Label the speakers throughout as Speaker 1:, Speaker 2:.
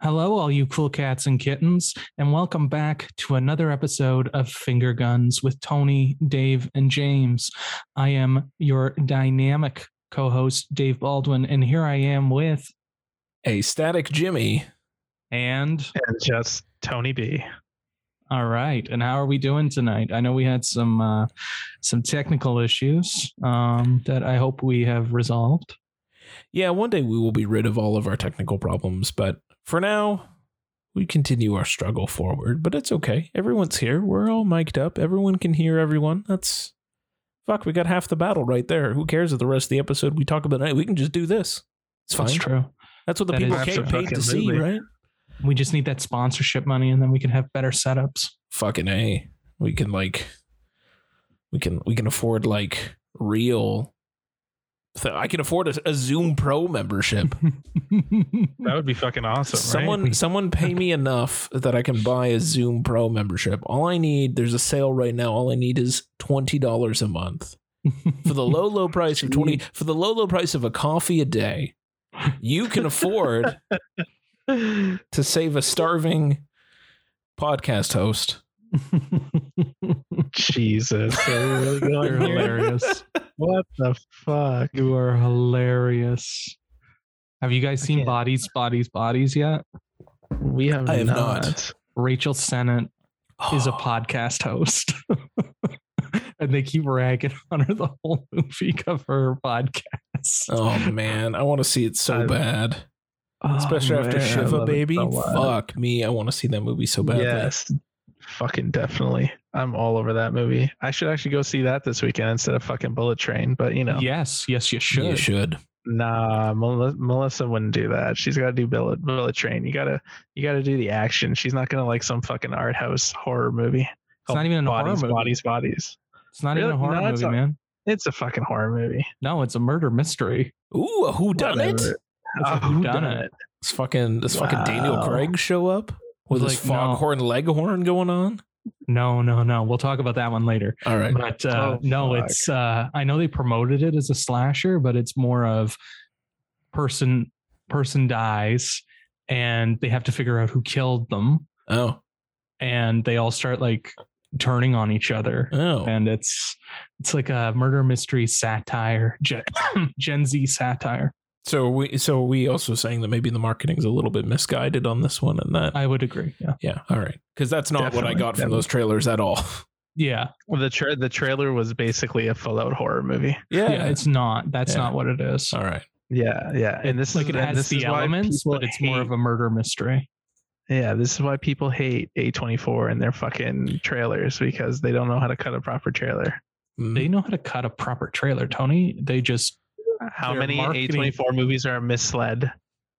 Speaker 1: Hello, all you cool cats and kittens, and welcome back to another episode of Finger Guns with Tony, Dave, and James. I am your dynamic co host, Dave Baldwin, and here I am with.
Speaker 2: A static Jimmy.
Speaker 1: And
Speaker 3: and just Tony B.
Speaker 1: all right, and how are we doing tonight? I know we had some uh, some technical issues um, that I hope we have resolved.
Speaker 2: Yeah, one day we will be rid of all of our technical problems, but for now, we continue our struggle forward. But it's okay. Everyone's here. We're all mic'd up. Everyone can hear everyone. That's fuck. We got half the battle right there. Who cares if the rest of the episode we talk about tonight? We can just do this. It's fine.
Speaker 1: That's
Speaker 2: That's,
Speaker 1: true.
Speaker 2: what the
Speaker 1: That
Speaker 2: people
Speaker 1: is
Speaker 2: came
Speaker 1: true.
Speaker 2: paid to see,
Speaker 3: Absolutely.
Speaker 2: right?
Speaker 1: We just need that sponsorship money, and then we can have better setups.
Speaker 2: Fucking a. We can like, we can we can afford like real. Th- I can afford a, a Zoom Pro membership.
Speaker 3: That would be fucking awesome.
Speaker 2: someone
Speaker 3: right?
Speaker 2: someone pay me enough that I can buy a Zoom Pro membership. All I need, there's a sale right now. All I need is twenty dollars a month for the low low price of twenty for the low low price of a coffee a day. You can afford to save a starving podcast host.
Speaker 3: Jesus, are we really
Speaker 1: You're
Speaker 3: going here?
Speaker 1: hilarious.
Speaker 3: What the fuck?
Speaker 1: You are hilarious. Have you guys
Speaker 3: I
Speaker 1: seen
Speaker 3: can't.
Speaker 1: Bodies, Bodies, Bodies yet?
Speaker 3: We have,
Speaker 2: I have
Speaker 3: not.
Speaker 2: not.
Speaker 1: Rachel Sennett
Speaker 2: Oh,
Speaker 1: is a podcast host. and they keep ragging on her the whole movie of her podcast.
Speaker 2: Oh man, I want to see it so
Speaker 3: I-
Speaker 2: bad,
Speaker 1: Oh,
Speaker 2: especially after
Speaker 1: man.
Speaker 3: I love
Speaker 2: Shiva
Speaker 3: it
Speaker 2: Baby.
Speaker 3: so much.
Speaker 2: Fuck me, I want to see that movie so badly.
Speaker 3: Yes, fucking definitely. I'm all over that movie. I should actually go see that this weekend instead of fucking Bullet Train. But you know,
Speaker 1: Yes, yes, you should.
Speaker 2: You should.
Speaker 3: nah, Mel- Melissa wouldn't do that. She's got to do Bullet Bullet Train. You gotta you gotta do the action. She's not gonna like some fucking art house horror movie.
Speaker 1: It's not even a horror
Speaker 3: bodies,
Speaker 1: movie.
Speaker 3: bodies, bodies.
Speaker 1: It's not even a
Speaker 3: Really?
Speaker 1: horror
Speaker 3: No, it's
Speaker 1: movie,
Speaker 3: not.
Speaker 1: man.
Speaker 3: It's a fucking horror movie.
Speaker 1: No, it's a murder mystery.
Speaker 2: Ooh, a who done it?
Speaker 3: Whatever.
Speaker 1: It's a
Speaker 3: Uh, who
Speaker 1: whodunit.
Speaker 3: done it?
Speaker 2: This fucking this fucking Daniel
Speaker 3: Wow.
Speaker 2: Craig show up with his
Speaker 1: Like, no.
Speaker 2: foghorn leghorn going on.
Speaker 1: No, no, no. We'll talk about that one later.
Speaker 2: All right,
Speaker 1: but uh,
Speaker 3: Oh,
Speaker 1: no
Speaker 3: fuck.
Speaker 1: it's uh, i know they promoted it as a slasher but it's more of person person dies and they have to figure out who killed them
Speaker 2: oh
Speaker 1: and they all start like turning on each other
Speaker 2: oh,
Speaker 1: and it's it's like a murder mystery satire gen, gen z satire
Speaker 2: so are we so are we also saying that maybe the marketing's a little bit misguided on this one and that.
Speaker 1: i would agree yeah
Speaker 2: yeah, all right, because that's not what I
Speaker 3: Definitely,
Speaker 2: got from those trailers at all.
Speaker 1: yeah
Speaker 3: Well, the tra- the trailer was basically a full out horror movie.
Speaker 1: yeah, it's not that's
Speaker 2: Yeah. Uh,
Speaker 1: not what it is
Speaker 2: all right.
Speaker 3: Yeah, yeah. And this
Speaker 1: like
Speaker 3: is,
Speaker 1: it
Speaker 3: and
Speaker 1: has
Speaker 3: this
Speaker 1: the
Speaker 3: is why
Speaker 1: elements
Speaker 3: people
Speaker 1: but it's more
Speaker 3: hate-
Speaker 1: of a murder mystery
Speaker 3: yeah. This is why people hate A24 and their fucking trailers because they don't know how to cut a proper trailer.
Speaker 2: Mm.
Speaker 3: Mm-hmm.
Speaker 1: they know how to cut a proper trailer tony they just
Speaker 3: How
Speaker 1: Their
Speaker 3: many
Speaker 1: marketing-
Speaker 3: A24 movies are misled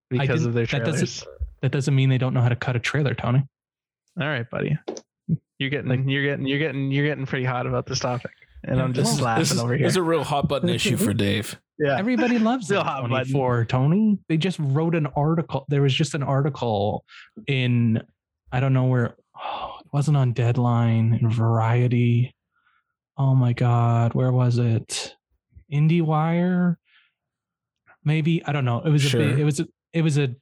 Speaker 3: because
Speaker 1: didn't-
Speaker 3: of their
Speaker 1: that
Speaker 3: trailers?
Speaker 1: doesn't- That doesn't mean they don't know how to cut a trailer, Tony.
Speaker 3: All right, buddy. You're getting you're getting you're getting you're getting pretty hot about this topic, and I'm just
Speaker 2: This is-
Speaker 3: laughing
Speaker 2: this is,
Speaker 3: over here.
Speaker 2: This is a real hot button issue for Dave.
Speaker 3: yeah.
Speaker 1: Everybody loves
Speaker 3: Real
Speaker 1: it.
Speaker 3: hot button.
Speaker 1: 24, Tony. They just wrote an article. There was just an article in I don't know where oh, it wasn't on Deadline and Variety. Oh my god, where was it? IndieWire? Maybe I don't know. It was a
Speaker 2: Sure.
Speaker 1: big, it was a it was a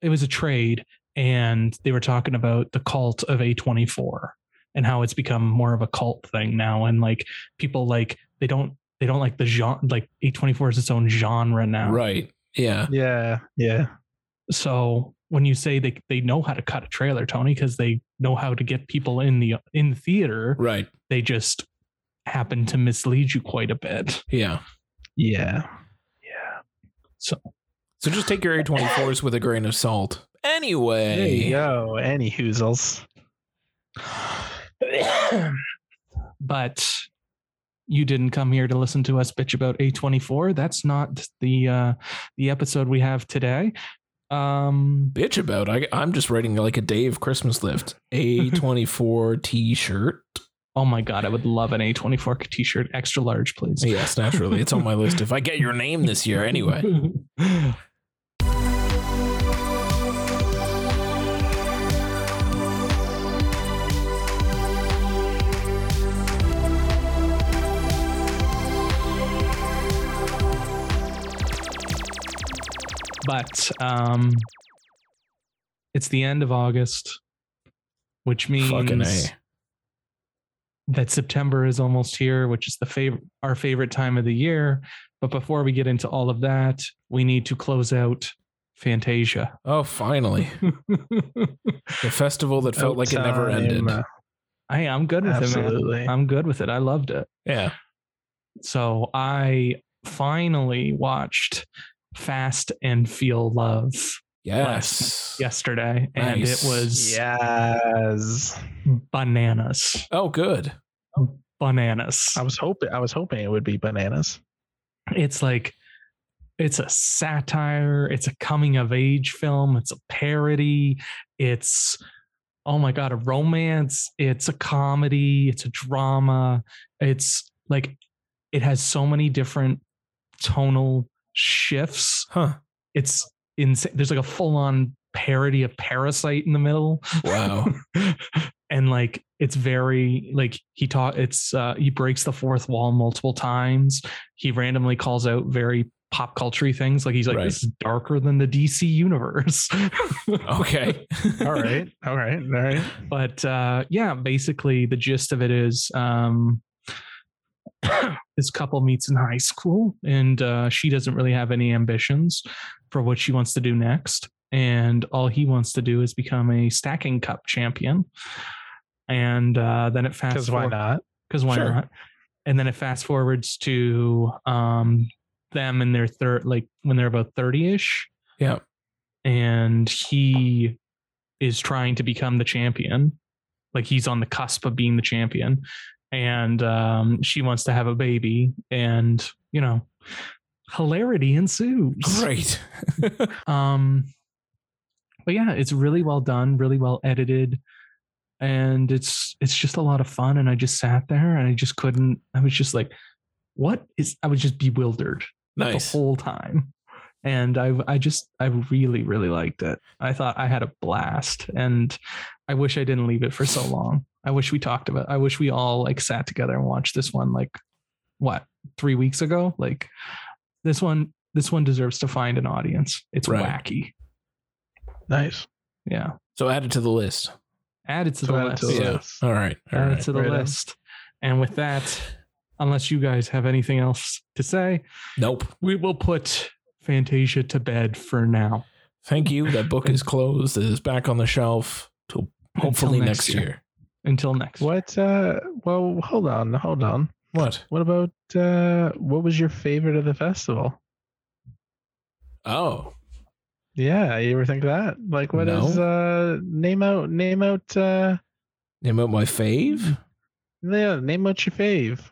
Speaker 1: it was a trade and they were talking about the cult of A24 and how it's become more of a cult thing now and like people like they don't they don't like the genre like A24 is its own genre now.
Speaker 2: Right? Yeah.
Speaker 3: yeah, yeah.
Speaker 1: So when you say they they know how to cut a trailer, Tony, because they know how to get people in the in the theater,
Speaker 2: Right.
Speaker 1: they just happen to mislead you quite a bit.
Speaker 2: Yeah.
Speaker 3: Yeah. Yeah.
Speaker 2: So just take your A24s with a grain of salt. Anyway.
Speaker 3: There you go. Any hoozles.
Speaker 1: But you didn't come here to listen to us bitch about A24. That's not the uh the episode we have today. Um
Speaker 2: bitch about. I, I'm just writing like a Dave Christmas lift. A24 t shirt.
Speaker 1: oh my god, I would love an A24 t-shirt, extra large, please.
Speaker 2: Yes, naturally. It's on my list. If I get your name this year, anyway.
Speaker 1: But um, It's the end of August, which
Speaker 2: Fucking
Speaker 1: means
Speaker 2: A.
Speaker 1: that September is almost here, which is the fav- our favorite time of the year. But before we get into all of that, we need to close out Fantasia.
Speaker 2: Oh, finally. The festival that felt like it never ended.
Speaker 3: Time,
Speaker 1: I, I'm good with it,
Speaker 3: Absolutely.
Speaker 1: man. I'm good with it. I loved it.
Speaker 2: Yeah.
Speaker 1: So I finally watched Fast and Feel Love
Speaker 2: Yes.
Speaker 1: yesterday, and
Speaker 2: Nice.
Speaker 1: it was
Speaker 3: Yes.
Speaker 1: bananas.
Speaker 2: Oh, good.
Speaker 1: Bananas.
Speaker 3: I was hoping I was hoping it would be bananas.
Speaker 1: it's like it's a satire it's a coming of age film it's a parody it's oh my god a romance it's a comedy it's a drama it's like it has so many different tonal shifts
Speaker 2: Huh.
Speaker 1: it's insane there's like a full-on parody of parasite in the middle
Speaker 2: Wow.
Speaker 1: and like it's very like he taught it's uh he breaks the fourth wall multiple times he randomly calls out very pop culture things like he's like
Speaker 2: Right.
Speaker 1: this is darker than the dc universe
Speaker 2: okay.
Speaker 3: All right. All right. All right.
Speaker 1: but uh yeah basically the gist of it is um this couple meets in high school and uh she doesn't really have any ambitions for what she wants to do next and all he wants to do is become a stacking cup champion and uh then it fast
Speaker 3: Because why not?
Speaker 1: because why
Speaker 2: Sure.
Speaker 1: not? And then it fast forwards to um them in their third like when they're about 30-ish.
Speaker 2: Yeah.
Speaker 1: And he is trying to become the champion. Like he's on the cusp of being the champion. And um she wants to have a baby and you know hilarity ensues.
Speaker 2: Great.
Speaker 1: Um, but yeah, it's really well done, really well edited, and it's it's just a lot of fun. And I just sat there and I just couldn't. I was just like, "What is?" I was just bewildered
Speaker 2: nice.
Speaker 1: the whole time, and I I just I really really liked it. I thought I had a blast, and I wish I didn't leave it for so long. I wish we talked about. I wish we all like sat together and watched this one like what three weeks ago. Like this one, this one deserves to find an audience. It's
Speaker 2: Right.
Speaker 1: wacky.
Speaker 3: Nice.
Speaker 1: Yeah.
Speaker 2: So add it to the list.
Speaker 1: Add it to
Speaker 3: So
Speaker 1: the
Speaker 3: add it
Speaker 1: list.
Speaker 3: to the
Speaker 1: Add
Speaker 2: Yeah.
Speaker 3: list.
Speaker 2: All right. All
Speaker 1: it
Speaker 2: right.
Speaker 1: to the
Speaker 3: Right on.
Speaker 1: list. And with that, unless you guys have anything else to say,
Speaker 2: Nope.
Speaker 1: we will put Fantasia to bed for now.
Speaker 2: Thank you. That book is closed. It is back on the shelf till
Speaker 1: Until
Speaker 2: hopefully
Speaker 1: next
Speaker 2: next, year.
Speaker 1: year. Until next.
Speaker 3: What uh well hold on, hold on.
Speaker 2: What?
Speaker 3: What about uh what was your favorite of the festival?
Speaker 2: Oh,
Speaker 3: Yeah, you ever think that? Like what is uh name out name out uh
Speaker 2: name out my fave.
Speaker 3: yeah, name out your fave.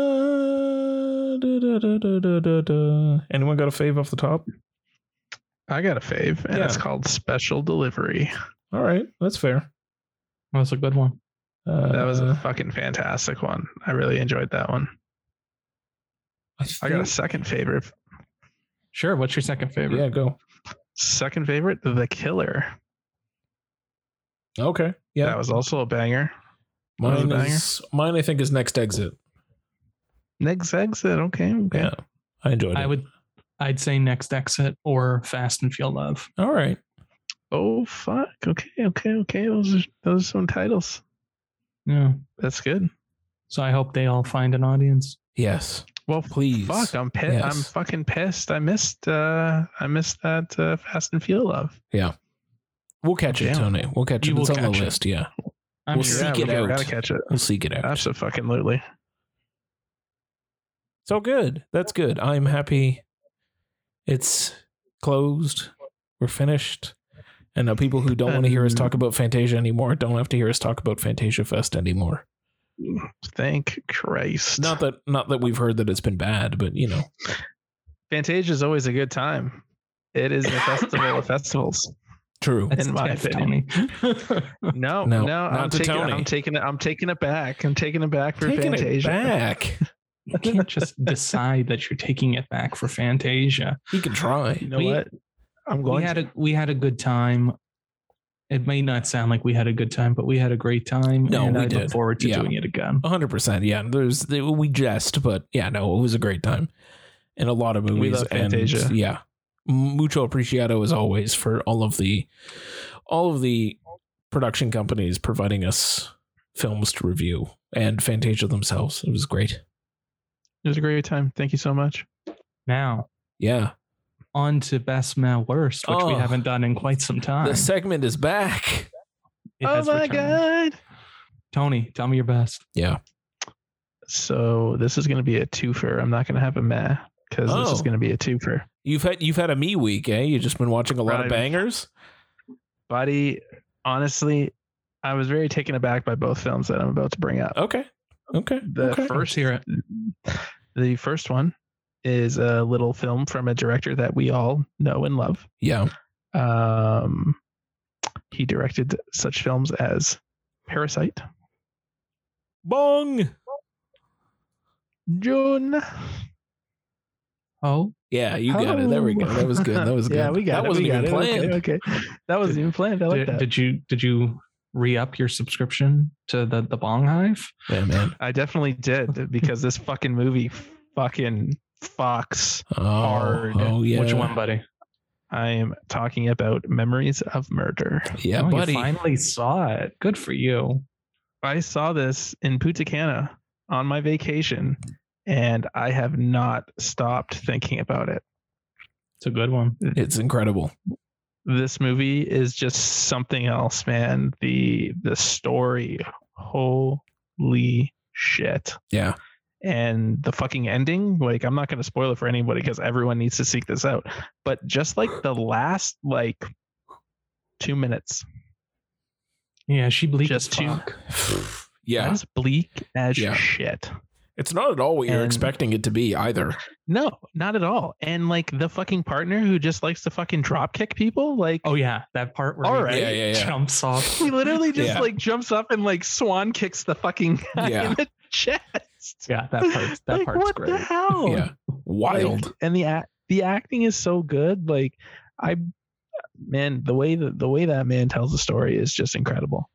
Speaker 2: Uh, da, da, da, da, da, da, da. Anyone got a fave off the top?
Speaker 3: I got a fave and it's
Speaker 2: Yeah.
Speaker 3: called special delivery.
Speaker 2: All right, that's fair.
Speaker 1: That was a good one.
Speaker 2: Uh,
Speaker 3: That was a fucking fantastic one. I really enjoyed that one.
Speaker 2: I
Speaker 3: I got a
Speaker 2: think-
Speaker 3: second favorite.
Speaker 1: Sure. What's your second favorite?
Speaker 2: yeah, go.
Speaker 3: Second favorite, The Killer.
Speaker 2: Okay. Yeah.
Speaker 3: That was also a banger. was a
Speaker 2: mine is mine I think is next exit.
Speaker 3: Next exit. Okay. Okay.
Speaker 2: Yeah. I enjoyed it.
Speaker 1: I would. I'd say next exit or Fast and Feel Love.
Speaker 2: All right.
Speaker 3: Oh fuck. Okay. Okay. Okay. Those are those are some titles.
Speaker 1: Yeah.
Speaker 3: That's good.
Speaker 1: So I hope they all find an audience.
Speaker 2: Yes.
Speaker 3: Well,
Speaker 2: Please.
Speaker 3: fuck. I'm pissed. I'm
Speaker 2: Yes.
Speaker 3: fucking pissed. I missed. uh I missed that uh, Fast and Feel Love.
Speaker 2: We'll catch it,
Speaker 3: Damn.
Speaker 2: Tony. We'll catch it.
Speaker 1: You
Speaker 2: It's
Speaker 1: will
Speaker 2: on the
Speaker 1: catch it.
Speaker 2: list. Yeah.
Speaker 1: I'm sure.
Speaker 2: We'll see.
Speaker 3: yeah,
Speaker 2: seek
Speaker 3: we
Speaker 2: it
Speaker 3: gotta-
Speaker 2: out.
Speaker 3: gotta catch it.
Speaker 2: We'll seek it out.
Speaker 3: Absolutely.
Speaker 2: So good. That's good. I'm happy. It's closed. We're finished. And now people who don't want to hear us talk about Fantasia anymore don't have to hear us talk about Fantasia Fest anymore.
Speaker 3: Thank Christ.
Speaker 2: Not that not that we've heard that it's been bad, but you know.
Speaker 3: Fantasia is always a good time. It is the festival of festivals.
Speaker 2: True.
Speaker 1: That's
Speaker 3: in my
Speaker 1: Tiff,
Speaker 3: opinion.
Speaker 1: Tony.
Speaker 2: No,
Speaker 3: No, no,
Speaker 2: not
Speaker 3: I'm
Speaker 2: to
Speaker 3: taking,
Speaker 2: Tony.
Speaker 3: I'm taking it. I'm taking it back. I'm taking it back for
Speaker 2: Taking it
Speaker 3: Fantasia.
Speaker 2: back.
Speaker 1: you can't just decide that you're taking it back for Fantasia.
Speaker 2: You can
Speaker 3: You
Speaker 2: try.
Speaker 3: know
Speaker 1: We-
Speaker 3: what? I'm going.
Speaker 1: we had a we had a good time. It may not sound like we had a good time, but we had a great time.
Speaker 2: No,
Speaker 1: and
Speaker 2: we
Speaker 1: I
Speaker 2: did.
Speaker 1: look forward to
Speaker 2: Yeah.
Speaker 1: doing it again.
Speaker 2: 100%. Yeah. There's we jest, but yeah, no, it was a great time. And a lot of
Speaker 3: We
Speaker 2: movies
Speaker 3: love
Speaker 2: and
Speaker 3: Fantasia.
Speaker 2: yeah. mucho appreciado as always for all of the all of the production companies providing us films to review and Fantasia themselves. It was great.
Speaker 3: It was a great time. Thank you so much.
Speaker 1: Now,
Speaker 2: Yeah.
Speaker 1: on to best mal worst, which we
Speaker 2: Oh.
Speaker 1: haven't done in quite some time.
Speaker 2: The segment is back.
Speaker 1: It
Speaker 3: oh
Speaker 1: has
Speaker 3: my
Speaker 1: returned.
Speaker 3: god.
Speaker 1: Tony, tell me your best.
Speaker 2: Yeah.
Speaker 3: So this is gonna be a twofer. I'm not gonna have a meh because this is
Speaker 2: Oh.
Speaker 3: gonna be a twofer.
Speaker 2: You've had you've had a me week, eh? You've just been watching a lot of
Speaker 3: Right.
Speaker 2: bangers.
Speaker 3: Buddy, honestly, I was very taken aback by both films that I'm about to bring up.
Speaker 2: Okay. Okay.
Speaker 3: The
Speaker 2: okay.
Speaker 1: First,
Speaker 3: first
Speaker 1: hear it.
Speaker 3: the first one is a little film from a director that we all know and love.
Speaker 2: Yeah.
Speaker 3: Um, he directed such films as Parasite,
Speaker 2: Bong.
Speaker 3: June.
Speaker 1: Oh,
Speaker 2: Yeah, Ah, you got it. There we go. That was good. That was good.
Speaker 3: yeah, we got
Speaker 2: that
Speaker 3: it.
Speaker 2: wasn't
Speaker 3: we
Speaker 2: even
Speaker 3: got it.
Speaker 2: planned.
Speaker 3: Okay, okay. that wasn't even planned. I like
Speaker 1: did,
Speaker 3: that.
Speaker 1: did you did you re up your subscription to the the Bong Hive?
Speaker 2: Yeah, man.
Speaker 3: I definitely did because this fucking movie fucking fucks.
Speaker 2: Oh,
Speaker 3: Hard.
Speaker 2: oh yeah.
Speaker 1: Which one, buddy?
Speaker 3: I am talking about Memories of Murder.
Speaker 2: Yeah,
Speaker 1: Oh, you
Speaker 2: buddy.
Speaker 1: finally saw it. Good for you.
Speaker 3: I saw this in Punta Cana on my vacation, and I have not stopped thinking about it.
Speaker 1: It's a good one.
Speaker 2: It's incredible.
Speaker 3: This movie is just something else, man. The the story, holy shit.
Speaker 2: Yeah.
Speaker 3: and the fucking ending like i'm not going to spoil it for anybody because everyone needs to seek this out but just like the last like two minutes
Speaker 1: Yeah, she bleaked
Speaker 3: Just
Speaker 1: as
Speaker 3: two-
Speaker 1: fuck.
Speaker 2: yeah.
Speaker 3: that's bleak as
Speaker 2: Yeah.
Speaker 3: shit
Speaker 2: It's not at all what you're
Speaker 3: And-
Speaker 2: expecting it to be either.
Speaker 3: no not at all and like the fucking partner who just likes to fucking drop kick people like
Speaker 1: Oh yeah, that part where
Speaker 3: All
Speaker 1: he
Speaker 3: right.
Speaker 2: Yeah, yeah, yeah.
Speaker 1: jumps off.
Speaker 3: he literally just
Speaker 2: Yeah.
Speaker 3: like jumps up and like swan kicks the fucking guy
Speaker 2: Yeah.
Speaker 3: in the chest
Speaker 1: Yeah, that part. That
Speaker 3: like,
Speaker 1: part's
Speaker 3: what
Speaker 1: great.
Speaker 3: the hell
Speaker 2: Yeah.
Speaker 3: Like,
Speaker 2: Wild.
Speaker 3: and the act, the acting is so good. Like I, man, the way that the way that man tells the story is just incredible.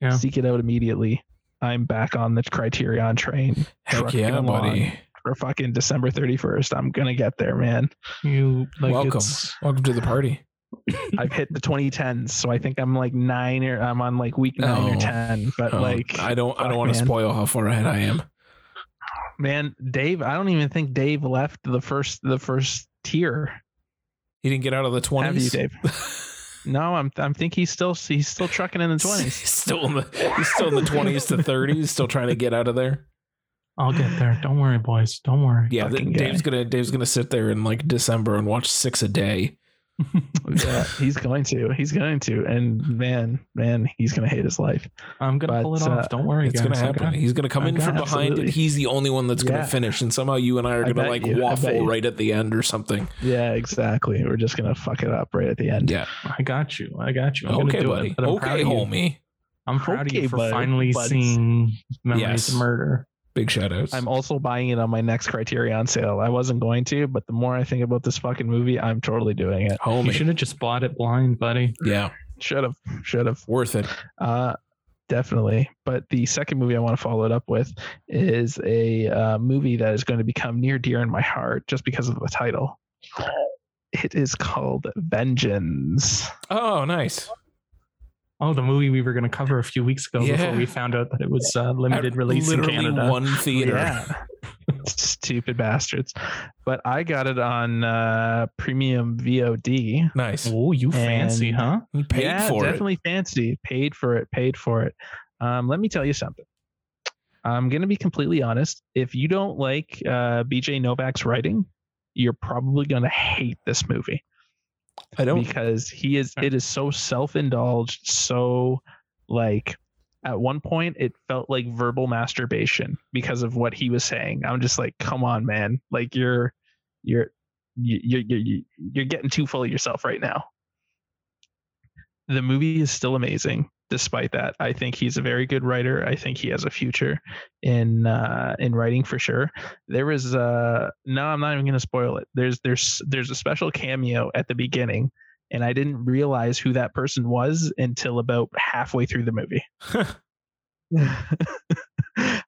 Speaker 1: Yeah.
Speaker 3: Seek it out immediately. I'm back on the Criterion train
Speaker 2: Heck
Speaker 3: trucking
Speaker 2: yeah,
Speaker 3: along.
Speaker 2: buddy.
Speaker 3: for fucking December 31st. I'm gonna get there, man.
Speaker 1: You like
Speaker 2: Welcome.
Speaker 1: it's-
Speaker 2: Welcome to the party.
Speaker 3: I've hit the 2010s, so I think I'm like nine or I'm on like week nine
Speaker 2: Oh.
Speaker 3: or ten. But
Speaker 2: Oh,
Speaker 3: like,
Speaker 2: I don't I don't
Speaker 3: fuck,
Speaker 2: want to
Speaker 3: man.
Speaker 2: spoil how far ahead I am.
Speaker 3: man, Dave, I don't even think Dave left the first the first tier.
Speaker 2: He didn't get out of the
Speaker 3: Have you,
Speaker 2: twenties.
Speaker 3: Dave? No, I'm. I'm think he's still he's still trucking in the 20s.
Speaker 2: still in the he's still in the twenties to thirties, still trying to get out of there.
Speaker 1: I'll get there. Don't worry, boys. Don't worry.
Speaker 2: Yeah, th-
Speaker 3: Fucking guy.
Speaker 2: Dave's gonna Dave's gonna sit there in like December and watch six a day.
Speaker 3: yeah, he's going to. He's going to. And man, man, he's going to hate his life.
Speaker 1: I'm gonna
Speaker 3: But,
Speaker 1: pull it
Speaker 3: uh,
Speaker 1: off. Don't worry,
Speaker 2: It's
Speaker 1: guys.
Speaker 2: gonna
Speaker 1: I
Speaker 2: happen.
Speaker 1: got-
Speaker 2: He's gonna come
Speaker 3: I
Speaker 2: in
Speaker 3: got-
Speaker 2: from behind, and
Speaker 3: absolutely.
Speaker 2: he's the only one that's
Speaker 3: Yeah.
Speaker 2: gonna finish. And somehow you and I are
Speaker 3: I
Speaker 2: gonna
Speaker 3: bet
Speaker 2: like
Speaker 3: you. I bet
Speaker 2: waffle
Speaker 3: you.
Speaker 2: right at the end or something.
Speaker 3: Yeah, exactly. We're just going to fuck it up right at the end.
Speaker 2: Yeah.
Speaker 1: I got you. I got you. I'm gonna
Speaker 2: Okay,
Speaker 1: do it,
Speaker 2: buddy.
Speaker 1: but I'm proud
Speaker 2: okay,
Speaker 1: of you.
Speaker 2: homie.
Speaker 1: I'm proud of
Speaker 3: Okay,
Speaker 1: you for
Speaker 3: bud-
Speaker 1: finally
Speaker 3: buds.
Speaker 1: seeing memories
Speaker 2: Yes.
Speaker 1: of murder.
Speaker 2: Big shout outs.
Speaker 3: I'm also buying it on my next Criterion sale. I wasn't going to, but the more I think about this fucking movie, I'm totally doing it.
Speaker 1: You
Speaker 2: homie.
Speaker 1: should have just bought it blind, buddy.
Speaker 2: Yeah,
Speaker 3: Should have. Should have.
Speaker 2: worth it.
Speaker 3: Uh, definitely. But the second movie I want to follow it up with is a uh, movie that is going to become near dear in my heart just because of the title. It is called Vengeance.
Speaker 2: Oh, nice.
Speaker 1: Oh, the movie we were going to cover a few weeks ago
Speaker 2: Yeah.
Speaker 1: before we found out that it was uh, limited
Speaker 2: At
Speaker 1: release in
Speaker 2: literally
Speaker 1: Canada.
Speaker 2: one theater.
Speaker 3: Yeah. Stupid bastards. But I got it on uh, premium VOD.
Speaker 2: Nice.
Speaker 1: Oh, you fancy,
Speaker 3: And-
Speaker 1: huh?
Speaker 2: You paid
Speaker 3: yeah,
Speaker 2: for it.
Speaker 3: definitely fancy. Paid for it. Paid for it. Um, let me tell you something. I'm going to be completely honest. If you don't like uh, BJ Novak's writing, you're probably going to hate this movie
Speaker 2: I don't.
Speaker 3: because he is it is so self-indulged, so like at one point it felt like verbal masturbation because of what he was saying. I'm just like, come on, man. Like you're you're you- you're you're you're, you're getting too full of yourself right now. The movie is still amazing despite that. I think he's a very good writer. I think he has a future in uh in writing for sure. There was uh no, I'm not even going to spoil it. There's there's there's a special cameo at the beginning and I didn't realize who that person was until about halfway through the movie.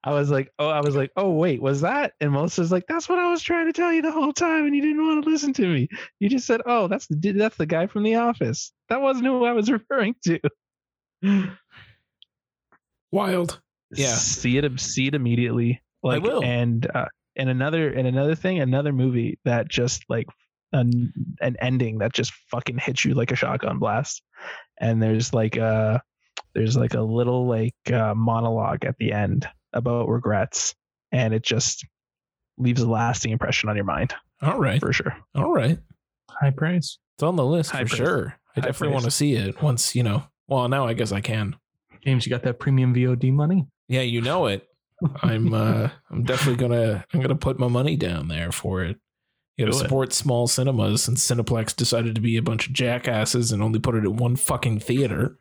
Speaker 3: I was like, oh, I was like, oh wait, was that? And Melissa's like, that's what I was trying to tell you the whole time, and you didn't want to listen to me. You just said, oh, that's the that's the guy from the office. That wasn't who I was referring to.
Speaker 2: Wild. Yeah.
Speaker 3: see it see it immediately like
Speaker 2: will.
Speaker 3: and uh, and another and another thing another movie that just like an, an ending that just fucking hits you like a shotgun blast and there's like a there's like a little like uh, monologue at the end about regrets and it just leaves a lasting impression on your mind
Speaker 2: All right.
Speaker 3: for sure
Speaker 2: All right.
Speaker 1: High praise.
Speaker 2: It's on the list
Speaker 3: High
Speaker 2: for
Speaker 3: praise.
Speaker 2: sure. I
Speaker 3: High
Speaker 2: definitely want to
Speaker 3: praise.
Speaker 2: see it once, you know. Well, now I guess I can.
Speaker 1: James, you got that premium VOD money?
Speaker 2: Yeah, you know it. I'm uh I'm definitely gonna I'm gonna put my money down there for it. You gotta
Speaker 3: Do it.
Speaker 2: support small cinemas since Cineplex decided to be a bunch of jackasses and only put it at one fucking theater.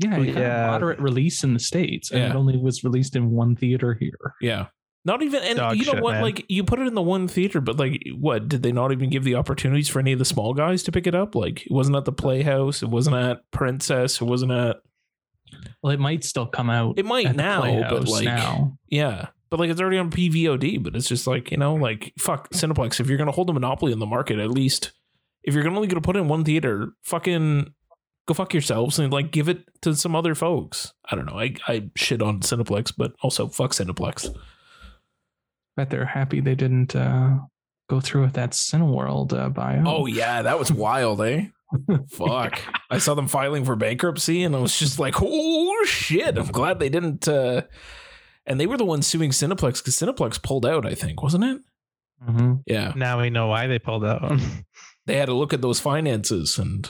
Speaker 1: Yeah, it got a
Speaker 3: Yeah.
Speaker 1: moderate release in the states, and
Speaker 2: Yeah.
Speaker 1: it only was released in one theater here.
Speaker 2: Yeah. Not even and
Speaker 3: Dog
Speaker 2: you know
Speaker 3: shit,
Speaker 2: what,
Speaker 3: man.
Speaker 2: like you put it in the one theater, but like what, did they not even give the opportunities for any of the small guys to pick it up? Like it wasn't at the Playhouse, it wasn't at Princess, it wasn't at
Speaker 1: Well, it might still come out.
Speaker 2: It might
Speaker 1: at the
Speaker 2: now, but
Speaker 1: Playhouse
Speaker 2: like
Speaker 1: now,
Speaker 2: yeah, but like it's already on PVOD. But it's just like you know, like fuck Cineplex. If you're gonna hold a monopoly in the market, at least if you're gonna only gonna put it in one theater, fucking go fuck yourselves and like give it to some other folks. I don't know. I I shit on Cineplex, but also fuck Cineplex.
Speaker 1: bet they're happy they didn't uh, go through with that Cineworld uh, bio.
Speaker 2: Oh yeah, that was wild, eh? Fuck. I saw them filing for bankruptcy and I was just like, oh shit. I'm glad they didn't uh and they were the ones suing Cineplex because Cineplex pulled out, I think, wasn't it?
Speaker 1: Mhm.
Speaker 2: Yeah.
Speaker 3: now we know why they pulled that one
Speaker 2: They had to look at those finances and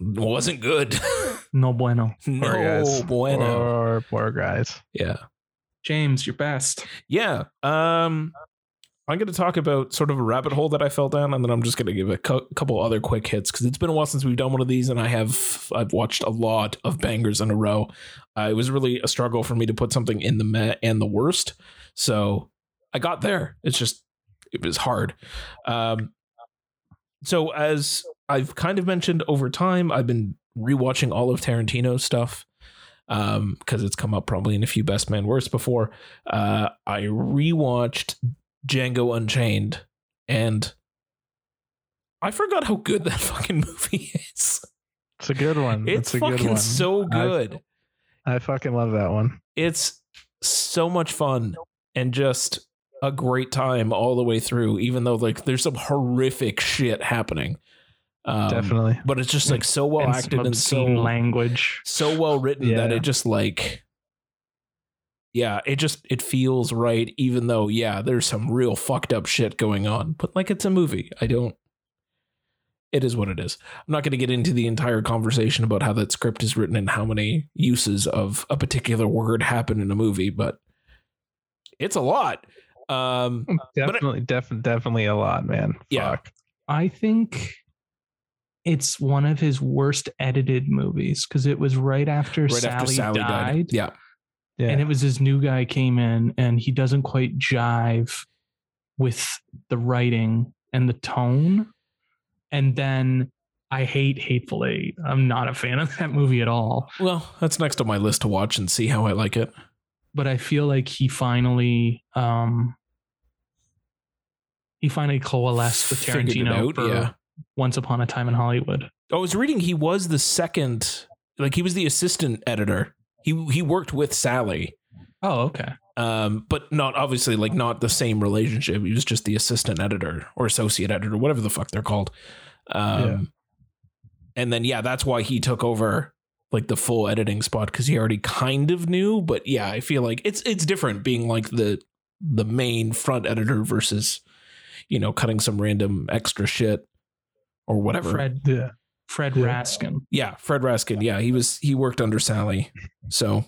Speaker 2: it wasn't good.
Speaker 1: no bueno.
Speaker 2: no
Speaker 3: guys.
Speaker 2: bueno.
Speaker 3: poor, poor guys
Speaker 2: Yeah.
Speaker 1: James, your best.
Speaker 2: Yeah. Um I'm going to talk about sort of a rabbit hole that I fell down, and then I'm just going to give a cou- couple other quick hits because it's been a while since we've done one of these, and I have I've watched a lot of bangers in a row. Uh, it was really a struggle for me to put something in the met and the worst, so I got there. It's just it was hard. Um, so as I've kind of mentioned over time, I've been rewatching all of Tarantino's stuff because it's come up probably in a few best man worst before uh, I rewatched Django Unchained, and I forgot how good that fucking movie is.
Speaker 3: it's a good one
Speaker 2: It's
Speaker 3: it's Mm, a good
Speaker 2: fucking
Speaker 3: one
Speaker 2: so
Speaker 3: I-
Speaker 2: good.
Speaker 3: I fucking love that one
Speaker 2: it's so much fun and just a great time all the way through. Even though like there's some horrific shit happening, um,
Speaker 3: Definitely.
Speaker 2: But it's just like so well
Speaker 1: And
Speaker 2: acted
Speaker 1: some
Speaker 2: and so
Speaker 1: obscene language.
Speaker 2: so well written that
Speaker 3: Yeah.
Speaker 2: it just like yeah it just it feels right even though yeah there's some real fucked up shit going on but like it's a movie i don't it is what it is i'm not going to get into the entire conversation about how that script is written and how many uses of a particular word happen in a movie but it's a lot um I-
Speaker 3: Mm, Definitely, definitely, definitely a lot, man.
Speaker 2: Yeah.
Speaker 3: Fuck.
Speaker 1: I think it's one of his worst edited movies because it was right after,
Speaker 2: right
Speaker 1: Sally,
Speaker 2: after sally died,
Speaker 1: died.
Speaker 2: yeah
Speaker 3: Yeah.
Speaker 1: and it was this new guy came in and he doesn't quite jive with the writing and the tone and then i hate hateful eight i'm not a fan of that movie at all
Speaker 2: well that's next on my list to watch and see how i like it
Speaker 1: but i feel like he finally um he finally coalesced with
Speaker 2: Figured it
Speaker 1: tarantino
Speaker 2: out,
Speaker 1: for
Speaker 2: yeah
Speaker 1: once upon a time in hollywood
Speaker 2: I was reading he was the second, like he was the assistant editor. He he worked with Sally,
Speaker 1: oh okay
Speaker 2: um, but not obviously like not the same relationship. He was just the assistant editor or associate editor, whatever the fuck they're called. Um,
Speaker 3: Yeah.
Speaker 2: And then yeah, that's why he took over like the full editing spot because he already kind of knew. But yeah, I feel like it's it's different being like the the main front editor versus you know cutting some random extra shit or whatever.
Speaker 1: fred
Speaker 3: yeah.
Speaker 1: fred
Speaker 3: Yeah.
Speaker 1: raskin
Speaker 2: Yeah, Fred Raskin. Yeah, he was he worked under Sally. So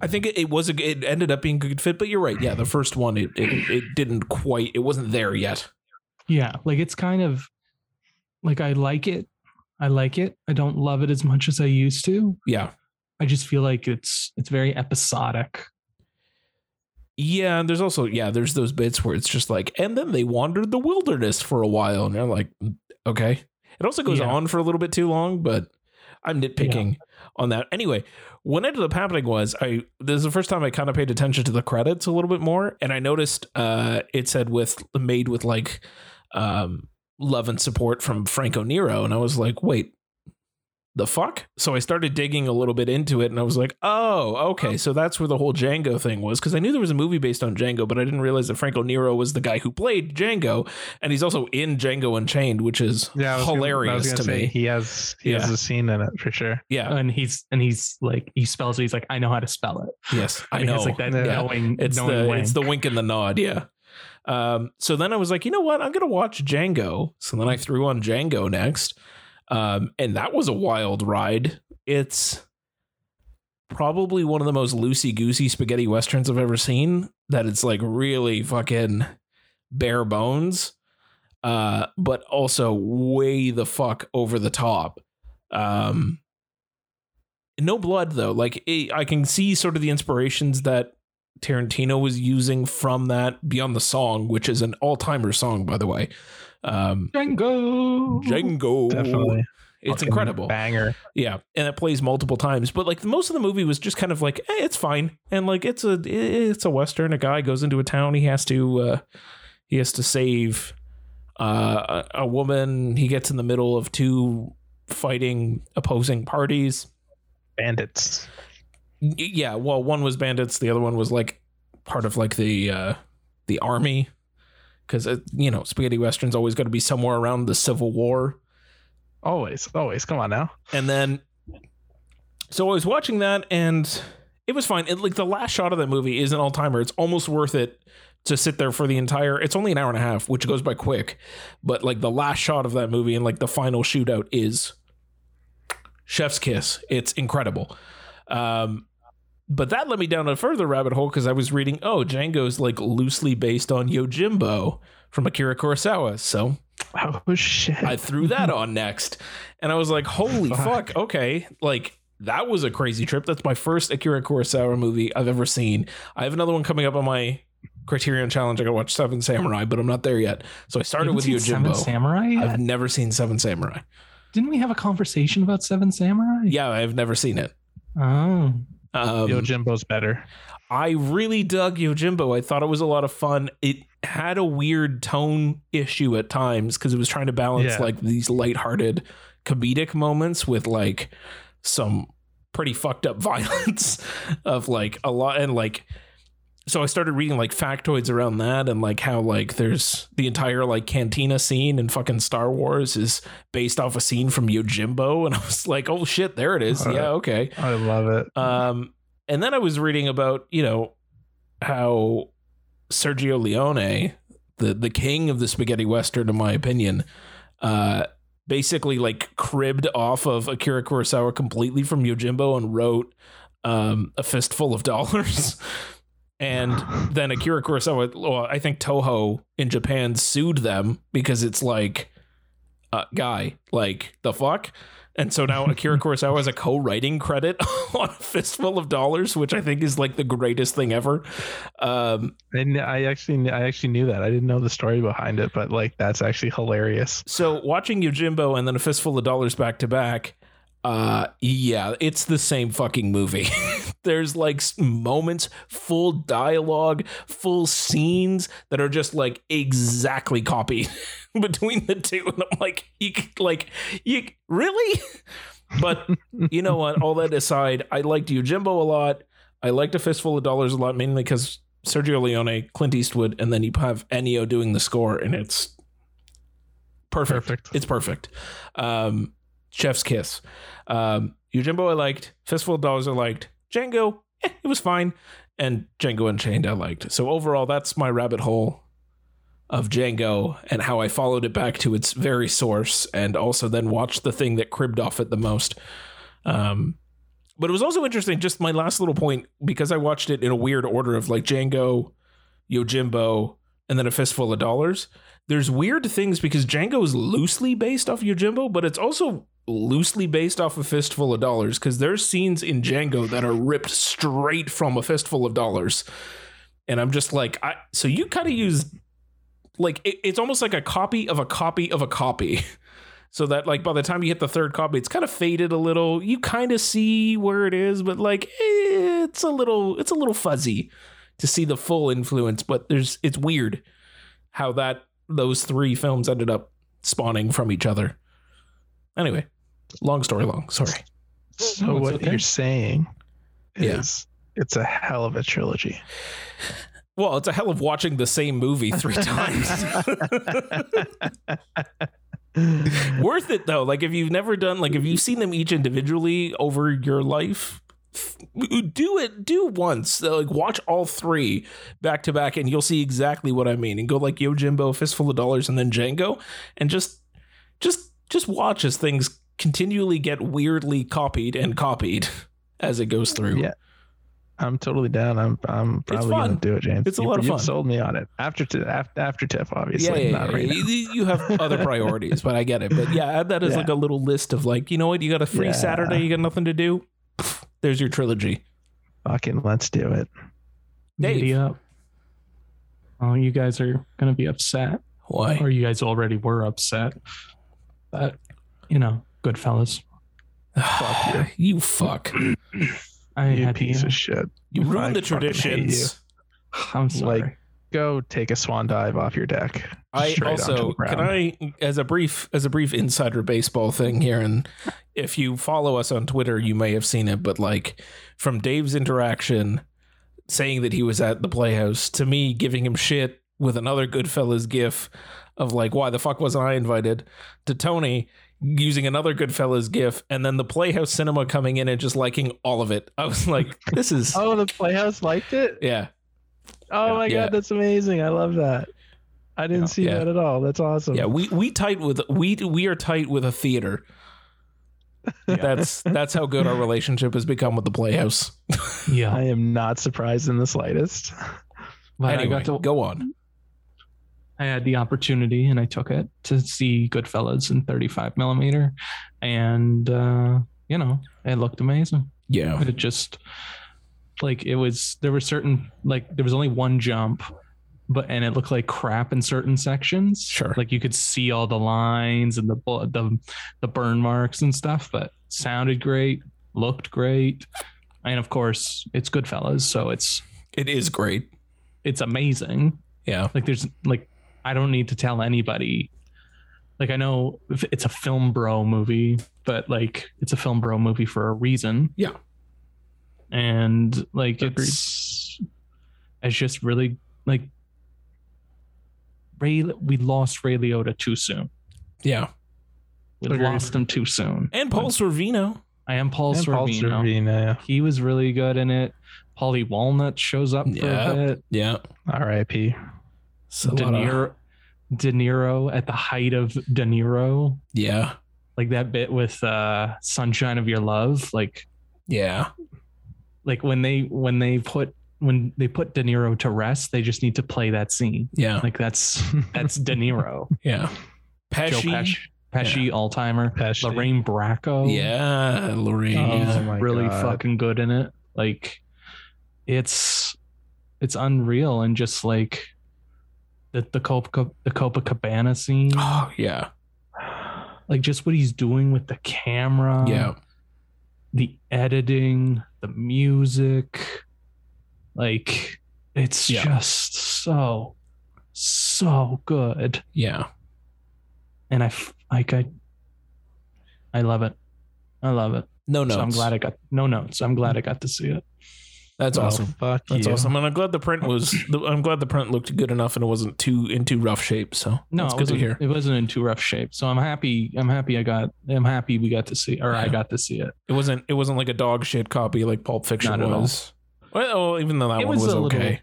Speaker 2: I think it, it was a it ended up being a good fit, but you're right. Yeah, the first one it, it it didn't quite it wasn't there yet.
Speaker 1: Yeah, like it's kind of like I like it. I like it. I don't love it as much as I used to.
Speaker 2: Yeah.
Speaker 1: I just feel like it's it's very episodic.
Speaker 2: Yeah, and there's also yeah, there's those bits where it's just like and then they wandered the wilderness for a while and you're like "Mm, okay. It also goes
Speaker 1: Yeah.
Speaker 2: on for a little bit too long, but I'm nitpicking on that. Anyway, what ended up happening was I this is the first time I kind of paid attention to the credits a little bit more, and I noticed uh it said with made with like um love and support from Franco Nero, and I was like, wait, the fuck? So I started digging a little bit into it, and I was like, oh, okay, so that's where the whole Django thing was, because I knew there was a movie based on Django, but I didn't realize that Franco Nero was the guy who played Django, and he's also in Django Unchained, which is
Speaker 3: I was gonna- I was
Speaker 2: hilarious
Speaker 3: gonna
Speaker 2: to
Speaker 3: say,
Speaker 2: me.
Speaker 3: He has he has
Speaker 2: Yeah.
Speaker 3: a scene in it for sure.
Speaker 2: yeah.
Speaker 1: and he's and he's like he spells it. He's like, I know how to spell it.
Speaker 2: Yes, I,
Speaker 1: mean,
Speaker 2: know.
Speaker 1: It's like that
Speaker 3: Yeah.
Speaker 1: knowing.
Speaker 2: it's
Speaker 1: knowing
Speaker 2: the
Speaker 1: wank.
Speaker 2: it's the wink and the nod. Yeah. Um, so then I was like, you know what? I'm gonna watch Django. So then I threw on Django next, um, and that was a wild ride. It's probably one of the most loosey goosey spaghetti westerns I've ever seen. That it's like really fucking bare bones, uh, but also way the fuck over the top. Um, no blood though. Like it, I can see sort of the inspirations that Tarantino was using from that Beyond the Song, which is an all timer song, by the way. Um,
Speaker 1: Django.
Speaker 2: Django.
Speaker 3: Definitely.
Speaker 2: It's
Speaker 3: Fucking
Speaker 2: incredible.
Speaker 3: Banger.
Speaker 2: Yeah. And it plays multiple times. But like most of the movie was just kind of like, eh, it's fine. And like it's a eh, it's a Western. A guy goes into a town, he has to uh he has to save uh a, a woman. He gets in the middle of two fighting opposing parties.
Speaker 3: Bandits.
Speaker 2: Y- yeah well one was bandits the other one was like part of like the uh the army because you know spaghetti westerns always got to be somewhere around the civil war
Speaker 3: Always, always. Come on now.
Speaker 2: and then so i was watching that and it was fine it, like the last shot of that movie is an all-timer it's almost worth it to sit there for the entire it's only an hour and a half which goes by quick but like the last shot of that movie and like the final shootout is chef's kiss it's incredible um but that led me down a further rabbit hole because i was reading oh django's like loosely based on yojimbo from akira kurosawa so
Speaker 3: Oh shit.
Speaker 2: I threw that on next. And I was like, holy
Speaker 3: Fuck.
Speaker 2: fuck. okay. Like, that was a crazy trip. That's my first Akira Kurosawa movie I've ever seen. I have another one coming up on my Criterion Challenge. I gotta watch Seven Samurai, but I'm not there yet. So I started
Speaker 1: Haven't
Speaker 2: with
Speaker 1: seen Seven
Speaker 2: Yojimbo.
Speaker 1: Samurai. yet?
Speaker 2: I've never seen Seven Samurai.
Speaker 1: Didn't we have a conversation about Seven Samurai?
Speaker 2: Yeah, I've never seen it.
Speaker 1: Oh,
Speaker 2: Um,
Speaker 3: Yo, Jimbo's better.
Speaker 2: I really dug Yojimbo. I thought it was a lot of fun. It had a weird tone issue at times because it was trying to balance
Speaker 3: Yeah.
Speaker 2: like these lighthearted comedic moments with like some pretty fucked up violence of like a lot and like so I started reading like factoids around that and like how like there's the entire like cantina scene in fucking Star Wars is based off a scene from Yojimbo and I was like, oh shit, there it is.
Speaker 3: Alright.
Speaker 2: Yeah, okay.
Speaker 3: I love it.
Speaker 2: Um, and then I was reading about you know how Sergio Leone, the the king of the spaghetti western, in my opinion, uh, basically like cribbed off of Akira Kurosawa completely from Yojimbo and wrote um, a fistful of dollars. And then Akira Kurosawa, well, I think Toho in Japan sued them because it's like, uh, guy, like the fuck. And so now Akira Kurosawa has a co-writing credit on a fistful of dollars, which I think is like the greatest thing ever. Um,
Speaker 3: And I actually, I actually knew that. I didn't know the story behind it, but like that's actually hilarious.
Speaker 2: so watching Yojimbo and then a fistful of dollars back to back, uh, yeah, it's the same fucking movie. There's like s- moments, full dialogue, full scenes that are just like exactly copied between the two, and I'm like, you c- like you really? But you know what? All that aside, I liked Yojimbo a lot. I liked A Fistful of Dollars a lot, mainly because Sergio Leone, Clint Eastwood, and then you have Ennio doing the score, and it's perfect.
Speaker 3: Perfect.
Speaker 2: It's perfect. Um, Chef's kiss. Um, Yojimbo, I liked. Fistful of Dollars, I liked. Django, eh, it was fine. And Django Unchained, I liked. So overall, that's my rabbit hole of Django and how I followed it back to its very source and also then watched the thing that cribbed off it the most. Um, but it was also interesting, just my last little point, because I watched it in a weird order of like Django, Yojimbo, and then a fistful of dollars. There's weird things because Django is loosely based off Yojimbo, but it's also loosely based off a fistful of dollars because there's scenes in Django that are ripped straight from a fistful of dollars. And I'm just like, I so you kind of use like it, it's almost like a copy of a copy of a copy so that like by the time you hit the third copy it's kind of faded a little you kind of see where it is but like eh, it's a little it's a little fuzzy to see the full influence but there's it's weird how that those three films ended up spawning from each other anyway long story long sorry
Speaker 3: So
Speaker 1: No, it's
Speaker 3: what
Speaker 1: okay.
Speaker 3: you're saying
Speaker 2: Yeah.
Speaker 3: is it's a hell of a trilogy.
Speaker 2: well it's a hell of watching the same movie three times worth it though like if you've never done like if you've seen them each individually over your life f- do it do once like watch all three back to back and you'll see exactly what i mean and go like yo jimbo fistful of dollars and then django and just just just watch as things continually get weirdly copied and copied as it goes through
Speaker 3: Yeah. I'm totally down. I'm I'm probably gonna
Speaker 2: fun.
Speaker 3: do it, James.
Speaker 2: It's a
Speaker 3: You-
Speaker 2: lot of
Speaker 3: you've
Speaker 2: fun.
Speaker 3: Sold me on it after t- after, after TIFF,
Speaker 2: yeah,
Speaker 3: obviously.
Speaker 2: yeah,
Speaker 3: not
Speaker 2: yeah,
Speaker 3: right
Speaker 2: yeah.
Speaker 3: now.
Speaker 2: You- you have other priorities but i get it but yeah add that as
Speaker 3: Yeah.
Speaker 2: like a little list of like you know what you got a free
Speaker 3: Yeah.
Speaker 2: saturday you got nothing to do Pff, there's your trilogy
Speaker 3: Fucking let's do it.
Speaker 2: Dave.
Speaker 1: Giddy up. Oh, you guys are gonna be upset,
Speaker 2: why
Speaker 1: or you guys already were upset. But you know, good fellas,
Speaker 2: Fuck you. you fuck.
Speaker 1: I
Speaker 3: you
Speaker 1: had uh, to-
Speaker 3: piece of shit.
Speaker 2: You
Speaker 3: I
Speaker 2: ruined the
Speaker 3: fucking hate
Speaker 2: traditions.
Speaker 1: I'm sorry.
Speaker 3: Like- Go take a swan dive off your deck.
Speaker 2: I
Speaker 3: Straight onto
Speaker 2: also
Speaker 3: the
Speaker 2: can
Speaker 3: ground.
Speaker 2: I as a brief as a brief insider baseball thing here and if you follow us on Twitter you may have seen it but like from Dave's interaction saying that he was at the Playhouse to me giving him shit with another Goodfellas gif of like why the fuck wasn't I invited to Tony using another Goodfellas gif and then the Playhouse cinema coming in and just liking all of it. I was like this is
Speaker 3: Oh, the Playhouse liked it.
Speaker 2: yeah
Speaker 3: Oh my
Speaker 2: Yeah.
Speaker 3: god, that's amazing! I love that. I didn't
Speaker 2: Yeah.
Speaker 3: see
Speaker 2: Yeah.
Speaker 3: that at all. That's awesome.
Speaker 2: Yeah, we we tight with we we are tight with a theater. That's that's how good our relationship has become with the Playhouse.
Speaker 1: yeah,
Speaker 3: I am not surprised in the slightest.
Speaker 1: but
Speaker 2: anyway,
Speaker 1: I got to,
Speaker 2: go on.
Speaker 1: I had the opportunity and I took it to see Goodfellas in 35 millimeter, and uh, you know, it looked amazing.
Speaker 2: Yeah,
Speaker 1: But it just like it was there were certain like there was only one jump but and it looked like crap in certain sections
Speaker 2: Sure.
Speaker 1: like you could see all the lines and the bu- the, the burn marks and stuff but sounded great looked great and of course it's goodfellas so it's
Speaker 2: it is great.
Speaker 1: it's amazing
Speaker 2: Yeah,
Speaker 1: like there's like i don't need to tell anybody like i know if it's a film bro movie but like it's a film bro movie for a reason
Speaker 2: Yeah.
Speaker 1: and like it's it's just really like ray we lost ray liotta too soon
Speaker 2: yeah.
Speaker 1: we
Speaker 3: Agreed.
Speaker 1: lost him too soon
Speaker 2: And Paul Sorvino.
Speaker 1: i am paul
Speaker 3: And Paul
Speaker 1: sorvino
Speaker 3: Sorvino,
Speaker 1: he was really good in it paulie walnut shows up
Speaker 2: Yeah.
Speaker 1: for a bit
Speaker 2: Yeah,
Speaker 3: R.I.P.
Speaker 2: It's a
Speaker 1: De
Speaker 2: lot of-
Speaker 1: Niro, De Niro at the height of De Niro,
Speaker 2: yeah,
Speaker 1: like that bit with uh, "Sunshine of Your Love," like
Speaker 2: yeah,
Speaker 1: like when they when they put when they put De Niro to rest, they just need to play that scene.
Speaker 2: yeah,
Speaker 1: Like that's that's De Niro,
Speaker 2: yeah.
Speaker 1: Joe
Speaker 2: Pesci.
Speaker 1: Pesci, Pesci all timer,
Speaker 3: Pesci.
Speaker 1: Lorraine Bracco,
Speaker 2: Yeah, Lorraine.
Speaker 3: Oh,
Speaker 1: he's
Speaker 3: my
Speaker 1: really
Speaker 3: God.
Speaker 1: fucking good in it. Like it's it's unreal and just like the the Copa the Copacabana scene.
Speaker 2: Oh yeah,
Speaker 1: like just what he's doing with the camera,
Speaker 2: yeah.
Speaker 1: the editing, the music, like it's
Speaker 2: Yeah.
Speaker 1: just so so good,
Speaker 2: Yeah.
Speaker 1: and I f- like I I love it, I love it.
Speaker 2: No notes.
Speaker 1: So I'm glad I got no notes. I'm glad I got to see it.
Speaker 2: That's
Speaker 3: Well,
Speaker 2: awesome.
Speaker 3: Oh, Fuck
Speaker 2: That's
Speaker 3: you.
Speaker 2: awesome. And I'm glad the print was. I'm glad the print looked good enough and it wasn't too in too rough shape. So
Speaker 1: No,
Speaker 2: that's
Speaker 1: it
Speaker 2: good to
Speaker 1: wasn't,
Speaker 2: hear.
Speaker 1: it wasn't in too rough shape. So I'm happy. I'm happy. I got. I'm happy we got to see, or I
Speaker 2: Yeah.
Speaker 1: got to see it.
Speaker 2: It wasn't. It wasn't like a dog shit copy like Pulp Fiction
Speaker 1: Not at all.
Speaker 2: was. Well, oh, even though that
Speaker 1: It
Speaker 2: one was,
Speaker 1: was a little-
Speaker 2: okay.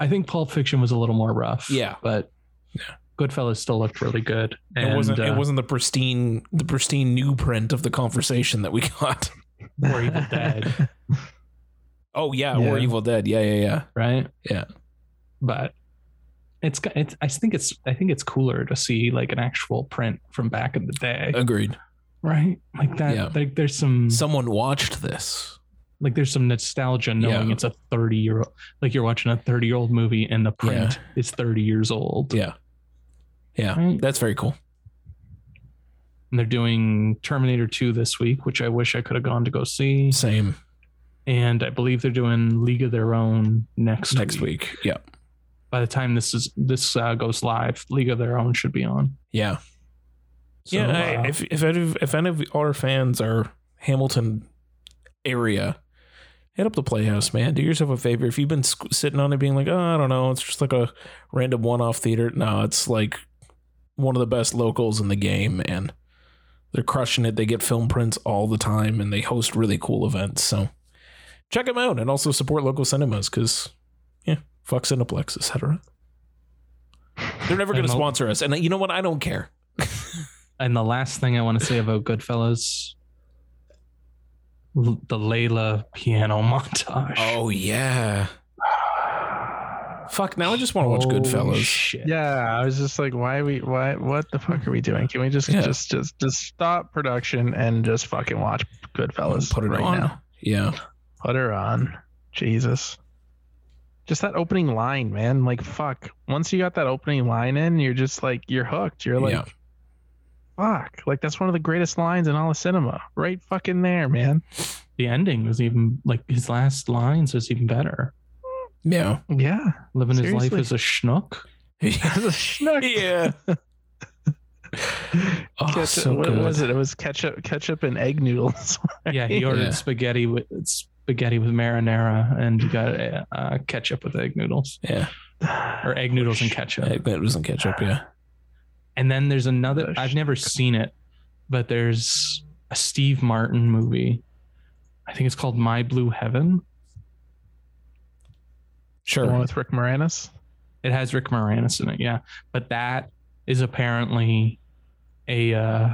Speaker 1: I think Pulp Fiction was a little more rough.
Speaker 2: Yeah.
Speaker 1: but
Speaker 2: Yeah.
Speaker 1: Goodfellas still looked really good.
Speaker 2: it wasn't.
Speaker 1: And,
Speaker 2: it
Speaker 1: uh,
Speaker 2: wasn't the pristine, the pristine new print of the conversation that we got.
Speaker 1: Or Evil Dead.
Speaker 2: Oh yeah, or
Speaker 3: Yeah.
Speaker 2: Evil Dead. Yeah, yeah, yeah.
Speaker 1: right?
Speaker 2: Yeah.
Speaker 1: But it's got- it's I think it's I think it's cooler to see like an actual print from back in the day,
Speaker 2: Agreed.
Speaker 1: Mm-hmm. right? Like that.
Speaker 2: Uh, Yeah.
Speaker 1: Like there's some,
Speaker 2: Someone watched this.
Speaker 1: like there's some nostalgia knowing
Speaker 2: Yeah.
Speaker 1: it's a 30 year old. Like you're watching a 30 year old movie and the print is 30 years old.
Speaker 2: Yeah, yeah.
Speaker 1: Right.
Speaker 2: That's very cool.
Speaker 1: and they're doing Terminator 2 this week, which I wish I could have gone to go see.
Speaker 2: Same
Speaker 1: And I believe they're doing League of Their Own next
Speaker 2: next week. Yeah.
Speaker 1: By the time this is this uh, goes live, League of Their Own should be on.
Speaker 2: Yeah.
Speaker 1: So,
Speaker 2: yeah. I-
Speaker 1: uh,
Speaker 2: if, if, any of, if any of our fans are Hamilton area, hit up the Playhouse, man. Do yourself a favor. If you've been squ- sitting on it being like, oh, I don't know, it's just like a random one off theater. No, it's like one of the best locals in the game, and they're crushing it. They get film prints all the time, and they host really cool events. So check them out and also support local cinemas because, yeah, fuck Cineplex, etc. They're never going
Speaker 1: And
Speaker 2: to
Speaker 1: the-
Speaker 2: sponsor us. And you know what? I don't care.
Speaker 1: and the last thing I want to say about Goodfellas, l- the Layla piano montage.
Speaker 2: Oh yeah. Fuck. Now I just want to watch
Speaker 1: Holy
Speaker 2: Goodfellas.
Speaker 1: Shit.
Speaker 3: Yeah, I was just like, why we, why, what the fuck are we doing? Can we just,
Speaker 2: Yeah.
Speaker 3: just, just, just stop production and just fucking watch Goodfellas
Speaker 2: Put it
Speaker 3: right
Speaker 2: on.
Speaker 3: now?
Speaker 2: Yeah.
Speaker 3: Put her on, Jesus. Just that opening line, man. Like fuck. Once you got that opening line in, you're just like, you're hooked. You're like,
Speaker 2: yeah.
Speaker 3: fuck. Like that's one of the greatest lines in all of cinema, right? Fucking there, man.
Speaker 1: The ending was even like his last lines was even better.
Speaker 2: Yeah.
Speaker 3: Yeah.
Speaker 1: Living his
Speaker 3: Seriously.
Speaker 1: life as a schnook.
Speaker 3: That's a schnook.
Speaker 2: yeah. Oh,
Speaker 3: Ketchup,
Speaker 2: so
Speaker 3: what
Speaker 2: good.
Speaker 3: was it? It was ketchup, ketchup and egg noodles.
Speaker 1: Yeah, he ordered
Speaker 2: Yeah.
Speaker 1: spaghetti with spaghetti with marinara, and he got uh, uh, ketchup with egg noodles
Speaker 2: Yeah.
Speaker 1: or egg noodles and ketchup.
Speaker 2: Egg that was in ketchup. Yeah.
Speaker 1: And then there's another.
Speaker 3: Gosh.
Speaker 1: I've never seen it, but there's a Steve Martin movie. I think it's called My Blue Heaven.
Speaker 3: The one
Speaker 2: Sure.
Speaker 3: with Rick Moranis.
Speaker 1: It has Rick Moranis in it, yeah. But that is apparently a uh,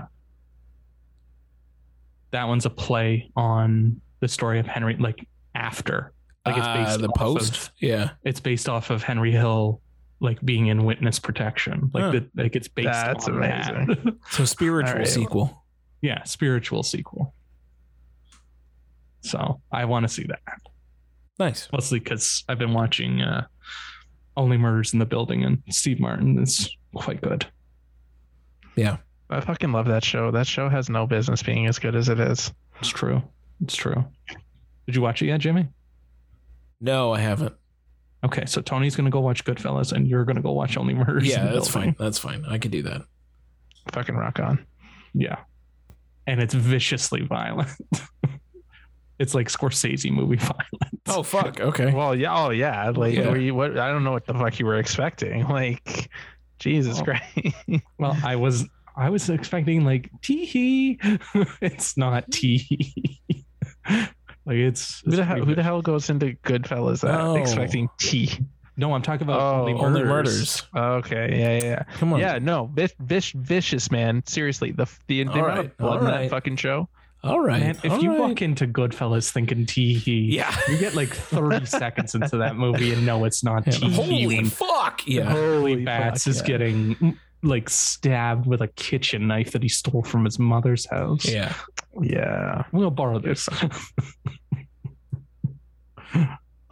Speaker 1: that one's a play on the story of Henry, like after, like it's
Speaker 2: Uh,
Speaker 1: based
Speaker 2: the
Speaker 1: off
Speaker 2: post.
Speaker 1: of-
Speaker 2: yeah.
Speaker 1: it's based off of Henry Hill, like being in witness protection, like
Speaker 2: Huh.
Speaker 1: that, like it's based
Speaker 3: That's
Speaker 1: on that.
Speaker 3: amazing.
Speaker 2: So spiritual
Speaker 3: All right.
Speaker 2: sequel.
Speaker 1: yeah, spiritual sequel. So I want to see that
Speaker 2: Nice.
Speaker 1: mostly because I've been watching uh, Only Murders in the Building, and Steve Martin is quite good.
Speaker 3: I fucking love that show. That show has no business being as good as it is.
Speaker 1: It's true. It's true. Did you watch it yet, Jimmy?
Speaker 2: No, I haven't.
Speaker 1: Okay, so Tony's gonna go watch Goodfellas, and you're gonna go watch Only Murders. in
Speaker 2: Yeah,
Speaker 1: the
Speaker 2: that's
Speaker 1: Building.
Speaker 2: fine. That's fine. I can do that.
Speaker 3: Fucking rock on.
Speaker 1: Yeah, and it's viciously violent. it's like Scorsese movie violence.
Speaker 2: Oh fuck. Okay.
Speaker 3: Well, yeah, oh yeah. Like,
Speaker 2: Yeah.
Speaker 3: Were you, what? I don't know what the fuck you were expecting. Like, Jesus
Speaker 1: Oh.
Speaker 3: Christ.
Speaker 1: Well, I was I was expecting like tee hee. it's not tee hee. like it's,
Speaker 3: who,
Speaker 1: it's
Speaker 3: the hell,
Speaker 1: pretty
Speaker 3: who
Speaker 1: good.
Speaker 3: the hell goes into Goodfellas that
Speaker 2: Oh.
Speaker 3: expecting tea?
Speaker 1: no, I'm talking about
Speaker 3: Oh,
Speaker 1: only, murders.
Speaker 2: Only murders.
Speaker 3: Okay, yeah, yeah,
Speaker 2: Come
Speaker 3: yeah.
Speaker 2: on.
Speaker 3: yeah. No, vic, vic, vicious man. Seriously, the the, the
Speaker 2: All
Speaker 3: amount
Speaker 2: right,
Speaker 3: of blood in
Speaker 2: all right.
Speaker 3: that fucking show.
Speaker 2: All right.
Speaker 1: Man, if
Speaker 2: all
Speaker 1: you
Speaker 2: right.
Speaker 1: walk into Goodfellas thinking tee hee,
Speaker 2: Yeah.
Speaker 1: you get like 30 seconds into that movie and no, it's not
Speaker 2: Yeah.
Speaker 1: tee hee.
Speaker 2: Holy
Speaker 1: when
Speaker 2: fuck. Yeah.
Speaker 1: Holy
Speaker 3: fuck,
Speaker 1: Bats is
Speaker 3: yeah.
Speaker 1: getting mm, like stabbed with a kitchen knife that he stole from his mother's house.
Speaker 2: Yeah.
Speaker 3: Yeah.
Speaker 1: We'll borrow this.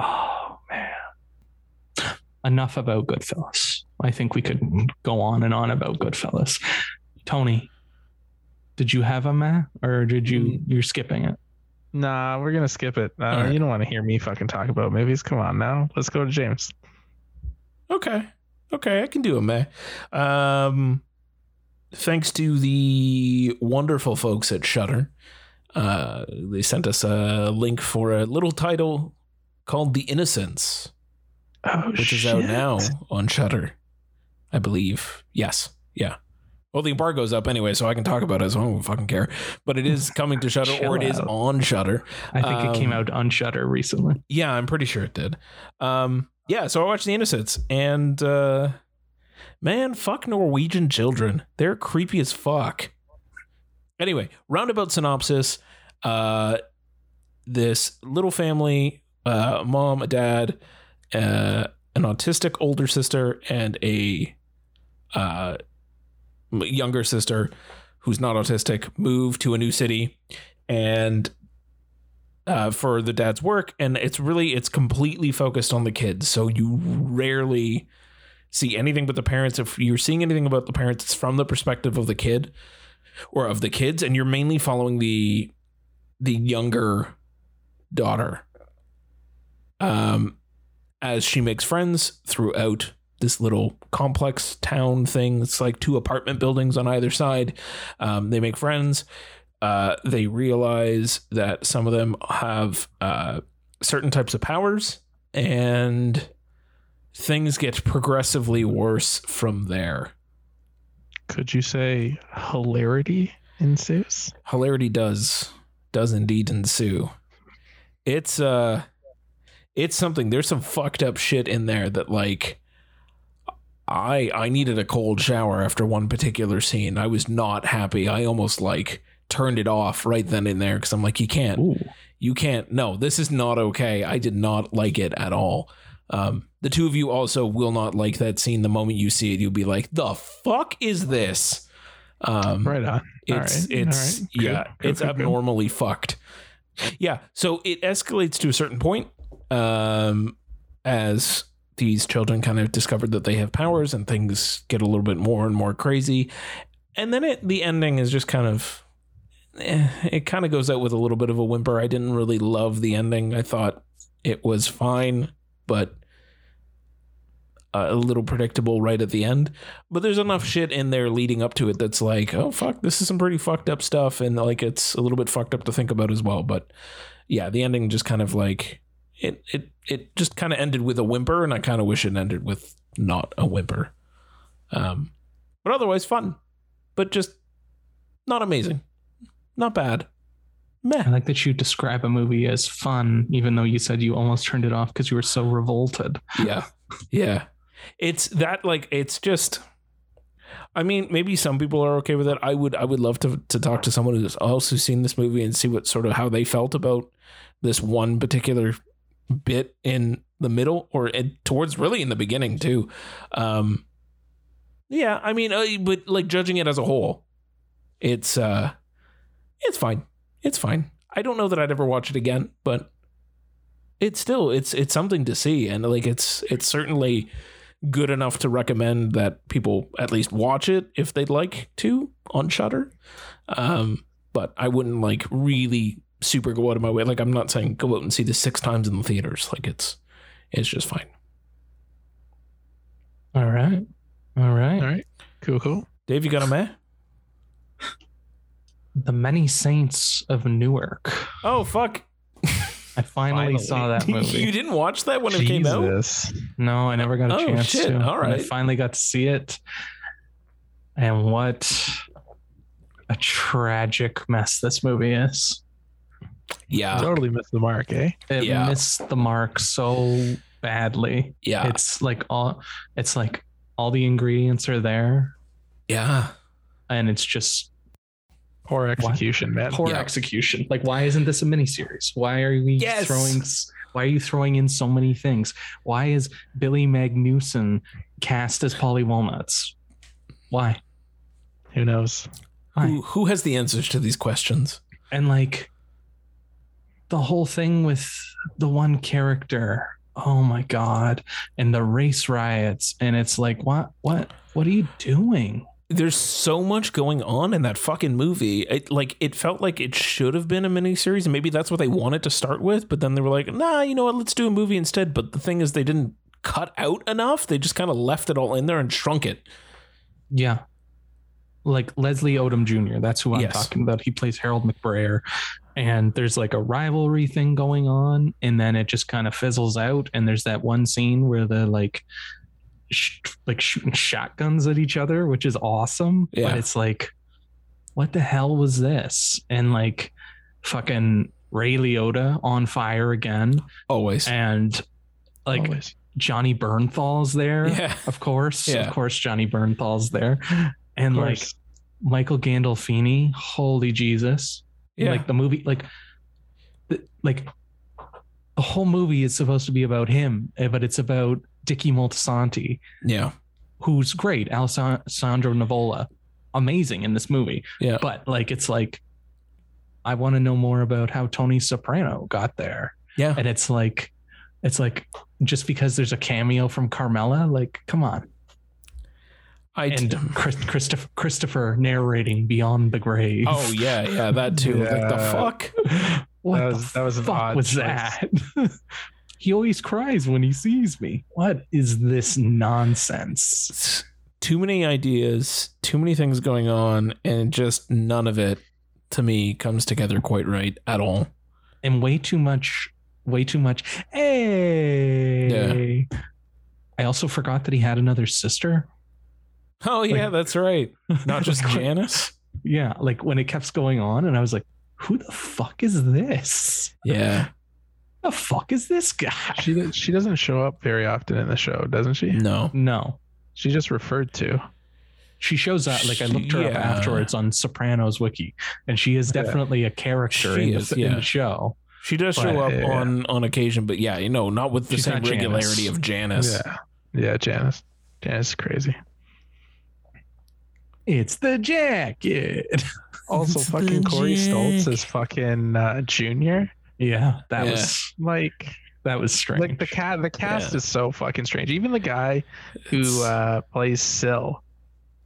Speaker 1: oh man. Enough about Goodfellas. I think we could go on and on about Goodfellas. Tony, did you have a meh or did you you're skipping it?
Speaker 3: Nah, we're gonna skip it. Uh,
Speaker 2: All right.
Speaker 3: You don't want to hear me fucking talk about movies. Come on now. Let's go to James.
Speaker 2: Okay. Okay, I can do it, man. Um, thanks to the wonderful folks at Shutter, uh, they sent us a link for a little title called "The Innocents,"
Speaker 3: Oh
Speaker 2: which is out now on Shutter, I believe. Yes, yeah. Well, the embargo's up anyway, so I can talk about it. So I don't fucking care. But it is coming to Shutter, or it is
Speaker 3: Chill out.
Speaker 2: on Shutter.
Speaker 1: I think it came
Speaker 2: Um,
Speaker 1: out on Shutter recently.
Speaker 2: Yeah, I'm pretty sure it did. Um, yeah, so I watched The Innocents, and uh, man, fuck Norwegian children. They're creepy as fuck. Anyway, roundabout synopsis. Uh, this little family, uh, mom, a dad, uh, an autistic older sister, and a uh, m- younger sister who's not autistic move to a new city, and uh, for the dad's work and it's really it's completely focused on the kids so you rarely see anything but the parents if you're seeing anything about the parents it's from the perspective of the kid or of the kids, and you're mainly following the the younger daughter. Um, as she makes friends throughout this little complex town thing. It's like two apartment buildings on either side. Um, they make friends. Uh, they realize that some of them have uh, certain types of powers, and things get progressively worse from there.
Speaker 3: Could you say hilarity ensues?
Speaker 2: hilarity does does indeed ensue. It's uh it's something there's some fucked up shit in there that like I I needed a cold shower after one particular scene. I was not happy. I almost like turned it off right then and there cuz I'm like you can't
Speaker 3: Ooh.
Speaker 2: you can't no this is not okay i did not like it at all um, the two of you also will not like that scene the moment you see it you'll be like the fuck is this um,
Speaker 3: Right on. All
Speaker 2: it's
Speaker 3: right, all
Speaker 2: it's
Speaker 3: right. Good,
Speaker 2: yeah
Speaker 3: good,
Speaker 2: it's
Speaker 3: good, good.
Speaker 2: abnormally fucked yeah so it escalates to a certain point um, as these children kind of discover that they have powers and things get a little bit more and more crazy and then it the ending is just kind of eh, it kind of goes out with a little bit of a whimper i didn't really love the ending i thought it was fine but uh, a little predictable right at the end but there's enough shit in there leading up to it that's like oh fuck this is some pretty fucked up stuff and like it's a little bit fucked up to think about as well but yeah the ending just kind of like it it it just kind of ended with a whimper and i kind of wish it ended with not a whimper um but otherwise fun but just not amazing not bad
Speaker 1: I
Speaker 2: meh
Speaker 1: like that you describe a movie as fun, even though you said you almost turned it off because you were so revolted.
Speaker 2: yeah yeah it's that like it's just i mean maybe some people are okay with it i would i would love to to talk to someone who's also seen this movie and see what sort of how they felt about this one particular bit in the middle or in, towards really in the beginning too um yeah i mean uh, but like judging it as a whole it's uh it's fine it's fine i don't know that i'd ever watch it again but it's still it's it's something to see and like it's it's certainly good enough to recommend that people at least watch it if they'd like to on Shutter. Um, but I wouldn't like really super go out of my way. Like I'm not saying go out and see this six times in the theaters. Like it's it's just fine.
Speaker 1: All right. All right.
Speaker 3: All right. Cool, cool.
Speaker 2: Dave, you got a meh?
Speaker 1: The Many Saints of Newark.
Speaker 2: Oh fuck!
Speaker 1: I finally,
Speaker 3: Finally.
Speaker 1: saw that
Speaker 2: you
Speaker 1: movie.
Speaker 2: didn't watch that when it came out.
Speaker 3: Jesus.
Speaker 1: no, I never got a
Speaker 2: Oh,
Speaker 1: chance
Speaker 2: shit.
Speaker 1: to.
Speaker 2: All
Speaker 1: And I
Speaker 2: right.
Speaker 1: finally got to see it. And what a tragic mess this movie is.
Speaker 2: Yeah,
Speaker 3: Totally missed the mark, eh?
Speaker 1: It
Speaker 2: Yeah.
Speaker 1: missed the mark so badly.
Speaker 2: yeah,
Speaker 1: It's like all it's like all the ingredients are there
Speaker 2: yeah.
Speaker 1: and it's just
Speaker 3: Poor execution, man.
Speaker 1: poor
Speaker 2: Yeah.
Speaker 1: execution. Like, why isn't this a miniseries? Why are we
Speaker 2: Yes.
Speaker 1: throwing? s- Why are you throwing in so many things? Why is Billy Magnuson cast as Polly Walnuts? Why?
Speaker 3: Who knows?
Speaker 2: Who who has the answers to these questions?
Speaker 1: And like the whole thing with the one character. Oh my god! And the race riots, and it's like, what, what, what are you doing?
Speaker 2: there's so much going on in that fucking movie. It like it felt like it should have been a miniseries, and maybe that's what they wanted to start with. But then they were like, "Nah, you know what? Let's do a movie instead." But the thing is, they didn't cut out enough. They just kind of left it all in there and shrunk it.
Speaker 1: Yeah. Like Leslie Odom Jr. That's who I'm
Speaker 2: Yes.
Speaker 1: talking about. He plays Harold McBrayer. And there's like a rivalry thing going on. And then it just kind of fizzles out. And there's that one scene where they're like, sh- like shooting shotguns at each other, which is awesome.
Speaker 2: Yeah.
Speaker 1: But it's like, what the hell was this? And like fucking Ray Liotta on fire again.
Speaker 2: Always,
Speaker 1: And like
Speaker 3: Always.
Speaker 1: Johnny Bernthal's there.
Speaker 2: yeah,
Speaker 1: Of course,
Speaker 2: Yeah.
Speaker 1: of course, Johnny Bernthal's there, and
Speaker 3: Of
Speaker 1: like
Speaker 3: course.
Speaker 1: Michael Gandolfini. Holy Jesus!
Speaker 2: yeah,
Speaker 1: Like the movie, like, the, like the whole movie is supposed to be about him, eh, but it's about Dicky Moltisanti,
Speaker 2: yeah,
Speaker 1: who's great. Alessandro Nivola, amazing in this movie.
Speaker 2: Yeah.
Speaker 1: but like, it's like I want to know more about how Tony Soprano got there,
Speaker 2: yeah.
Speaker 1: and it's like, it's like just because there's a cameo from Carmela, like, come on.
Speaker 2: I
Speaker 1: and Chris, Christopher, Christopher narrating Beyond the Grave.
Speaker 2: oh yeah, yeah, that too. Like the
Speaker 3: Yeah.
Speaker 2: fuck.
Speaker 1: what
Speaker 3: That was-
Speaker 1: the
Speaker 3: that was an
Speaker 1: fuck
Speaker 3: odd
Speaker 1: was
Speaker 3: choice.
Speaker 1: that? he always cries when he sees me. What is this nonsense?
Speaker 2: It's too many ideas, too many things going on, and just none of it to me comes together quite right at all.
Speaker 1: and way too much way too much hey i also forgot that he had another sister
Speaker 2: Oh yeah, that's right. Not just
Speaker 1: Like,
Speaker 2: Janice.
Speaker 1: yeah like when it kept going on and i was like who the fuck is this
Speaker 2: Yeah.
Speaker 1: the fuck is this guy
Speaker 3: She do- she doesn't show up very often in the show, doesn't she?
Speaker 2: No.
Speaker 1: no
Speaker 3: She's just referred to.
Speaker 1: she shows up like i looked her up
Speaker 2: Yeah.
Speaker 1: afterwards on sopranos wiki and she is
Speaker 3: Yeah.
Speaker 1: definitely a character
Speaker 2: She
Speaker 1: in,
Speaker 2: is,
Speaker 1: the, in
Speaker 2: yeah.
Speaker 1: the show
Speaker 2: She does
Speaker 3: But,
Speaker 2: show up
Speaker 3: yeah.
Speaker 2: on on occasion, but yeah, you know, not with the
Speaker 1: She's
Speaker 2: same
Speaker 1: not Janice.
Speaker 2: regularity of Janice.
Speaker 3: Yeah. Yeah, Janice. Janice is crazy.
Speaker 1: it's the jacket
Speaker 3: Also,
Speaker 2: It's
Speaker 3: fucking
Speaker 2: the
Speaker 3: Corey Stoltz
Speaker 2: Jack.
Speaker 3: is fucking uh, junior.
Speaker 1: yeah that
Speaker 2: Yeah.
Speaker 1: was
Speaker 3: Like,
Speaker 1: that was strange
Speaker 3: like the cat. The cast
Speaker 2: Yeah.
Speaker 3: is so fucking strange. Even the guy
Speaker 2: It's-
Speaker 3: who uh, plays Sill,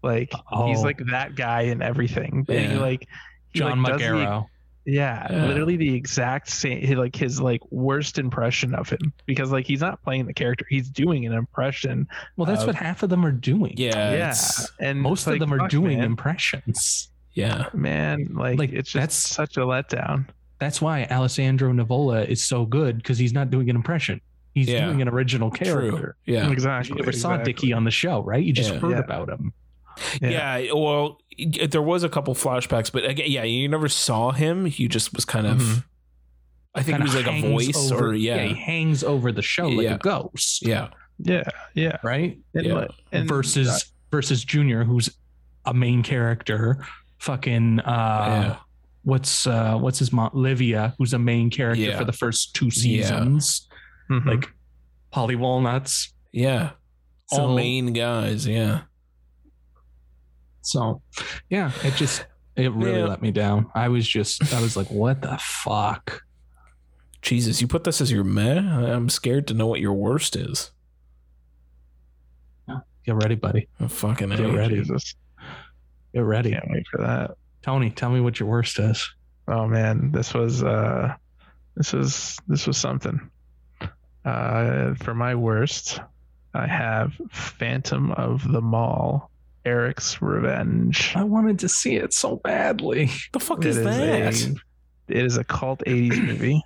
Speaker 3: like he's
Speaker 1: Oh.
Speaker 3: like that guy in everything. But he
Speaker 2: Yeah.
Speaker 3: like he,
Speaker 1: john
Speaker 3: like, does the-
Speaker 1: mcgarrow
Speaker 3: Yeah,
Speaker 2: Yeah.
Speaker 3: literally the exact same. he- Like his like worst impression of him because like he's not playing the character. He's doing an impression.
Speaker 1: well that's
Speaker 3: Uh,
Speaker 1: what half of them are doing
Speaker 2: yeah,
Speaker 3: Yeah,
Speaker 2: it's-
Speaker 3: and
Speaker 1: most
Speaker 3: it's
Speaker 1: of
Speaker 3: like,
Speaker 1: them are
Speaker 3: fuck,
Speaker 1: doing
Speaker 3: man.
Speaker 1: impressions.
Speaker 2: yeah.
Speaker 3: man like,
Speaker 1: Like,
Speaker 3: it's just
Speaker 1: that's-
Speaker 3: such a letdown
Speaker 1: That's why Alessandro Nivola is so good because he's not doing an impression. He's
Speaker 2: Yeah.
Speaker 1: doing an original character.
Speaker 2: True. Yeah.
Speaker 3: exactly
Speaker 1: You never saw
Speaker 3: exactly.
Speaker 1: Dickie on the show, right? You just
Speaker 2: Yeah.
Speaker 1: heard
Speaker 3: Yeah.
Speaker 1: about him.
Speaker 2: Yeah. well, y- there was a couple flashbacks, but again, yeah, you never saw him. He just was kind of.
Speaker 3: Mhm.
Speaker 2: I think
Speaker 1: Mm-hmm. Kinda
Speaker 2: he was like a
Speaker 1: hangs
Speaker 2: voice,
Speaker 1: over-
Speaker 2: or yeah,
Speaker 1: he
Speaker 2: yeah,
Speaker 1: hangs over the show like
Speaker 2: Yeah.
Speaker 1: a ghost,
Speaker 2: yeah,
Speaker 3: yeah yeah
Speaker 1: right?
Speaker 3: and,
Speaker 2: Yeah.
Speaker 3: like- and-
Speaker 1: versus versus Junior, who's a main character. Fucking uh, what's uh, what's his mom, Livia, who's a main character
Speaker 2: Yeah.
Speaker 1: for the first two
Speaker 2: Yeah.
Speaker 1: seasons,
Speaker 3: Mhm.
Speaker 1: like Polly Walnuts.
Speaker 2: yeah. All
Speaker 1: So-
Speaker 2: main guys, yeah.
Speaker 1: So, yeah, it just it really
Speaker 2: Yeah.
Speaker 1: let me down. I was just I was like, what the fuck?
Speaker 2: Jesus, you put this as your meh. I- I'm scared to know what your worst is.
Speaker 1: Get ready, buddy.
Speaker 2: Oh, fucking
Speaker 1: Get
Speaker 2: A.
Speaker 3: Oh,
Speaker 1: ready.
Speaker 3: Jesus.
Speaker 1: Get ready.
Speaker 3: can't wait for that
Speaker 1: Tony, tell me what your worst is.
Speaker 3: oh man this was uh this was this was something uh for my worst i have phantom of the mall eric's revenge
Speaker 1: I wanted to see it so badly.
Speaker 2: The fuck
Speaker 3: It
Speaker 2: is
Speaker 3: is
Speaker 2: that?
Speaker 3: A, it is a cult '80s movie.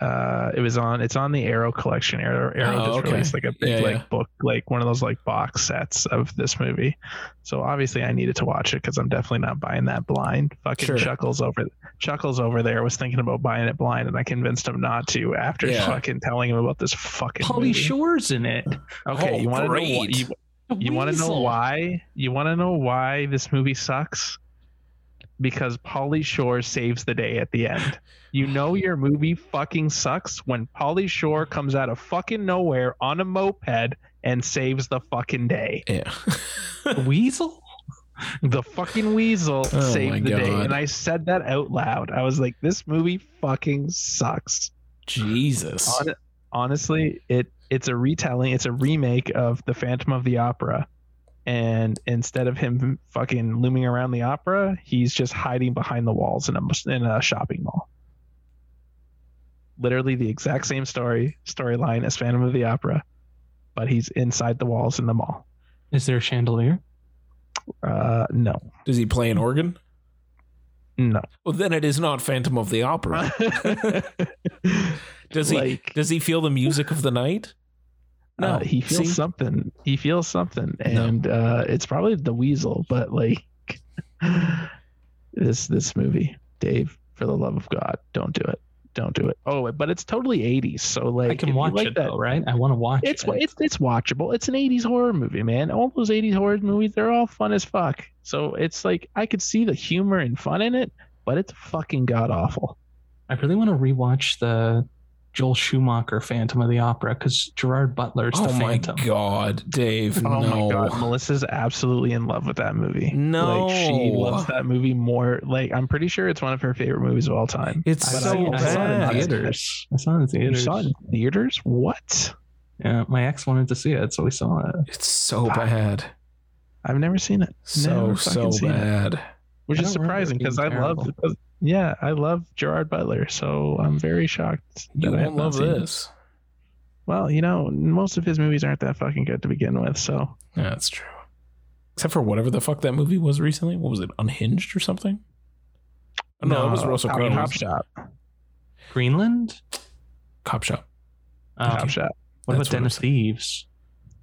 Speaker 3: Uh, it was on. It's on the Arrow collection. Arrow, Arrow
Speaker 2: Oh,
Speaker 3: just
Speaker 2: okay.
Speaker 3: released like a big
Speaker 2: Yeah,
Speaker 3: like
Speaker 2: yeah.
Speaker 3: book, like one of those like box sets of this movie. So obviously, I needed to watch it because I'm definitely not buying that blind. Fucking
Speaker 2: Sure.
Speaker 3: chuckles over chuckles over there was thinking about buying it blind, and I convinced him not to after
Speaker 2: Yeah.
Speaker 3: fucking telling him about this fucking.
Speaker 1: Polly
Speaker 3: movie.
Speaker 1: Shore's in it.
Speaker 3: Okay,
Speaker 2: Oh,
Speaker 3: you want to know what
Speaker 2: great.
Speaker 3: you, you want to know why? You want to know why this movie sucks? Because Polly Shore saves the day at the end. You know your movie fucking sucks when Polly Shore comes out of fucking nowhere on a moped and saves the fucking day.
Speaker 2: Yeah.
Speaker 1: The weasel?
Speaker 3: The fucking weasel
Speaker 2: Oh my
Speaker 3: saved the day.
Speaker 2: God.
Speaker 3: And I said that out loud. I was like, this movie fucking sucks.
Speaker 2: Jesus.
Speaker 3: Hon- honestly, it it's a retelling. It's a remake of the Phantom of the Opera, and instead of him fucking looming around the opera, he's just hiding behind the walls in a in a shopping mall. Literally the exact same story storyline as Phantom of the Opera, but he's inside the walls in the mall.
Speaker 1: Is there a chandelier?
Speaker 3: Uh, no,
Speaker 2: Does he play an organ?
Speaker 3: no.
Speaker 2: Well, then it is not Phantom of the Opera. Does he?
Speaker 3: like, Uh,
Speaker 2: Does he feel the music of the night?
Speaker 3: No,
Speaker 2: No,
Speaker 3: he
Speaker 2: see?
Speaker 3: feels something. He feels something,
Speaker 2: No.
Speaker 3: and uh, it's probably the weasel. But like this, this movie, Dave, for the love of God, don't do it. Don't do it. Oh, but it's totally '80s, so like
Speaker 1: I
Speaker 3: if
Speaker 1: can
Speaker 3: you
Speaker 1: watch
Speaker 3: like
Speaker 1: it
Speaker 3: that-
Speaker 1: though, right? I want to watch
Speaker 3: It's
Speaker 1: it.
Speaker 3: it's it's watchable. It's an '80s horror movie, man. All those '80s horror movies, they're all fun as fuck. So it's like I could see the humor and fun in it, but it's fucking god awful.
Speaker 1: I really want to rewatch the Joel Schumacher Phantom of the Opera because Gerard Butler's
Speaker 2: oh
Speaker 1: the
Speaker 2: my
Speaker 1: Phantom.
Speaker 2: god, Dave!
Speaker 3: Oh
Speaker 2: no.
Speaker 3: my god, Melissa's absolutely in love with that movie.
Speaker 2: No.
Speaker 3: like she loves that movie more. Like I'm pretty sure it's one of her favorite movies of all time.
Speaker 2: It's
Speaker 3: But
Speaker 2: so
Speaker 3: I
Speaker 1: I saw it in
Speaker 2: bad.
Speaker 1: theaters. I saw it in
Speaker 3: You
Speaker 1: theaters.
Speaker 3: saw it in theaters? What?
Speaker 1: Yeah, my ex wanted to see it, so we saw it.
Speaker 2: It's so bad.
Speaker 3: I've never seen it,
Speaker 2: So
Speaker 3: Never
Speaker 2: so
Speaker 3: fucking seen it.
Speaker 2: bad.
Speaker 3: which
Speaker 1: I
Speaker 3: is
Speaker 1: don't remember it
Speaker 3: surprising
Speaker 1: being
Speaker 3: because I love. Yeah, I love Gerard Butler, so I'm very shocked.
Speaker 2: You
Speaker 3: that I have
Speaker 2: won't love
Speaker 3: not seen it.
Speaker 2: this.
Speaker 3: Well, you know, most of his movies aren't that fucking good to begin with, so
Speaker 2: Yeah, that's true. Except for whatever the fuck that movie was recently. What was it? Unhinged or something? No, it was Russell
Speaker 3: Cop
Speaker 2: Crowe.
Speaker 3: Cop
Speaker 2: wasn't it?
Speaker 3: Shop.
Speaker 1: Greenland.
Speaker 2: Cop Shop.
Speaker 1: Oh,
Speaker 3: Cop Shop.
Speaker 1: what about
Speaker 2: That's what I'm
Speaker 1: Den of
Speaker 2: saying.
Speaker 1: Thieves?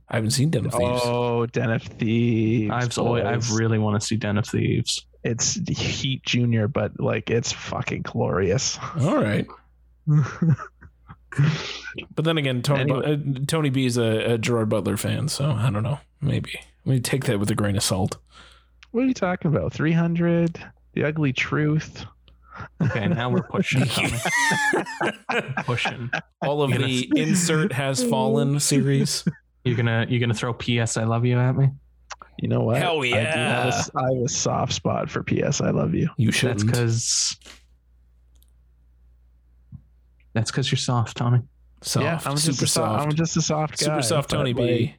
Speaker 2: I haven't seen Den of Thieves.
Speaker 3: Oh, Den of Thieves.
Speaker 1: I've always,
Speaker 3: boys.
Speaker 1: I've really want to see Den of Thieves.
Speaker 3: it's Heat Junior, but like it's fucking glorious.
Speaker 2: All right. But then again, Tony
Speaker 3: Anyway.
Speaker 2: Bu- uh, Tony B is a, a Gerard Butler fan, so I don't know. Maybe we take that with a grain of salt.
Speaker 3: What are you talking about? 300, The Ugly Truth.
Speaker 1: Okay, now we're pushing. Tommy. pushing.
Speaker 2: All of
Speaker 1: You're gonna-
Speaker 2: the insert has fallen series.
Speaker 1: You're gonna you're gonna throw PS I love you at me.
Speaker 3: You know what?
Speaker 2: Hell
Speaker 3: I do have a-
Speaker 2: yeah.
Speaker 3: I have a soft spot for PS. I love you.
Speaker 2: You
Speaker 1: That's
Speaker 2: shouldn't.
Speaker 1: because that's because you're soft, Tommy.
Speaker 2: soft,
Speaker 3: yeah, I'm just,
Speaker 2: super
Speaker 3: a soft,
Speaker 2: soft,
Speaker 3: I'm just a soft guy.
Speaker 2: super soft.
Speaker 3: but,
Speaker 2: Tony
Speaker 3: like,
Speaker 2: B.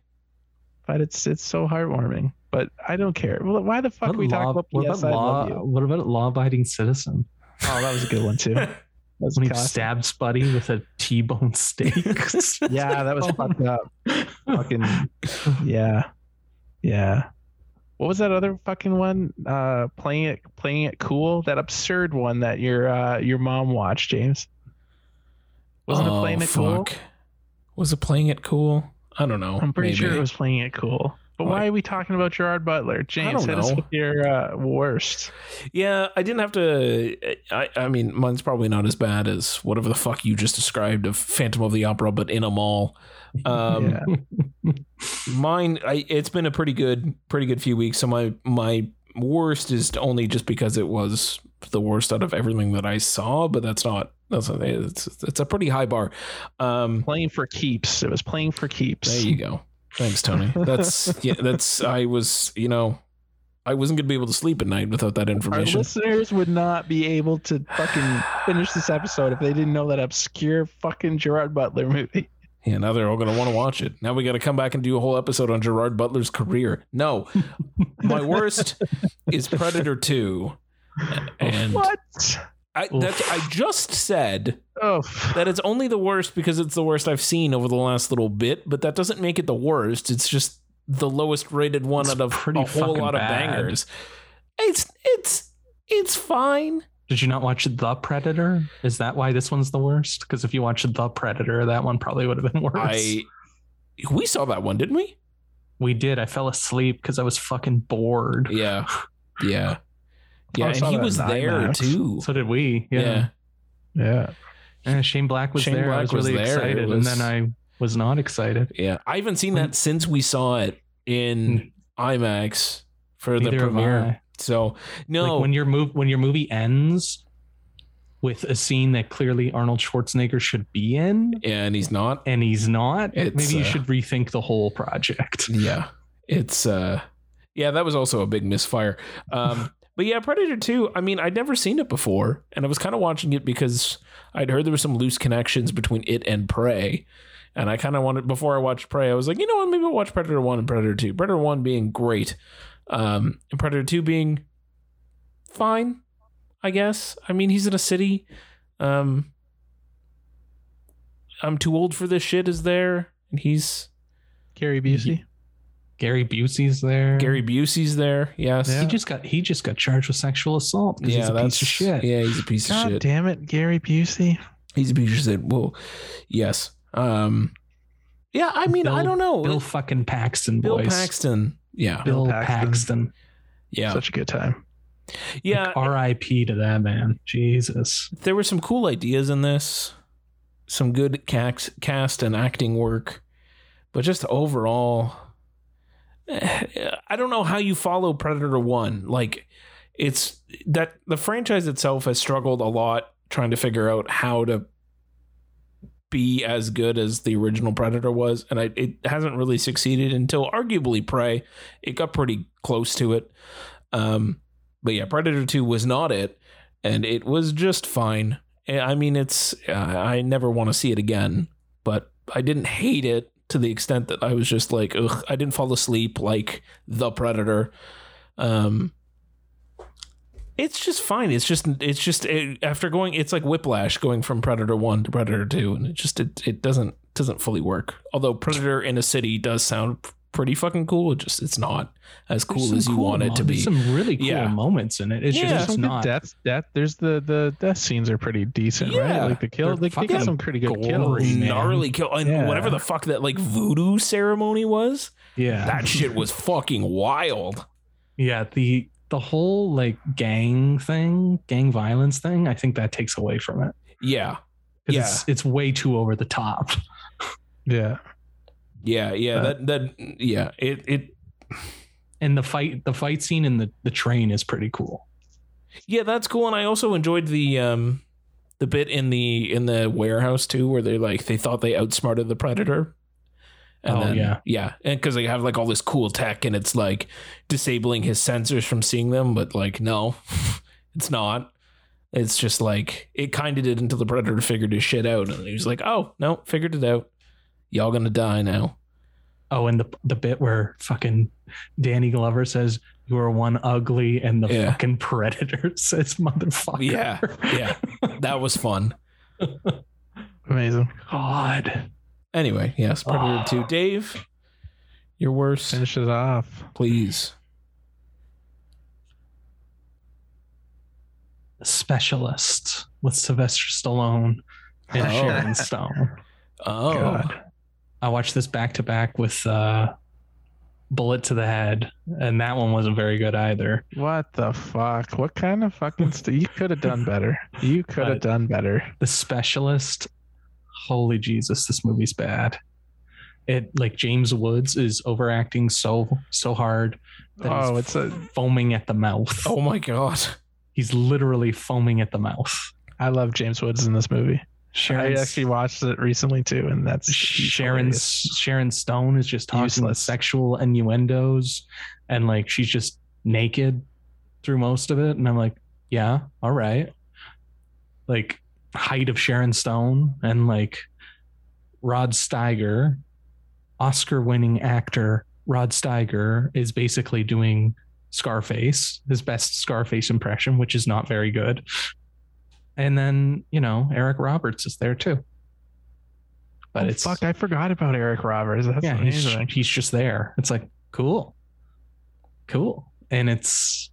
Speaker 3: But it's it's so heartwarming. But I don't care. Well, Why the fuck are we talking about PS?
Speaker 1: what about
Speaker 3: I
Speaker 1: law?
Speaker 3: love you.
Speaker 1: What about law-abiding citizen?
Speaker 3: Oh, that was a good one too. That was
Speaker 1: When he
Speaker 3: classic.
Speaker 1: stabs Buddy with a T-bone steak.
Speaker 3: Yeah, that
Speaker 1: Oh
Speaker 3: was fucked up. Fucking yeah, yeah. What was that other fucking one? Uh, playing it, playing it cool. That absurd one that your uh, your mom watched, James. Wasn't
Speaker 2: Oh,
Speaker 3: it playing it cool?
Speaker 2: fuck. Was it playing it cool? I don't know.
Speaker 3: I'm pretty
Speaker 2: Maybe.
Speaker 3: sure it was playing it cool. But why
Speaker 2: Like-
Speaker 3: are we talking about Gerard Butler? James,
Speaker 2: don't
Speaker 3: hit us
Speaker 2: know.
Speaker 3: with your uh, worst.
Speaker 2: Yeah, I didn't have to. I, I mean, mine's probably not as bad as whatever the fuck you just described of Phantom of the Opera, but in a mall. Um,
Speaker 3: yeah.
Speaker 2: Mine, I, it's been a pretty good, pretty good few weeks. So my my worst is only just because it was the worst out of everything that I saw, but that's not that's not, it's it's a pretty high bar. Um,
Speaker 3: Playing for keeps. It was playing for keeps.
Speaker 2: There you go. Thanks, Tony. That's yeah. That's I was you know, I wasn't gonna be able to sleep at night without that
Speaker 3: Our
Speaker 2: information.
Speaker 3: listeners would not be able to fucking finish this episode if they didn't know that obscure fucking Gerard Butler movie.
Speaker 2: Yeah, now they're all gonna want to watch it. Now we got to come back and do a whole episode on Gerard Butler's career. No, my worst is Predator Two, and
Speaker 3: What?
Speaker 2: I that's, I just said
Speaker 3: Oh,
Speaker 2: that it's only the worst because it's the worst I've seen over the last little bit, but that doesn't make it the worst. It's just the lowest rated one
Speaker 1: It's
Speaker 2: out of
Speaker 1: pretty
Speaker 2: a whole
Speaker 1: fucking
Speaker 2: lot of
Speaker 1: bad.
Speaker 2: bangers. It's it's it's fine.
Speaker 1: Did you not watch The Predator? Is that why this one's the worst? Because if you watched The Predator, that one probably would have been worse.
Speaker 2: I we saw that one, didn't we?
Speaker 1: we did. I fell asleep because I was fucking bored.
Speaker 2: Yeah, yeah,
Speaker 3: I
Speaker 2: yeah. And
Speaker 3: saw
Speaker 2: he
Speaker 3: that
Speaker 2: was
Speaker 3: in
Speaker 2: there
Speaker 3: IMAX.
Speaker 2: too.
Speaker 1: So did we.
Speaker 2: yeah.
Speaker 1: Yeah.
Speaker 3: yeah.
Speaker 1: Yeah, Shane Black was
Speaker 2: Shane
Speaker 1: there. I
Speaker 2: Black
Speaker 1: was
Speaker 2: was
Speaker 1: really
Speaker 2: there. It
Speaker 1: excited,
Speaker 2: was-
Speaker 1: and then I was not excited.
Speaker 2: yeah, I haven't seen that since we saw it in IMAX for the
Speaker 1: Hmm. Neither have
Speaker 2: premiere.
Speaker 1: I.
Speaker 2: So no,
Speaker 1: Like when your move when your movie ends with a scene that clearly Arnold Schwarzenegger should be in,
Speaker 2: and he's not.
Speaker 1: and he's not.
Speaker 2: It's,
Speaker 1: maybe you
Speaker 2: uh,
Speaker 1: should rethink the whole project.
Speaker 2: yeah it's uh yeah that was also a big misfire um but yeah predator 2 i mean i'd never seen it before and i was kind of watching it because i'd heard there were some loose connections between it and prey and i kind of wanted before i watched prey i was like you know what maybe i'll watch predator 1 and predator 2 predator 1 being great um and predator 2 being fine i guess i mean he's in a city um i'm too old for this shit is there and he's
Speaker 3: Gary Busey.
Speaker 1: Gary Busey's there.
Speaker 2: Gary Busey's there. Yes.
Speaker 1: He just got he just got charged with sexual assault because he's a piece of shit.
Speaker 2: Yeah, he's a piece
Speaker 3: God
Speaker 2: of shit.
Speaker 3: damn it, Gary Busey.
Speaker 2: He's a piece of shit. Well, yes. Um, yeah. I mean, I
Speaker 1: Bill-
Speaker 2: don't know.
Speaker 1: Bill fucking Paxton,
Speaker 2: Bill
Speaker 1: boys.
Speaker 2: Paxton. Yeah.
Speaker 1: Bill
Speaker 3: Bill
Speaker 1: Paxton.
Speaker 3: Paxton.
Speaker 2: Yeah.
Speaker 3: Such a good time.
Speaker 2: yeah.
Speaker 1: R.I.P. to that man. Jesus.
Speaker 2: There were some cool ideas in this, some good cax- cast and acting work, but just overall, eh, I don't know how you follow Predator 1. Like, it's that the franchise itself has struggled a lot trying to figure out how to be as good as the original Predator was, and I, it hasn't really succeeded until arguably Prey. It got pretty close to it, um, but yeah, Predator Two was not it, and it was just fine. Eh, I mean, it's uh, I never want to see it again, but I didn't hate it. to the extent that I was just like, ugh, I didn't fall asleep like the Predator. Um, it's just fine. It's just it's just it, after going, it's like Whiplash going from Predator One to Predator Two, and it just it, it doesn't doesn't fully work. Although Predator in a city does sound pretty fucking cool. It just it's not as cool
Speaker 1: There's
Speaker 2: as
Speaker 1: some
Speaker 2: you want it
Speaker 1: moments.
Speaker 2: to be.
Speaker 1: There's some really cool
Speaker 2: Yeah.
Speaker 1: moments in it. It's
Speaker 2: Yeah.
Speaker 1: just it's
Speaker 3: some good
Speaker 1: not.
Speaker 3: death death there's the the death scenes are pretty decent
Speaker 2: Yeah.
Speaker 3: right like the kill
Speaker 1: They're
Speaker 3: they they
Speaker 1: fucking
Speaker 3: got some pretty good
Speaker 1: gory,
Speaker 3: kills
Speaker 1: man.
Speaker 2: gnarly kill and
Speaker 1: Yeah.
Speaker 2: whatever the fuck that like voodoo ceremony was.
Speaker 1: Yeah,
Speaker 2: That shit was fucking wild.
Speaker 1: yeah. The the whole like gang thing, gang violence thing. I think that takes away from it.
Speaker 2: Yeah.
Speaker 1: 'Cause It's, it's way too over the top.
Speaker 3: yeah
Speaker 2: Yeah, yeah,
Speaker 3: Uh,
Speaker 2: that that yeah, it it
Speaker 1: And the fight the fight scene in the the train is pretty cool.
Speaker 2: yeah, that's cool. And I also enjoyed the um the bit in the in the warehouse too, where they like they thought they outsmarted the predator. And
Speaker 1: Oh,
Speaker 2: then,
Speaker 1: yeah.
Speaker 2: yeah, and because they have like all this cool tech, and it's like disabling his sensors from seeing them, but like no, it's not. It's just like it kind of did until the predator figured his shit out, and he was like, "Oh no, figured it out. Y'all gonna die now."
Speaker 1: Oh, and the the bit where fucking Danny Glover says you are one ugly, and the
Speaker 2: Yeah.
Speaker 1: fucking predator says motherfucker.
Speaker 2: Yeah, yeah, that was fun.
Speaker 3: amazing
Speaker 1: God.
Speaker 2: Anyway, yes, Predator
Speaker 1: Ah.
Speaker 2: 2. Dave, your worst,
Speaker 3: finish it off
Speaker 2: please.
Speaker 1: The Specialist with Sylvester Stallone and
Speaker 2: Oh.
Speaker 1: Sharon Stone.
Speaker 2: Oh,
Speaker 3: God.
Speaker 1: I watched this back to back with uh, Bullet to the Head, and that one wasn't very good either.
Speaker 3: what the fuck what kind of fucking st- you could have done better you could have
Speaker 1: Uh,
Speaker 3: done better
Speaker 1: The Specialist, holy Jesus, this movie's bad. It like James Woods is overacting so so hard that he's
Speaker 3: oh it's a
Speaker 1: foaming at the mouth.
Speaker 2: oh my God.
Speaker 1: He's literally foaming at the mouth.
Speaker 3: i love james woods in this movie i
Speaker 1: Sharon
Speaker 3: actually watched it recently too and that's he's
Speaker 1: Sharon
Speaker 3: hilarious.
Speaker 1: Sharon Stone is just talking
Speaker 3: Useless.
Speaker 1: sexual innuendos, and like she's just naked through most of it. And I'm like, yeah, all right. Like height of Sharon Stone and like Rod Steiger, Oscar-winning actor Rod Steiger is basically doing Scarface, his best Scarface impression, which is not very good. And then you know Eric Roberts is there too, but
Speaker 3: Oh,
Speaker 1: it's
Speaker 3: fuck i forgot about eric roberts that's
Speaker 1: yeah, he's,
Speaker 3: amazing
Speaker 1: he's just there. It's like cool, cool, and it's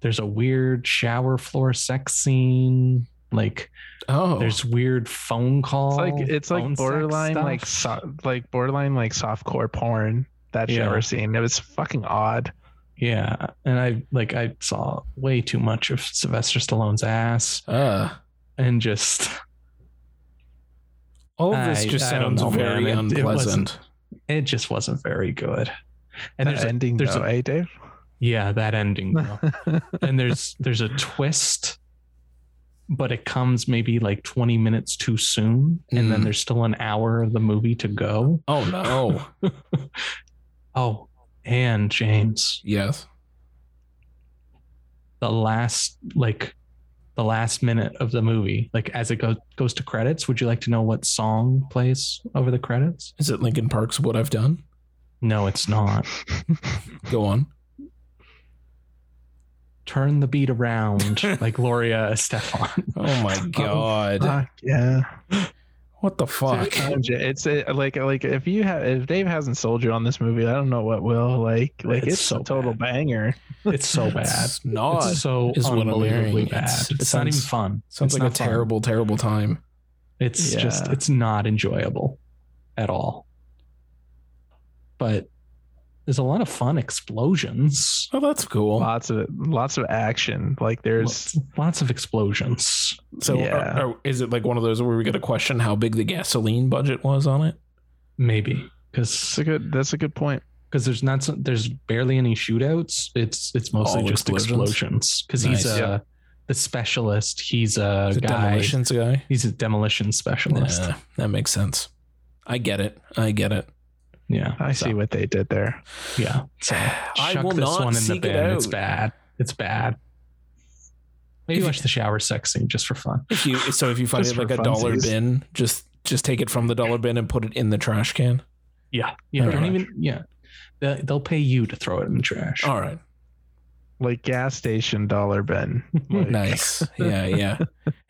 Speaker 1: there's a weird shower floor sex scene. Like
Speaker 2: Oh,
Speaker 1: there's weird phone
Speaker 3: It's
Speaker 1: calls.
Speaker 3: like it's like borderline like so, like borderline like softcore porn that
Speaker 1: Yeah.
Speaker 3: shower scene. It was fucking odd.
Speaker 1: yeah, and I like I saw way too much of Sylvester Stallone's ass,
Speaker 2: uh,
Speaker 1: and just
Speaker 2: all of this
Speaker 1: I-
Speaker 2: just
Speaker 1: I don't
Speaker 2: sounds
Speaker 1: know,
Speaker 2: very
Speaker 1: man. It- it
Speaker 2: unpleasant.
Speaker 1: it just wasn't very good. And
Speaker 3: And
Speaker 1: there's
Speaker 3: there's
Speaker 1: a,
Speaker 3: ending
Speaker 1: there's
Speaker 3: though,
Speaker 1: a-
Speaker 3: eh, Dave?
Speaker 1: yeah that ending. Bro. and there's there's a twist but it comes maybe like 20 minutes too soon and
Speaker 3: Mm.
Speaker 1: then
Speaker 2: Mhm.
Speaker 1: there's still an hour of the movie to go
Speaker 2: oh, no.
Speaker 1: oh and james
Speaker 2: yes.
Speaker 1: the last like the last minute of the movie like as it goes goes to credits would you like to know what song plays over the credits
Speaker 2: Is it Lincoln Park's What I've Done?
Speaker 1: no it's not
Speaker 2: Go on.
Speaker 1: turn the beat around like gloria stefan
Speaker 2: Oh, my God.
Speaker 3: Fuck, yeah.
Speaker 2: what the fuck?
Speaker 3: It's uh, like like if you have if Dave hasn't sold you on this movie, I don't know what will. Like like
Speaker 1: It's
Speaker 3: it's,
Speaker 1: so
Speaker 3: a total
Speaker 1: bad.
Speaker 3: banger.
Speaker 1: it's so bad
Speaker 2: It's not.
Speaker 1: it's so
Speaker 2: is what I'm
Speaker 1: unbelievably
Speaker 2: hearing.
Speaker 1: bad
Speaker 2: It's-
Speaker 1: it's,
Speaker 2: it
Speaker 1: not even
Speaker 2: sounds-
Speaker 1: fun
Speaker 2: Sounds
Speaker 1: It's
Speaker 2: like a
Speaker 1: not fun.
Speaker 2: terrible, terrible time.
Speaker 1: It's
Speaker 3: Yeah.
Speaker 1: just it's not enjoyable at all. But there's a lot of fun explosions.
Speaker 2: Oh, that's cool.
Speaker 3: Lots of lots of action. Like there's
Speaker 1: Lots, lots of explosions.
Speaker 2: so, are-
Speaker 3: yeah.
Speaker 2: are- is it like one of those where we get to question how big the gasoline budget was on it?
Speaker 1: Maybe
Speaker 3: that's
Speaker 1: because
Speaker 3: a good that's a good point.
Speaker 1: there's not so, there's barely any shootouts. It's it's mostly
Speaker 2: All
Speaker 1: just
Speaker 2: explosions?
Speaker 1: explosions because he's
Speaker 2: Nice.
Speaker 1: a the specialist. He's a
Speaker 2: Is it
Speaker 1: guy.
Speaker 2: demolitions guy?
Speaker 1: He's a demolition specialist.
Speaker 2: Yeah, that makes sense. I get it. I get it.
Speaker 1: Yeah,
Speaker 3: I see what they did there.
Speaker 1: yeah. So
Speaker 2: I
Speaker 1: chuck
Speaker 2: will
Speaker 1: this
Speaker 2: not
Speaker 1: one in the
Speaker 2: seek it
Speaker 1: bin. It's
Speaker 2: out.
Speaker 1: bad. It's bad. Maybe
Speaker 2: If-
Speaker 1: watch the shower sex scene just for fun.
Speaker 2: If you so if you find
Speaker 3: Just
Speaker 2: it like
Speaker 3: for
Speaker 2: a dollar
Speaker 3: funsies.
Speaker 2: bin, just just take it from the dollar bin and put it in the trash can.
Speaker 1: Yeah, yeah.
Speaker 2: Very
Speaker 1: don't
Speaker 2: much.
Speaker 1: even. Yeah, They- they'll pay you to throw it in the trash.
Speaker 2: All right.
Speaker 3: like gas station dollar bin. Like,
Speaker 2: Nice. Yeah, yeah.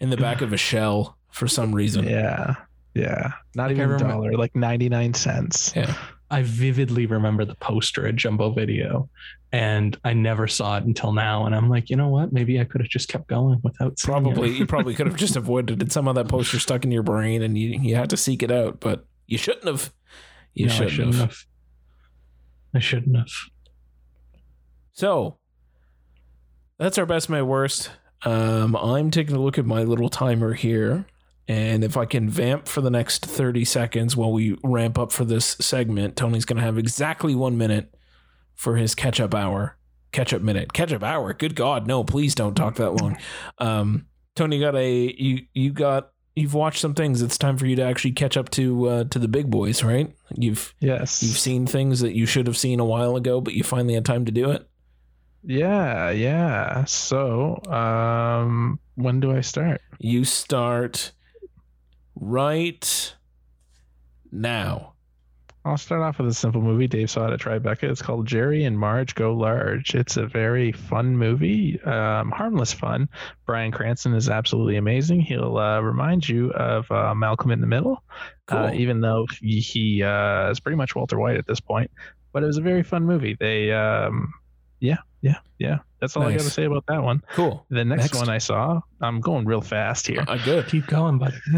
Speaker 2: In the back of a shell for some reason.
Speaker 3: Yeah. Yeah. Not
Speaker 1: Like, I
Speaker 3: even a
Speaker 1: remem-
Speaker 3: dollar, like 99 cents.
Speaker 2: Yeah.
Speaker 1: I vividly remember the poster at Jumbo Video, and I never saw it until now. And I'm like, you know what? Maybe I could have just kept going without seeing it.
Speaker 2: Probably you probably could have just avoided it. Somehow that poster stuck in your brain and you you had to seek it out, but you shouldn't have. You
Speaker 1: No,
Speaker 2: shouldn't,
Speaker 1: I shouldn't
Speaker 2: have.
Speaker 1: have. I shouldn't have.
Speaker 2: So that's our best, my worst. Um, I'm taking a look at my little timer here. And if I can vamp for the next 30 seconds while we ramp up for this segment, Tony's going to have exactly one minute for his catch up hour. Catch up minute. Catch up hour. Good God. No, please don't talk that long. Um, Tony you got a, you, you got, you've watched some things. It's time for you to actually catch up to, uh, to the big boys, right? You've,
Speaker 3: Yes.
Speaker 2: you've seen things that you should have seen a while ago, but you finally had time to do it.
Speaker 3: yeah. Yeah. So, um, when do I start?
Speaker 2: you start right now.
Speaker 3: I'll start off with a simple movie Dave saw it at Tribeca. It's called Jerry and Marge Go Large. It's a very fun movie, um, harmless fun. Brian Cranston is absolutely amazing. He'll uh, remind you of uh, Malcolm in the Middle, uh,
Speaker 2: Cool.
Speaker 3: even though he, he uh, is pretty much Walter White at this point. But it was a very fun movie. They, um, yeah, yeah, yeah. That's all I
Speaker 2: Nice.
Speaker 3: got to say about that one.
Speaker 2: Cool.
Speaker 3: The next,
Speaker 2: Next.
Speaker 3: one I saw, I'm going real fast here.
Speaker 2: Uh, good.
Speaker 1: Keep going, buddy.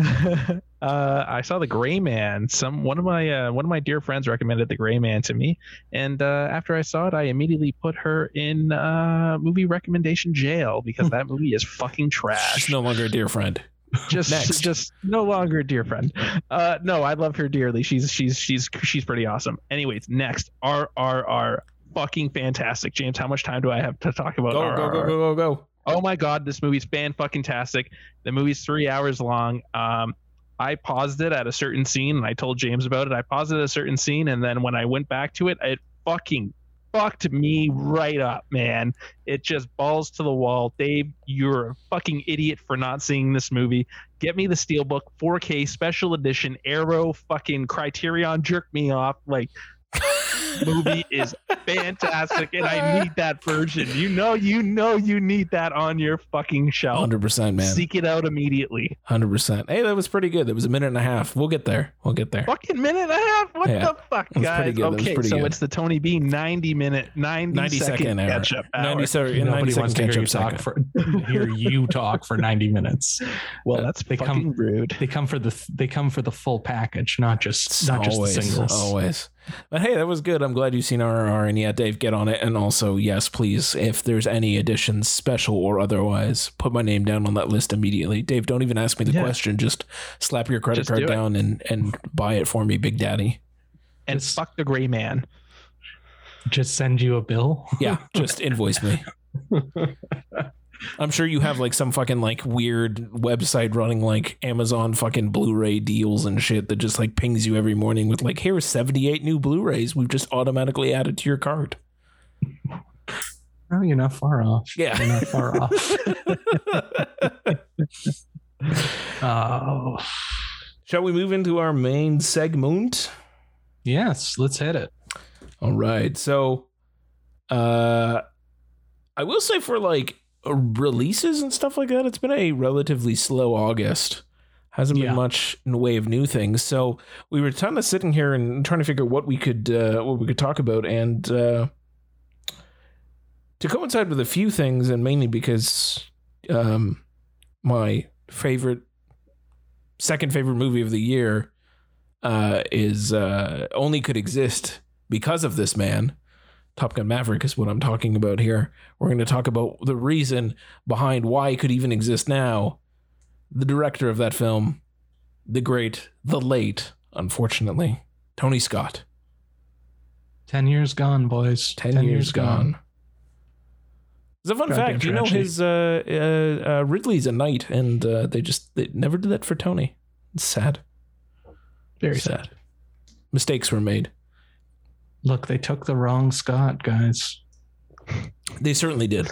Speaker 3: uh, I saw the Gray Man. Some one of my uh, one of my dear friends recommended the Gray Man to me, and uh, after I saw it, I immediately put her in uh, movie recommendation jail because that movie is fucking trash.
Speaker 2: She's Hmm. no longer a dear friend.
Speaker 3: just,
Speaker 2: next.
Speaker 3: just no longer a dear friend. Uh, no, I love her dearly. She's she's she's she's pretty awesome. Anyways, next R R R, fucking fantastic. James, how much time do I have to talk about?
Speaker 2: Go,
Speaker 3: RRR?
Speaker 2: go, go, go, go, go.
Speaker 3: oh my god this movie's fan fucking tastic the movie's three hours long um i paused it at a certain scene and i told james about it i paused it at a certain scene and then when i went back to it it fucking fucked me right up man it just balls to the wall dave you're a fucking idiot for not seeing this movie get me the steelbook 4k special edition arrow fucking criterion jerk me off like movie is fantastic and I need that version. You know, you know, you need that on your fucking shelf.
Speaker 2: 100%, man.
Speaker 3: Seek it out immediately.
Speaker 2: 100%. Hey, that was pretty good. That was a minute and a half. We'll get there. We'll get there.
Speaker 3: Fucking minute and a half. What
Speaker 2: Yeah.
Speaker 3: the fuck,
Speaker 2: was pretty
Speaker 3: guys?
Speaker 2: good. That was
Speaker 3: Okay,
Speaker 2: pretty
Speaker 3: so
Speaker 2: good.
Speaker 3: it's the Tony B 90 minute, 90,
Speaker 2: 90
Speaker 3: second,
Speaker 2: second hour.
Speaker 3: catch-up hour.
Speaker 2: 90, sorry, in 90
Speaker 1: Nobody
Speaker 2: seconds
Speaker 1: wants to hear you
Speaker 2: catch-up
Speaker 1: talk
Speaker 2: second.
Speaker 1: for hear you talk for 90 minutes.
Speaker 3: well, that's
Speaker 1: They come-
Speaker 3: fucking rude.
Speaker 1: They come for the they come for the full package, not just not just
Speaker 2: always,
Speaker 1: the singles.
Speaker 2: Always. But hey, that was good. I'm glad you've seen RRR. And yeah, Dave, get on it. And also, yes, please, if there's any additions, special or otherwise, put my name down on that list immediately. Dave, don't even ask me the
Speaker 3: Yeah.
Speaker 2: question. Just slap your credit
Speaker 3: Just
Speaker 2: card
Speaker 3: do it.
Speaker 2: down and, and buy it for me, Big Daddy.
Speaker 3: And
Speaker 1: It's-
Speaker 3: fuck the gray man.
Speaker 1: Just send you a bill.
Speaker 2: Yeah, just invoice me. I'm sure you have like some fucking like weird website running like Amazon fucking Blu-ray deals and shit that just like pings you every morning with like here's 78 new Blu-rays we've just automatically added to your card.
Speaker 1: No, you're not far off. You're
Speaker 2: Yeah.
Speaker 1: not far off. Oh,
Speaker 2: Shall we move into our main segment?
Speaker 1: yes. Let's hit it.
Speaker 2: All right. So, uh, I will say for like releases and stuff like that, it's been a relatively slow August. Hasn't
Speaker 1: Yeah.
Speaker 2: been much in the way of new things. So we were kind of sitting here and trying to figure what we could uh, what we could talk about, and uh, to coincide with a few things, and mainly because um, my favorite, second favorite movie of the year uh, is uh, only could exist because of this man. Top Gun Maverick is what I'm talking about here. We're going to talk about the reason behind why it could even exist now. The director of that film, the great, the late, unfortunately, Tony Scott.
Speaker 1: Ten years gone, boys.
Speaker 2: 10, years, gone. It's a fun
Speaker 3: Goddamn
Speaker 2: fact. You know,
Speaker 3: trashy.
Speaker 2: his uh, uh, uh, Ridley's a knight, and uh, they just they never did that for Tony. It's sad.
Speaker 3: Very
Speaker 2: sad.
Speaker 3: sad.
Speaker 2: Mistakes were made.
Speaker 1: Look, they took the wrong Scott, guys.
Speaker 2: They certainly did.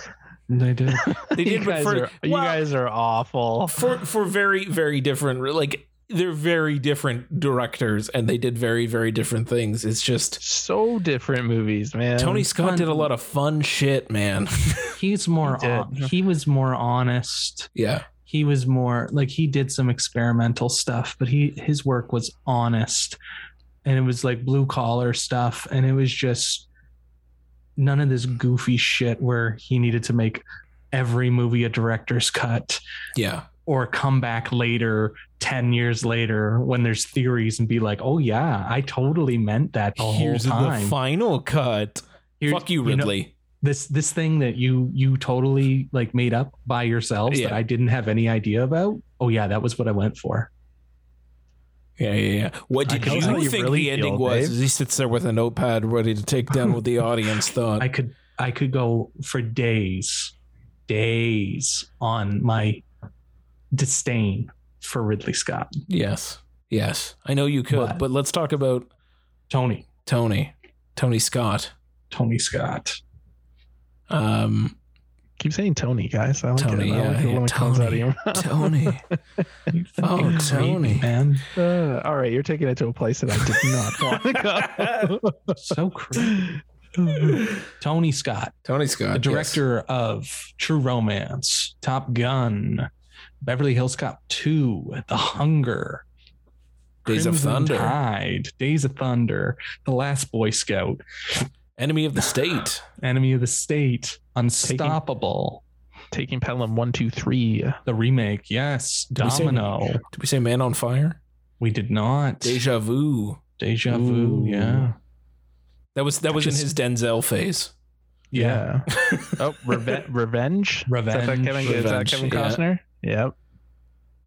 Speaker 1: They did.
Speaker 2: They did,
Speaker 3: you,
Speaker 2: but
Speaker 3: guys
Speaker 2: for
Speaker 3: are, you
Speaker 2: well,
Speaker 3: guys are awful.
Speaker 2: for for very very different. Like they're very different directors and they did very very different things. It's just
Speaker 3: So different movies, man.
Speaker 2: Tony Scott did a lot of fun shit, man.
Speaker 1: He's more.
Speaker 3: He did.
Speaker 1: hon- he was more honest.
Speaker 2: yeah.
Speaker 1: He was more like he did some experimental stuff, but he his work was honest, and it was like blue collar stuff, and it was just none of this goofy shit where he needed to make every movie a director's cut.
Speaker 2: Yeah.
Speaker 1: or come back later 10 years later when there's theories and be like oh yeah i totally meant that the
Speaker 2: Here's
Speaker 1: whole time
Speaker 2: the final cut.
Speaker 1: Here-
Speaker 2: Fuck you,
Speaker 1: know,
Speaker 2: Ridley.
Speaker 1: this this thing that you you totally like made up by yourselves that
Speaker 2: Yeah.
Speaker 1: i didn't have any idea about oh yeah that was what i went for
Speaker 2: Yeah, yeah, yeah. What
Speaker 1: I
Speaker 2: did
Speaker 1: can
Speaker 2: you
Speaker 1: tell how
Speaker 2: think
Speaker 1: you
Speaker 3: really
Speaker 2: the ending
Speaker 3: feel,
Speaker 2: was?
Speaker 3: Dave.
Speaker 2: As he sits there with a notepad ready to take down what the audience thought.
Speaker 1: i could i could go for days days on my disdain for ridley scott
Speaker 2: yes, yes. I know you could,
Speaker 1: But-
Speaker 2: but let's talk about
Speaker 1: tony
Speaker 2: Tony, Tony Scott.
Speaker 1: tony scott
Speaker 2: Um,
Speaker 3: Keep saying Tony, guys. I like
Speaker 2: Tony,
Speaker 3: it. I
Speaker 2: yeah,
Speaker 3: like it
Speaker 2: yeah,
Speaker 3: when it comes out of
Speaker 2: Tony.
Speaker 3: your mouth.
Speaker 2: Tony.
Speaker 1: You
Speaker 2: Oh,
Speaker 1: fucking
Speaker 2: Tony.
Speaker 1: man
Speaker 3: Uh, all right, you're taking it to a place that I did not want to
Speaker 1: so crazy
Speaker 3: go.
Speaker 1: tony scott
Speaker 2: Tony Scott,
Speaker 1: the
Speaker 2: yes.
Speaker 1: director of True Romance, Top Gun, Beverly Hills Cop 2, The Hunger,
Speaker 2: Days of
Speaker 1: Crimson
Speaker 2: Thunder.
Speaker 1: Tide, Days of Thunder, The Last Boy Scout,
Speaker 2: Enemy of the State.
Speaker 1: Enemy of the State, Unstoppable,
Speaker 3: Taking Pelham one, two, three.
Speaker 1: the remake, yes,
Speaker 2: we say-
Speaker 1: Domino.
Speaker 2: Did we say Man on Fire?
Speaker 1: we did not. Deja,
Speaker 2: Deja Vu.
Speaker 1: vu,
Speaker 2: Ooh.
Speaker 1: yeah.
Speaker 2: That was that was in
Speaker 1: Just-
Speaker 2: his Denzel phase.
Speaker 1: Yeah.
Speaker 3: oh, reve- revenge. Is that,
Speaker 1: Revenge.
Speaker 3: Kevin, is that
Speaker 2: Revenge,
Speaker 3: Kevin
Speaker 2: yeah.
Speaker 3: Costner? Yep.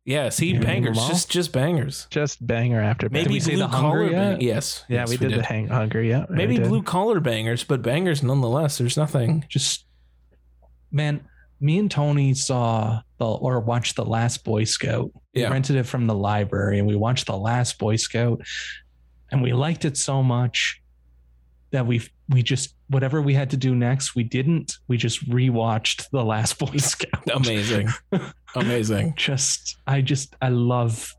Speaker 2: Yeah, see,
Speaker 1: Yeah.
Speaker 2: bangers,
Speaker 1: Jamal?
Speaker 2: just just bangers.
Speaker 3: Just banger after banger.
Speaker 1: Did we
Speaker 2: Maybe
Speaker 1: say
Speaker 2: blue
Speaker 1: The Hunger
Speaker 2: collar.
Speaker 1: yet?
Speaker 2: bang- yes,
Speaker 3: yeah,
Speaker 2: yes,
Speaker 3: we, did, the hang hunger. Yeah, we
Speaker 2: Maybe
Speaker 3: did.
Speaker 2: blue collar bangers, but bangers nonetheless. There's nothing.
Speaker 1: Just, man, me and Tony saw the, or watched The Last Boy Scout. We
Speaker 2: Yeah.
Speaker 1: rented it from the library and we watched The Last Boy Scout and we liked it so much that we we just whatever we had to do next, we didn't. We just rewatched The Last Boy Scout.
Speaker 2: Amazing. Amazing.
Speaker 1: Just I just I love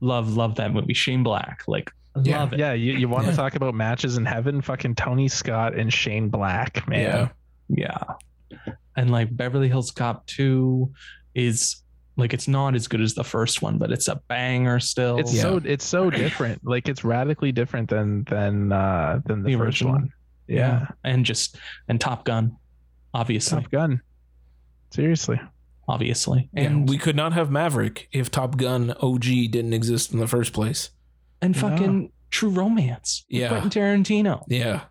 Speaker 1: love love that movie. Shane Black. Like I
Speaker 2: Yeah.
Speaker 1: love it.
Speaker 3: Yeah, you, you want to
Speaker 2: Yeah.
Speaker 3: talk about matches in heaven? Fucking Tony Scott and Shane Black, man.
Speaker 2: Yeah.
Speaker 1: Yeah. And like Beverly Hills Cop 2 is like it's not as good as the first one, but it's a banger still.
Speaker 3: It's so it's so different. Like it's radically different than than uh than the,
Speaker 1: The
Speaker 3: first
Speaker 1: original.
Speaker 3: one. Yeah.
Speaker 1: And just and Top Gun, obviously.
Speaker 3: Top Gun. Seriously.
Speaker 1: obviously.
Speaker 2: And
Speaker 1: And
Speaker 2: we could not have Maverick if Top Gun OG didn't exist in the first place.
Speaker 1: and
Speaker 3: Yeah.
Speaker 1: fucking True Romance. with
Speaker 2: Yeah.
Speaker 1: Quentin Tarantino.
Speaker 2: Yeah.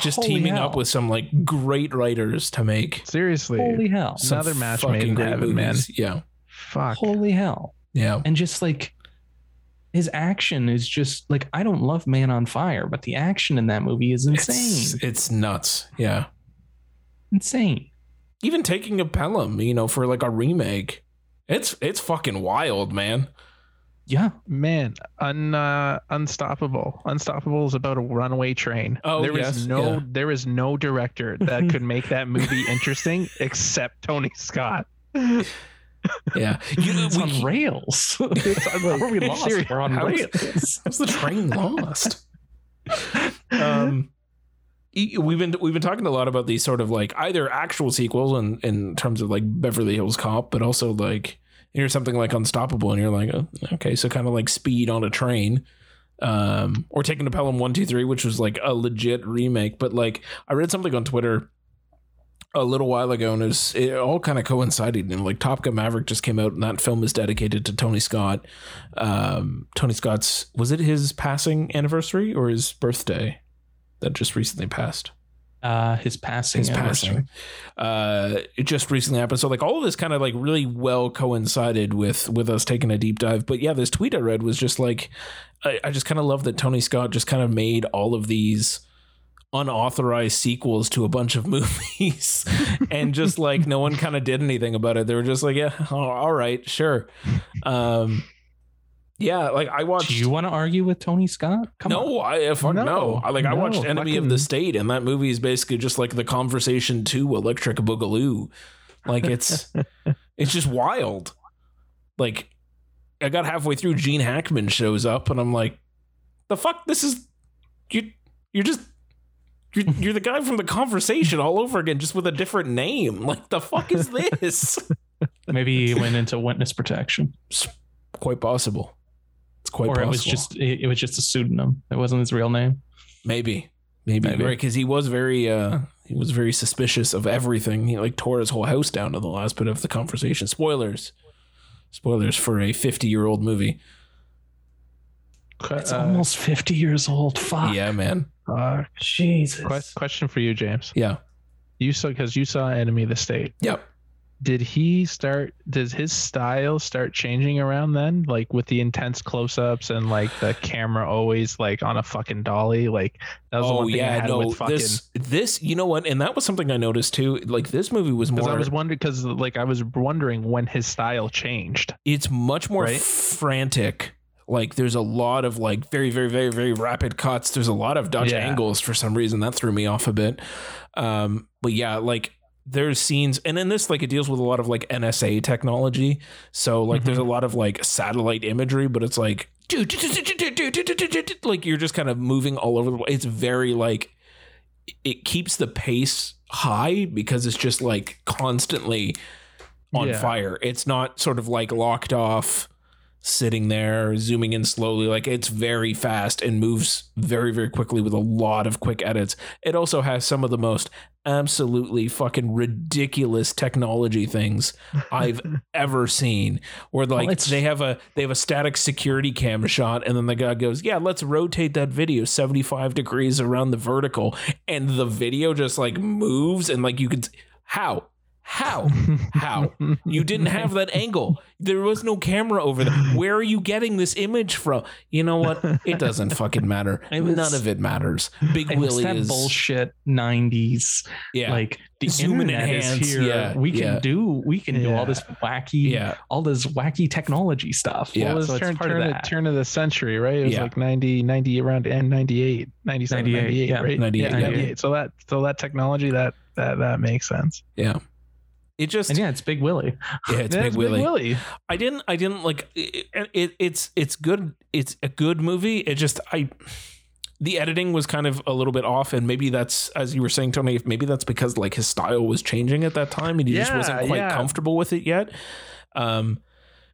Speaker 2: Just
Speaker 1: Holy
Speaker 2: teaming
Speaker 1: hell.
Speaker 2: up with some like great writers to make
Speaker 3: Seriously.
Speaker 1: holy hell,
Speaker 2: some
Speaker 3: Another match
Speaker 2: fucking
Speaker 3: made in
Speaker 2: great
Speaker 3: heaven, man.
Speaker 2: movies. Yeah.
Speaker 3: Fuck.
Speaker 1: holy hell,
Speaker 2: Yeah.
Speaker 1: and just like his action is just like I don't love Man on Fire, but the action in that movie is
Speaker 2: It's,
Speaker 1: insane,
Speaker 2: it's nuts. Yeah.
Speaker 1: insane.
Speaker 2: Even taking a Pelham, you know, for like a remake. It's it's fucking wild, man.
Speaker 1: Yeah,
Speaker 3: Man, un uh, unstoppable. Unstoppable is about a runaway train.
Speaker 2: Oh,
Speaker 3: there is
Speaker 2: yes,
Speaker 3: no
Speaker 2: yeah.
Speaker 3: there is no director that could make that movie interesting except Tony Scott.
Speaker 2: Yeah. You know,
Speaker 1: it's
Speaker 2: we
Speaker 1: on
Speaker 2: keep-
Speaker 1: rails. uh, Where we lost?
Speaker 3: Serious.
Speaker 1: We're on
Speaker 3: How is-
Speaker 1: rails.
Speaker 2: How's the train lost?
Speaker 3: Mm-hmm.
Speaker 2: um y- we've been we've been talking a lot about these sort of like either actual sequels in in terms of like Beverly Hills Cop but also like here's something like Unstoppable and you're like oh, okay so kind of like Speed on a train um or taking to Pelham 123 which was like a legit remake but like I read something on Twitter a little while ago and it, was, it all kind of coincided and like Top Gun Maverick just came out and that film is dedicated to Tony Scott um, Tony Scott's was it his passing anniversary or his birthday that just recently passed?
Speaker 1: Uh, his passing.
Speaker 2: His
Speaker 1: anniversary.
Speaker 2: passing. Uh, it just recently happened. So like all of this kind of like really well coincided with with us taking a deep dive. But yeah, this tweet I read was just like I, I just kind of love that Tony Scott just kind of made all of these unauthorized sequels to a bunch of movies and just like no one kind of did anything about it. They were just like, yeah, oh, all right, sure. Um, yeah, like I watched
Speaker 1: Do you want to argue with Tony Scott? Come on.
Speaker 2: no, I uh, fuck no.
Speaker 3: No,
Speaker 2: I- Like I
Speaker 3: no,
Speaker 2: watched Enemy of the
Speaker 3: fucking-
Speaker 2: State, and that movie is basically just like the conversation to Electric Boogaloo. Like it's it's just wild. Like I got halfway through, Gene Hackman shows up, and I'm like, the fuck? This is you. You're just you're, you're the guy from the conversation all over again, just with a different name. Like the fuck is this?
Speaker 1: Maybe he went into witness protection,
Speaker 2: quite possible. It's quite
Speaker 1: or
Speaker 2: possible.
Speaker 1: it was just it, it was just a pseudonym. It wasn't his real name.
Speaker 2: Maybe. Maybe,
Speaker 1: Maybe.
Speaker 2: right? Because he was very, uh, he was very suspicious of everything. He like tore his whole house down to the last bit of the conversation. Spoilers, spoilers for a fifty-year-old movie.
Speaker 3: uh,
Speaker 1: It's almost fifty years old. Fuck.
Speaker 2: Uh, Yeah, man.
Speaker 3: Fuck.
Speaker 1: Jesus.
Speaker 3: Que- uh, question for you, James.
Speaker 2: Yeah,
Speaker 3: You saw because you saw Enemy of the State.
Speaker 2: yep.
Speaker 3: Did he start? Does his style start changing around then? Like with the intense close-ups and like the camera always like on a fucking dolly. Like that was the one thing I had with fucking.
Speaker 2: Oh, this, this, you know what? And that was something I noticed too. Like this movie was
Speaker 3: because
Speaker 2: more.
Speaker 3: I was wondering, because like I was wondering when his style changed.
Speaker 2: it's much more
Speaker 3: Right?
Speaker 2: frantic. Like there's a lot of like very very very very rapid cuts. There's a lot of Dutch
Speaker 3: Yeah.
Speaker 2: angles for some reason that threw me off a bit. Um, but yeah, like there's scenes, and in this like it deals with a lot of like NSA technology. So like there's a lot of like satellite imagery, but it's like like you're just kind of moving all over the. It's very like it keeps the pace high because it's just like constantly on
Speaker 3: Yeah.
Speaker 2: fire. It's not sort of like locked off, sitting there, zooming in slowly. Like it's very fast and moves very, very quickly with a lot of quick edits. It also has some of the most absolutely fucking ridiculous technology things I've ever seen. Where like
Speaker 1: it's-
Speaker 2: they have a they have a static security cam shot, and then the guy goes, "Yeah, let's rotate that video 75 degrees around the vertical," and the video just like moves, and like you could how how how you didn't have that angle. There was no camera over there. Where are you getting this image from? You know what? It doesn't fucking matter.
Speaker 1: It was-
Speaker 2: None of it matters. Big
Speaker 1: It was
Speaker 2: Willie
Speaker 1: that
Speaker 2: is
Speaker 1: bullshit '90s.
Speaker 2: yeah,
Speaker 1: Like the
Speaker 2: Zoom and
Speaker 1: internet is
Speaker 2: enhance,
Speaker 1: here.
Speaker 2: yeah,
Speaker 1: we can
Speaker 2: yeah.
Speaker 1: do we can do
Speaker 3: Yeah.
Speaker 1: all this wacky
Speaker 2: yeah,
Speaker 1: all this wacky technology stuff.
Speaker 2: Yeah.
Speaker 3: Well, it was
Speaker 1: so it's
Speaker 3: turn,
Speaker 1: part
Speaker 3: turn,
Speaker 1: of
Speaker 3: of
Speaker 1: that.
Speaker 3: turn of the century, right? It was
Speaker 2: Yeah.
Speaker 3: like 90, 90 around and 98, 97,
Speaker 1: 98,
Speaker 3: 98,
Speaker 1: yeah.
Speaker 3: right?
Speaker 2: 98,
Speaker 3: Yeah,
Speaker 2: yeah.
Speaker 3: 98. So that so that technology that that that makes sense.
Speaker 2: yeah. It just
Speaker 1: and
Speaker 2: yeah,
Speaker 1: yeah, it's Big Willie.
Speaker 2: it's
Speaker 3: Yeah,
Speaker 2: Big Willie.
Speaker 3: Willie.
Speaker 2: I didn't I didn't like it, it it's it's good it's a good movie it just I the editing was kind of a little bit off and maybe that's as you were saying Tony maybe that's because like his style was changing at that time and he just
Speaker 3: Yeah,
Speaker 2: wasn't quite
Speaker 3: yeah.
Speaker 2: comfortable with it yet um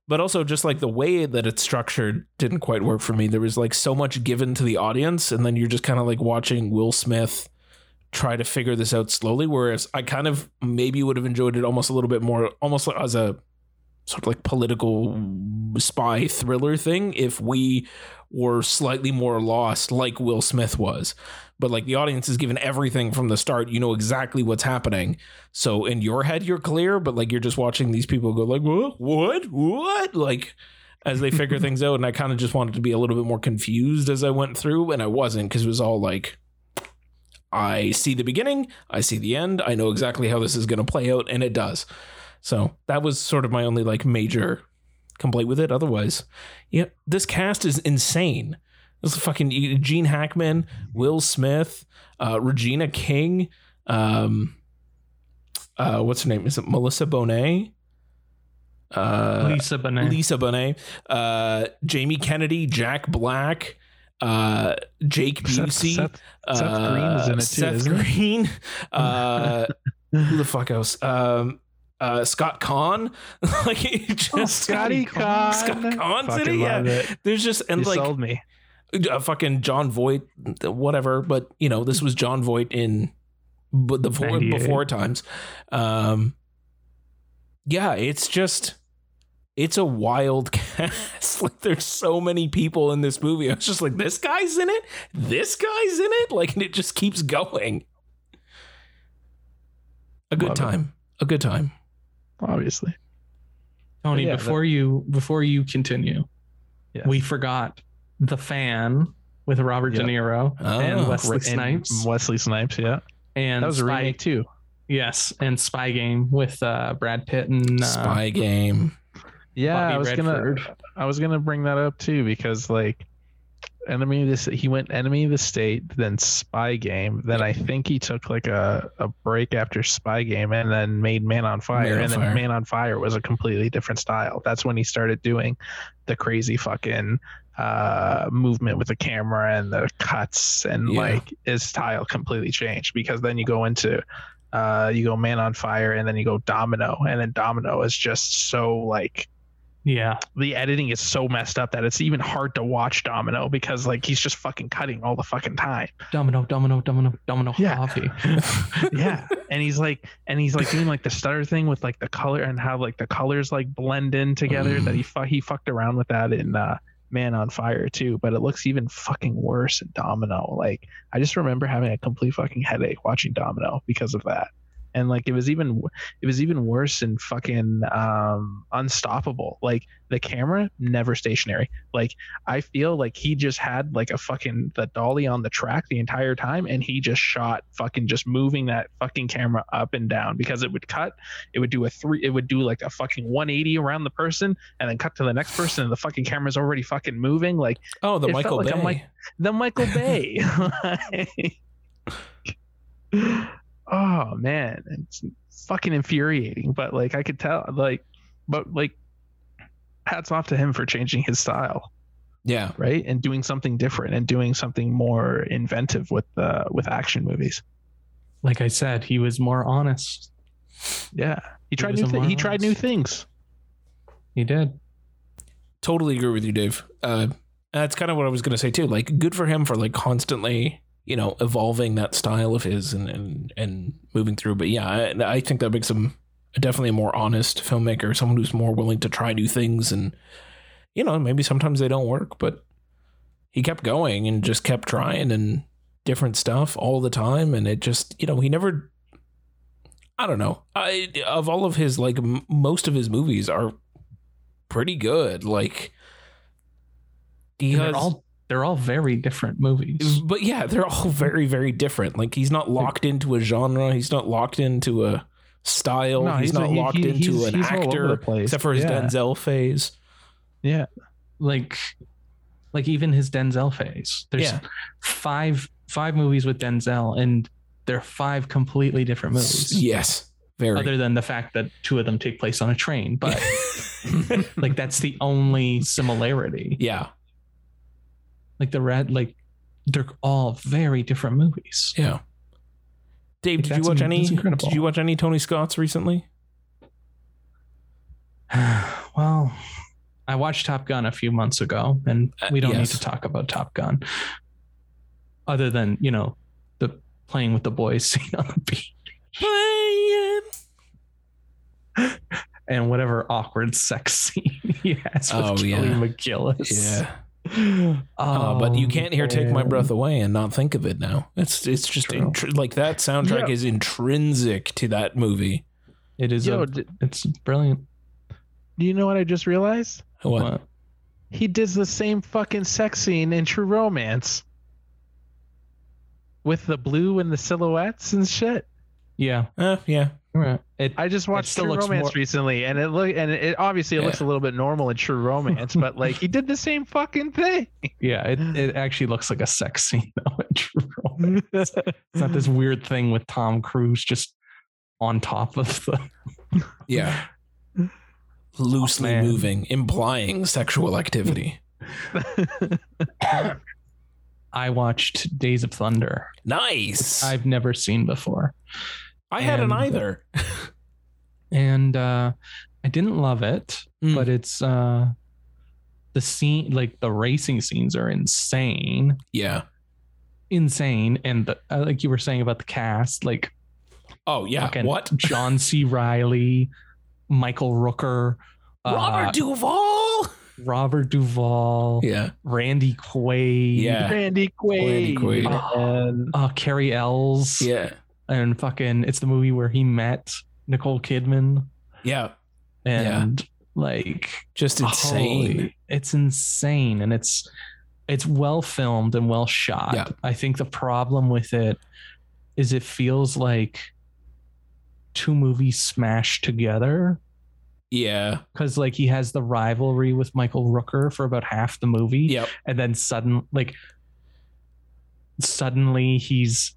Speaker 2: but also just like the way that it's structured didn't quite work for me there was like so much given to the audience and then you're just kind of like watching Will Smith try to figure this out slowly whereas I kind of maybe would have enjoyed it almost a little bit more almost as a sort of like political spy thriller thing if we were slightly more lost like Will Smith was. But like the audience is given everything from the start, you know exactly what's happening. So in your head you're clear, but like you're just watching these people go like what what what like as they figure things out and I kind of just wanted to be a little bit more confused as I went through and I wasn't cuz it was all like I see the beginning, I see the end, I know exactly how this is going to play out and it does. So that was sort of my only like major complaint with it. Otherwise, yeah, this cast is insane. This is fucking you- Gene Hackman, Will Smith, uh, Regina King, um, uh, what's her name? Is it Melissa Bonet? Uh,
Speaker 1: Lisa Bonet.
Speaker 2: Lisa Bonet, uh, Jamie Kennedy, Jack Black, uh, Jake
Speaker 3: Seth,
Speaker 2: Busey,
Speaker 3: Seth, Seth
Speaker 2: uh,
Speaker 3: Green is in it too,
Speaker 2: Seth
Speaker 3: isn't he?
Speaker 2: Green, uh, who the fuck else? Um, uh, Scott Kahn, like it just
Speaker 3: Oh, Scotty Con.
Speaker 2: Scott Kahn's in it.
Speaker 3: Fucking
Speaker 2: Yeah,
Speaker 3: love it.
Speaker 2: there's just and
Speaker 3: you
Speaker 2: like
Speaker 3: sold me.
Speaker 2: uh, fucking John Voight, whatever. But you know, this was John Voight in but the before,
Speaker 3: 98.
Speaker 2: before times. Um, yeah, it's just it's a wild cast. like there's so many people in this movie. I was just like, this guy's in it, this guy's in it, like, and it just keeps going. A good
Speaker 3: Love it.
Speaker 2: time. A good time.
Speaker 3: Obviously.
Speaker 1: Tony,
Speaker 3: Yeah,
Speaker 1: before you before you continue,
Speaker 3: Yes.
Speaker 1: we forgot the fan with Robert
Speaker 3: Yeah.
Speaker 1: De Niro
Speaker 2: Oh,
Speaker 1: and Wesley
Speaker 3: And
Speaker 1: Snipes
Speaker 3: Wesley Snipes, yeah.
Speaker 1: and
Speaker 3: that was a
Speaker 1: Spy,
Speaker 3: remake too.
Speaker 1: yes, and Spy Game with uh, Brad Pitt and uh,
Speaker 2: Spy game.
Speaker 3: Yeah,
Speaker 1: Bobby
Speaker 3: I was gonna
Speaker 1: Redford.
Speaker 3: I was gonna bring that up too because like enemy of this he went enemy of the state then spy game then i think he took like a, a break after spy game and then made man on
Speaker 2: Man
Speaker 3: fire
Speaker 2: on
Speaker 3: and then
Speaker 2: Fire.
Speaker 3: man on fire was a completely different style that's when he started doing the crazy fucking uh movement with the camera and the cuts and
Speaker 2: Yeah.
Speaker 3: like his style completely changed because then you go into uh you go man on fire and then you go domino and then domino is just so like
Speaker 1: Yeah.
Speaker 3: the editing is so messed up that it's even hard to watch Domino because like he's just fucking cutting all the fucking time.
Speaker 1: Domino, domino, domino, domino,
Speaker 3: Yeah.
Speaker 1: coffee.
Speaker 3: Yeah. and he's like and he's like doing like the stutter thing with like the color and how like the colors like blend in together that he fu- he fucked around with that in uh Man on Fire too, but it looks even fucking worse in Domino. Like I just remember having a complete fucking headache watching Domino because of that. And like it was even w- it was even worse in fucking um unstoppable. Like the camera never stationary. Like I feel like he just had like a fucking the dolly on the track the entire time, and he just shot fucking just moving that fucking camera up and down because it would cut, it would do a three, it would do like a fucking 180 around the person, and then cut to the next person, and the fucking camera's already fucking moving. Like
Speaker 2: Oh, the
Speaker 3: It
Speaker 2: Michael
Speaker 3: felt like
Speaker 2: Bay.
Speaker 3: I'm like- the Michael Bay. oh man, it's fucking infuriating. But like I could tell, like, but like, hats off to him for changing his style,
Speaker 2: yeah,
Speaker 3: right, and doing something different and doing something more inventive with uh, with action movies.
Speaker 1: Like I said, he was more honest.
Speaker 3: Yeah, he tried
Speaker 1: was
Speaker 3: new
Speaker 1: a
Speaker 3: th- he tried new
Speaker 1: marvelous.
Speaker 3: things.
Speaker 1: He did.
Speaker 2: totally agree with you, Dave. Uh, that's kind of what I was gonna say too. Like, good for him for like constantly, you know, evolving that style of his and and and moving through. But yeah, I, I think that makes him definitely a more honest filmmaker, someone who's more willing to try new things and you know, maybe sometimes they don't work, but he kept going and just kept trying and different stuff all the time and it just, you know, he never I don't know. I of all of his like m- most of his movies are pretty good. Like he
Speaker 1: And
Speaker 2: has-
Speaker 1: They're all they're all very different movies.
Speaker 2: but yeah, they're all very, very different. Like he's not locked into a genre. He's not locked into a style. he's, not
Speaker 3: he-
Speaker 2: locked
Speaker 3: he-
Speaker 2: into
Speaker 3: he's-
Speaker 2: an
Speaker 3: he's all over the
Speaker 2: actor,
Speaker 3: place.
Speaker 2: except for his
Speaker 3: yeah.
Speaker 2: Denzel phase.
Speaker 3: Yeah,
Speaker 1: Like like even his Denzel phase. There's
Speaker 2: Yeah.
Speaker 1: five five movies with Denzel and they're five completely different movies.
Speaker 2: Yes, very.
Speaker 1: Other than the fact that two of them take place on a train, but like that's the only similarity.
Speaker 2: yeah,
Speaker 1: Like the red like they're all very different movies.
Speaker 2: yeah. Dave,
Speaker 1: Like,
Speaker 2: did you
Speaker 1: that's
Speaker 2: watch
Speaker 1: am-
Speaker 2: any?
Speaker 1: that's incredible.
Speaker 2: Did you watch any Tony Scott's recently?
Speaker 1: well, I watched Top Gun a few months ago, and
Speaker 2: Uh,
Speaker 1: we don't
Speaker 2: yes.
Speaker 1: need to talk about Top Gun. Other than you know the playing with the boys scene on the beach
Speaker 2: Playing.
Speaker 1: and whatever awkward sex scene he has with
Speaker 2: Oh,
Speaker 1: Kelly
Speaker 2: yeah.
Speaker 1: McGillis. Oh,
Speaker 2: Yeah, uh, but you can't hear "Take My
Speaker 3: Um,
Speaker 2: Breath Away" and not think of it now. It's it's just
Speaker 1: True.
Speaker 2: intr- like that soundtrack
Speaker 3: Yeah.
Speaker 2: is intrinsic to that movie.
Speaker 1: It is
Speaker 3: Yo,
Speaker 1: a,
Speaker 3: d-
Speaker 1: it's brilliant.
Speaker 3: do you know what I just realized?
Speaker 2: What?
Speaker 1: What?
Speaker 3: He did the same fucking sex scene in True Romance with the blue and the silhouettes and shit.
Speaker 1: Yeah,
Speaker 2: Uh, yeah,
Speaker 1: you're right. It
Speaker 3: I just watched
Speaker 1: still
Speaker 3: True
Speaker 1: looks
Speaker 3: Romance
Speaker 1: more-
Speaker 3: recently, and it look and it obviously it looks a little bit normal in True Romance, but like he did the same fucking thing.
Speaker 1: yeah, it, it actually looks like a sex scene though. in True Romance. it's not this weird thing with Tom Cruise just on top of the
Speaker 2: yeah. Loosely
Speaker 1: man.
Speaker 2: moving, implying sexual activity.
Speaker 1: I watched Days of Thunder.
Speaker 2: nice. I,
Speaker 1: I've never seen before.
Speaker 2: hadn't
Speaker 1: and- uh,
Speaker 2: either.
Speaker 1: And uh I didn't love it,
Speaker 2: Mm.
Speaker 1: but it's uh the scene like the racing scenes are insane.
Speaker 2: yeah.
Speaker 1: Insane and the, uh, like you were saying about the cast like
Speaker 2: Oh yeah.
Speaker 1: fucking
Speaker 2: What?
Speaker 1: John C Riley, Michael Rooker,
Speaker 2: Robert
Speaker 1: uh,
Speaker 2: Duvall.
Speaker 1: Robert Duvall,
Speaker 2: Yeah.
Speaker 1: Randy Quaid,
Speaker 2: Yeah.
Speaker 3: Randy
Speaker 2: Randy
Speaker 3: Quaid, Oh,
Speaker 2: Quaid.
Speaker 3: man.
Speaker 1: uh Carrie Ells
Speaker 2: Yeah.
Speaker 1: and fucking it's the movie where he met Nicole Kidman
Speaker 2: Yeah.
Speaker 1: and like
Speaker 2: Just insane.
Speaker 1: Holy- it's insane, and it's it's well filmed and well shot.
Speaker 2: Yeah.
Speaker 1: I think the problem with it is it feels like two movies smashed together
Speaker 2: Yeah.
Speaker 1: because like he has the rivalry with Michael Rooker for about half the movie,
Speaker 2: Yep.
Speaker 1: and then sudden like suddenly he's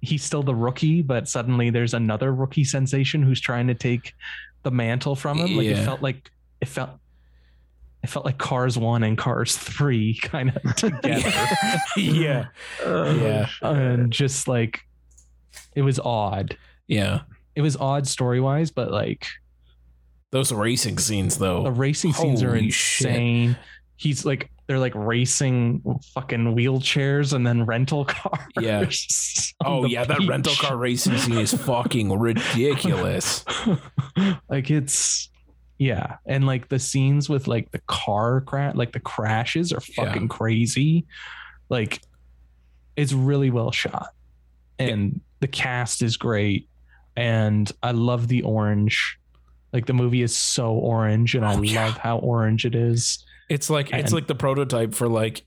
Speaker 1: he's still the rookie, but suddenly there's another rookie sensation who's trying to take the mantle from him. Like
Speaker 2: Yeah.
Speaker 1: it felt like it felt. It felt like Cars One and Cars Three kind of together,
Speaker 2: yeah.
Speaker 3: oh,
Speaker 2: Yeah.
Speaker 1: and just like it was odd.
Speaker 2: Yeah.
Speaker 1: It was odd story wise, but like
Speaker 2: Those racing scenes
Speaker 1: The
Speaker 2: though.
Speaker 1: racing scenes are
Speaker 2: Holy shit.
Speaker 1: insane. He's like they're like racing fucking wheelchairs and then rental cars.
Speaker 2: Yeah.
Speaker 1: on
Speaker 2: Oh
Speaker 1: the
Speaker 2: yeah, that rental
Speaker 1: beach.
Speaker 2: car racing scene is fucking ridiculous.
Speaker 1: like it's yeah, and like the scenes with like the car crash, like the crashes are
Speaker 2: Yeah.
Speaker 1: fucking crazy. Like it's really well shot, and the cast is great, and I love the orange. Like the movie is so orange, and I
Speaker 2: Oh, yeah.
Speaker 1: love how orange it is.
Speaker 2: It's like it's
Speaker 1: And-
Speaker 2: like the prototype for like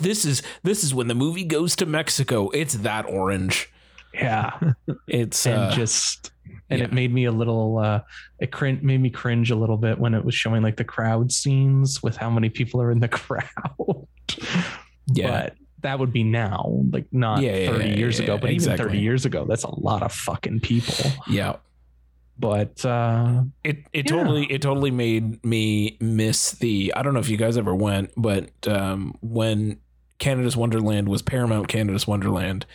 Speaker 2: this is this is when the movie goes to Mexico. It's that orange.
Speaker 1: Yeah.
Speaker 2: It's
Speaker 1: and
Speaker 2: uh,
Speaker 1: just and it
Speaker 2: yeah.
Speaker 1: made me a little uh it crin- made me cringe a little bit when it was showing like the crowd scenes with how many people are in the crowd
Speaker 2: yeah.
Speaker 1: but that would be now like not
Speaker 2: Yeah, yeah,
Speaker 1: 30
Speaker 2: yeah,
Speaker 1: years
Speaker 2: yeah,
Speaker 1: ago but
Speaker 2: exactly.
Speaker 1: even 30 years ago that's a lot of fucking people
Speaker 2: yeah.
Speaker 1: but uh
Speaker 2: It it
Speaker 1: Yeah.
Speaker 2: totally it totally made me miss the I don't know if you guys ever went, but um, when Canada's Wonderland was Paramount Canada's Wonderland,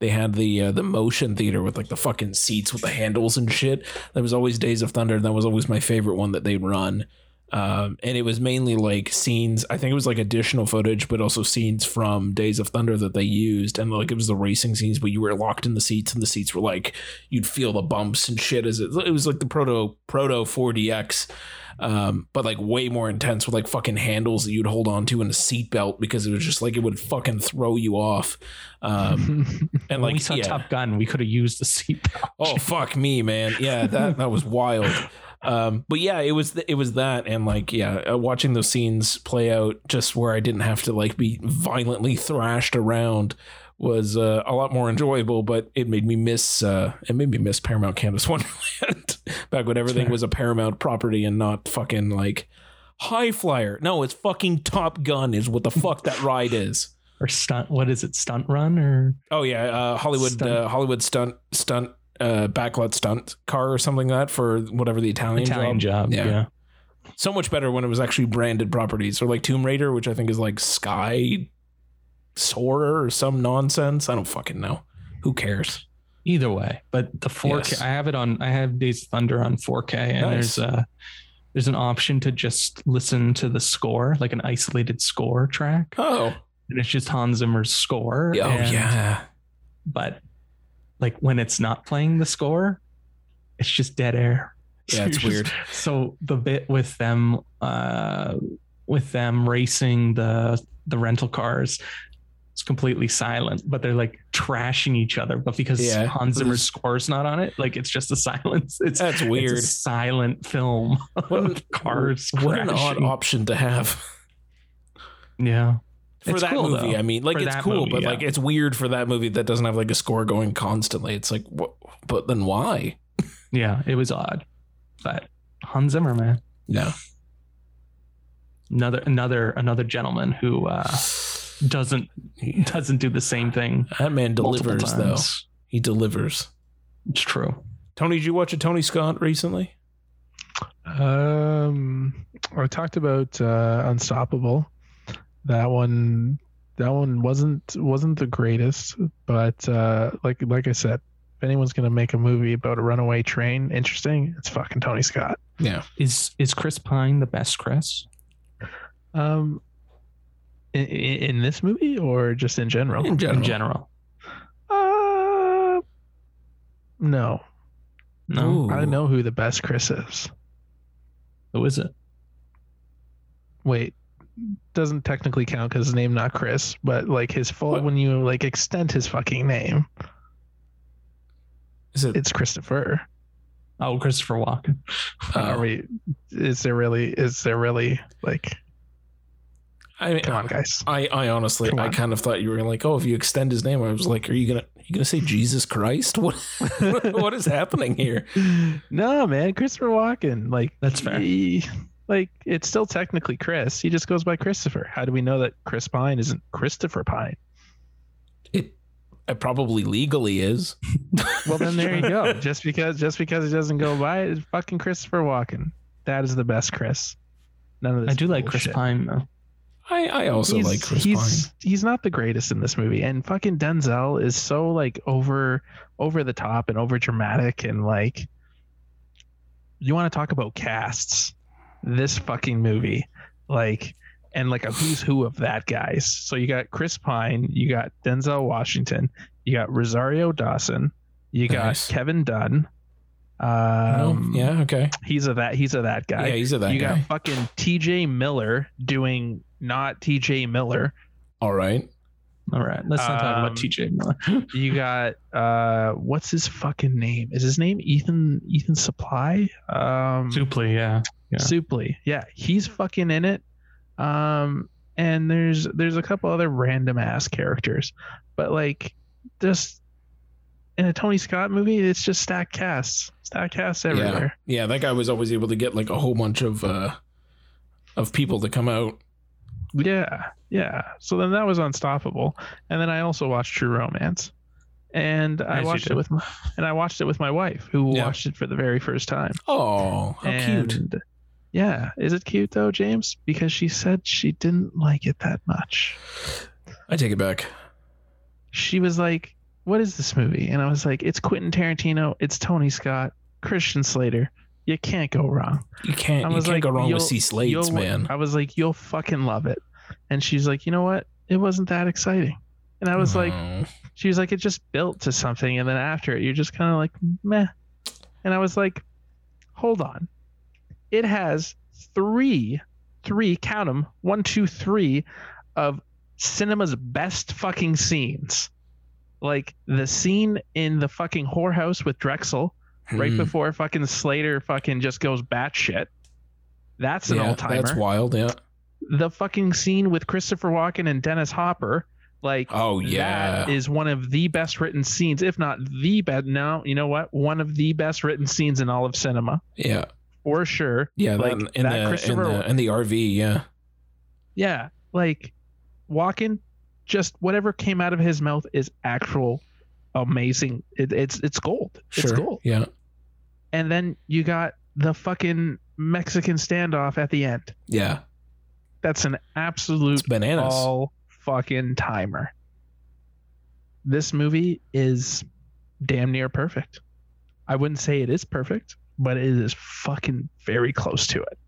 Speaker 2: they had the uh, the motion theater with like the fucking seats with the handles and shit. That was always Days of Thunder. and That was always my favorite one that they'd run. Um, and it was mainly like scenes. I think it was like additional footage, but also scenes from Days of Thunder that they used. And like it was the racing scenes, but you were locked in the seats, and the seats were like you'd feel the bumps and shit as it, it was like the proto proto 4DX um, but like way more intense with like fucking handles that you'd hold on to and a seatbelt because it was just like it would fucking throw you off um,
Speaker 1: when
Speaker 2: and like
Speaker 1: we saw
Speaker 2: yeah.
Speaker 1: top gun we could have used the seat
Speaker 2: oh fuck me man yeah that that was wild um, but yeah it was th- it was that and like yeah uh, watching those scenes play out just where I didn't have to like be violently thrashed around was uh, a lot more enjoyable but it made me miss uh, it made me miss Paramount Candace Wonderland back when everything
Speaker 1: Sure.
Speaker 2: was a Paramount property and not fucking like High Flyer no it's fucking Top Gun is what the fuck that ride is
Speaker 1: or stunt what is it stunt run or
Speaker 2: Oh yeah, uh, Hollywood
Speaker 1: Stunt.
Speaker 2: Uh, Hollywood stunt stunt uh, backlot stunt car or something like that for whatever the Italian,
Speaker 1: italian job,
Speaker 2: Yeah.
Speaker 1: yeah.
Speaker 2: So much better when it was actually branded properties or like Tomb Raider, which I think is like Sky Soarer or some nonsense. I don't fucking know. Who cares?
Speaker 1: either way but the 4k
Speaker 2: Yes.
Speaker 1: i have it on i have days of thunder on 4k and
Speaker 2: Nice.
Speaker 1: there's a there's an option to just listen to the score like an isolated score track
Speaker 2: Oh,
Speaker 1: and it's just hans zimmer's score
Speaker 2: oh
Speaker 1: and-
Speaker 2: yeah,
Speaker 1: but like when it's not playing the score it's just dead air
Speaker 2: yeah. It's
Speaker 1: You're just-
Speaker 2: weird.
Speaker 1: so the bit with them uh with them racing the the rental cars it's completely silent but they're like trashing each other but because
Speaker 2: Yeah.
Speaker 1: Hans Zimmer's score's not on it like it's just a silence it's
Speaker 2: That's
Speaker 1: it's
Speaker 2: weird.
Speaker 1: a silent film
Speaker 2: What an-
Speaker 1: of cars
Speaker 2: What an odd
Speaker 1: crashing.
Speaker 2: option to have
Speaker 1: yeah
Speaker 2: for
Speaker 1: It's
Speaker 2: that
Speaker 1: cool,
Speaker 2: movie.
Speaker 1: though.
Speaker 2: I mean, like
Speaker 1: For
Speaker 2: it's
Speaker 1: that
Speaker 2: cool,
Speaker 1: movie,
Speaker 2: but
Speaker 1: yeah.
Speaker 2: like it's weird for that movie that doesn't have like a score going constantly. It's like, what? But then why?
Speaker 1: yeah it was odd but Hans Zimmer man
Speaker 2: No.
Speaker 1: another another another gentleman who uh doesn't doesn't do the same thing
Speaker 2: That man
Speaker 1: multiple
Speaker 2: delivers, though.
Speaker 1: times.
Speaker 2: He delivers.
Speaker 1: it's true
Speaker 2: Tony, did you watch a Tony Scott recently?
Speaker 3: Um, I talked about uh, Unstoppable. That one, that one wasn't wasn't the greatest, but uh, like like I said, if anyone's gonna make a movie about a runaway train, interesting, it's fucking Tony Scott.
Speaker 2: Yeah.
Speaker 1: Is is Chris Pine the best Chris?
Speaker 3: Um, in, in this movie or just in general?
Speaker 2: In general.
Speaker 1: In general.
Speaker 3: Uh, no,
Speaker 1: No.
Speaker 2: Ooh.
Speaker 3: I know who the best Chris is.
Speaker 1: Who is it?
Speaker 3: wait doesn't technically count because his name not chris but like his full
Speaker 2: What?
Speaker 3: when you like extend his fucking name
Speaker 2: Is it?
Speaker 3: it's christopher
Speaker 1: Oh, Christopher Walken. Oh.
Speaker 2: uh,
Speaker 3: are we is there really is there really like
Speaker 2: I mean,
Speaker 3: Come on, guys.
Speaker 2: I, I honestly,
Speaker 3: Come
Speaker 2: I
Speaker 3: on.
Speaker 2: kind of thought you were like, oh, if you extend his name, I was like, are you gonna, you gonna say Jesus Christ? What, what is happening here?
Speaker 3: no, man, Christopher Walken. Like
Speaker 1: That's fair.
Speaker 3: he- like it's still technically Chris. He just goes by Christopher. How do we know that Chris Pine isn't Christopher Pine?
Speaker 2: It, it probably legally is.
Speaker 3: Well, then there you go. Just because just because he doesn't go by it, it's fucking Christopher Walken. That is the best Chris. None of this.
Speaker 1: I do like Chris
Speaker 3: bullshit.
Speaker 1: Pine though.
Speaker 2: I, I also like Chris
Speaker 3: he's, He's not the greatest in this movie, and fucking Denzel is so like over over the top and over dramatic and like. You want to talk about casts? This fucking movie, like, and like a who's who of that guys. So you got Chris Pine, you got Denzel Washington, you got Rosario Dawson, you got
Speaker 2: Nice.
Speaker 3: Kevin Dunn.
Speaker 2: Pine.
Speaker 3: Um,
Speaker 2: oh, yeah, okay.
Speaker 3: he's a that he's a that guy
Speaker 2: yeah, he's a that
Speaker 3: you
Speaker 2: guy.
Speaker 3: got fucking TJ Miller doing not TJ Miller.
Speaker 2: All right.
Speaker 1: All right, let's not talk
Speaker 3: Um,
Speaker 1: about TJ Miller.
Speaker 3: You got uh what's his fucking name? Is his name Ethan Ethan Supply? Um
Speaker 1: Suplee, yeah. yeah.
Speaker 3: Suplee. Yeah, he's fucking in it. Um and there's there's a couple other random ass characters. But like just in a Tony Scott movie, it's just stack casts. Stack casts everywhere.
Speaker 2: Yeah, that guy was always able to get like a whole bunch of uh of people to come out.
Speaker 3: Yeah, yeah. So then that was unstoppable, and then I also watched True Romance, and
Speaker 1: Yes,
Speaker 3: I
Speaker 1: you
Speaker 3: watched
Speaker 1: did.
Speaker 3: it with my and I watched it with my wife, who
Speaker 2: Yeah.
Speaker 3: watched it for the very first time.
Speaker 2: Oh, how cute.
Speaker 3: And, Yeah, is it cute though, James? Because she said she didn't like it that much.
Speaker 2: I take it back.
Speaker 3: She was like, "What is this movie?" And I was like, "It's Quentin Tarantino. It's Tony Scott, Christian Slater. You can't go wrong."
Speaker 2: You can't
Speaker 3: I
Speaker 2: you
Speaker 3: was
Speaker 2: can't
Speaker 3: like,
Speaker 2: go wrong
Speaker 3: you'll-
Speaker 2: with C Slates,
Speaker 3: You'll-
Speaker 2: man.
Speaker 3: I was like, "You'll fucking love it," and she's like, "You know what? It wasn't that exciting." And I was like,
Speaker 2: Oh.
Speaker 3: she was like, it just built to something, and then after it, you're just kind of like, meh. And I was like, hold on, it has three, three, count them, one, two, three, of cinema's best fucking scenes, like the scene in the fucking whorehouse with Drexel, right
Speaker 2: Hmm.
Speaker 3: before fucking Slater fucking just goes batshit. That's an
Speaker 2: Yeah,
Speaker 3: all timer.
Speaker 2: That's wild, yeah.
Speaker 3: The fucking scene with Christopher Walken and Dennis Hopper, like
Speaker 2: Oh yeah.
Speaker 3: that is one of the best written scenes, if not the best. No, you know what? One of the best written scenes in all of cinema,
Speaker 2: yeah.
Speaker 3: for sure.
Speaker 2: Yeah,
Speaker 3: Like,
Speaker 2: that, in,
Speaker 3: that
Speaker 2: the, in,
Speaker 3: Christopher-
Speaker 2: the, in the RV, yeah.
Speaker 3: Yeah, like walking, just whatever came out of his mouth is actual amazing. It, it's it's gold. It's
Speaker 2: Sure.
Speaker 3: gold.
Speaker 2: Yeah.
Speaker 3: And then you got the fucking Mexican standoff at the end.
Speaker 2: Yeah.
Speaker 3: That's an
Speaker 2: It's
Speaker 3: absolute
Speaker 2: bananas.
Speaker 3: all fucking timer. This movie is damn near perfect. I wouldn't say it is perfect, but it is fucking very close to it.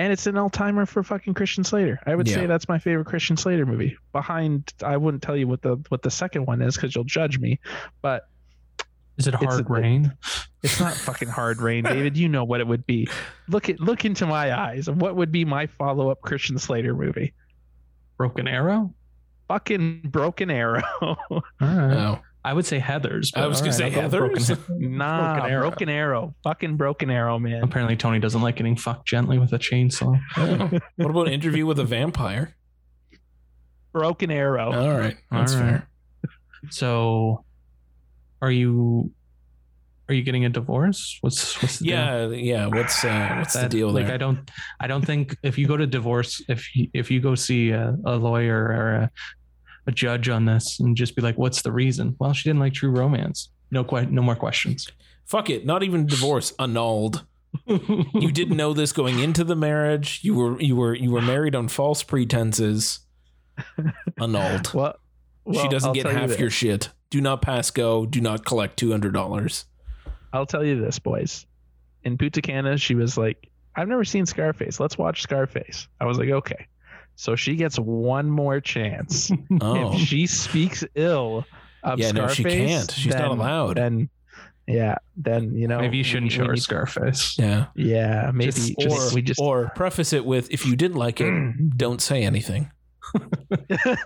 Speaker 3: And it's an all timer for fucking Christian Slater. I would
Speaker 2: Yeah.
Speaker 3: say that's my favorite Christian Slater movie. Behind, I wouldn't tell you what the what the second one is because you'll judge me. But
Speaker 1: Is it
Speaker 3: it's
Speaker 1: hard
Speaker 3: a-
Speaker 1: rain?
Speaker 3: it's not fucking hard rain, David. You know what it would be. Look at look into my eyes. What would be my follow up Christian Slater movie?
Speaker 1: Broken Arrow?
Speaker 3: Fucking Broken Arrow.
Speaker 1: All right.
Speaker 2: Oh.
Speaker 1: I would say Heather's. but
Speaker 2: I was
Speaker 1: all
Speaker 2: gonna say
Speaker 1: right, I'll go with
Speaker 2: Heathers?
Speaker 1: Broken Arrow.
Speaker 3: Nah,
Speaker 1: Broken
Speaker 3: broken
Speaker 1: Arrow.
Speaker 3: arrow. Fucking broken arrow, man.
Speaker 1: Apparently, Tony doesn't like getting fucked gently with a chainsaw.
Speaker 2: Oh. what about interview with a vampire?
Speaker 3: Broken arrow.
Speaker 2: All right. That's
Speaker 1: All right.
Speaker 2: fair.
Speaker 1: So, are you are you getting a divorce? What's what's the deal?
Speaker 2: Yeah, yeah. What's uh, what's the
Speaker 1: That-
Speaker 2: deal
Speaker 1: like
Speaker 2: there?
Speaker 1: I don't I don't think if you go to divorce if you, if you go see a, a lawyer or a, a judge on this and just be like what's the reason? Well, she didn't like True Romance. No que- no more questions.
Speaker 2: Fuck it. Not even divorce. Annulled. You
Speaker 1: you
Speaker 2: didn't know this going into the marriage. You were you were you were married on false pretenses. Annulled.
Speaker 3: Well, well,
Speaker 2: she doesn't
Speaker 3: I'll
Speaker 2: get
Speaker 3: tell you
Speaker 2: half
Speaker 3: this.
Speaker 2: your shit. Do not pass go. Do not collect two hundred dollars.
Speaker 3: I'll tell you this, boys. In Putacana, she was like, "I've never seen Scarface. Let's watch Scarface." I was like, "Okay." So she gets one more chance.
Speaker 2: Oh,
Speaker 3: If she speaks ill of
Speaker 2: yeah. No,
Speaker 3: Scarface,
Speaker 2: she can't. She's
Speaker 3: then,
Speaker 2: not allowed.
Speaker 3: Then, yeah, then you know
Speaker 1: maybe you shouldn't
Speaker 3: we-
Speaker 1: show
Speaker 3: we
Speaker 1: her
Speaker 3: need-
Speaker 1: Scarface.
Speaker 2: yeah.
Speaker 3: Yeah, maybe
Speaker 1: Just-
Speaker 3: just-
Speaker 2: or,
Speaker 3: we just Mm.
Speaker 2: or preface it with if you didn't like it, don't say anything.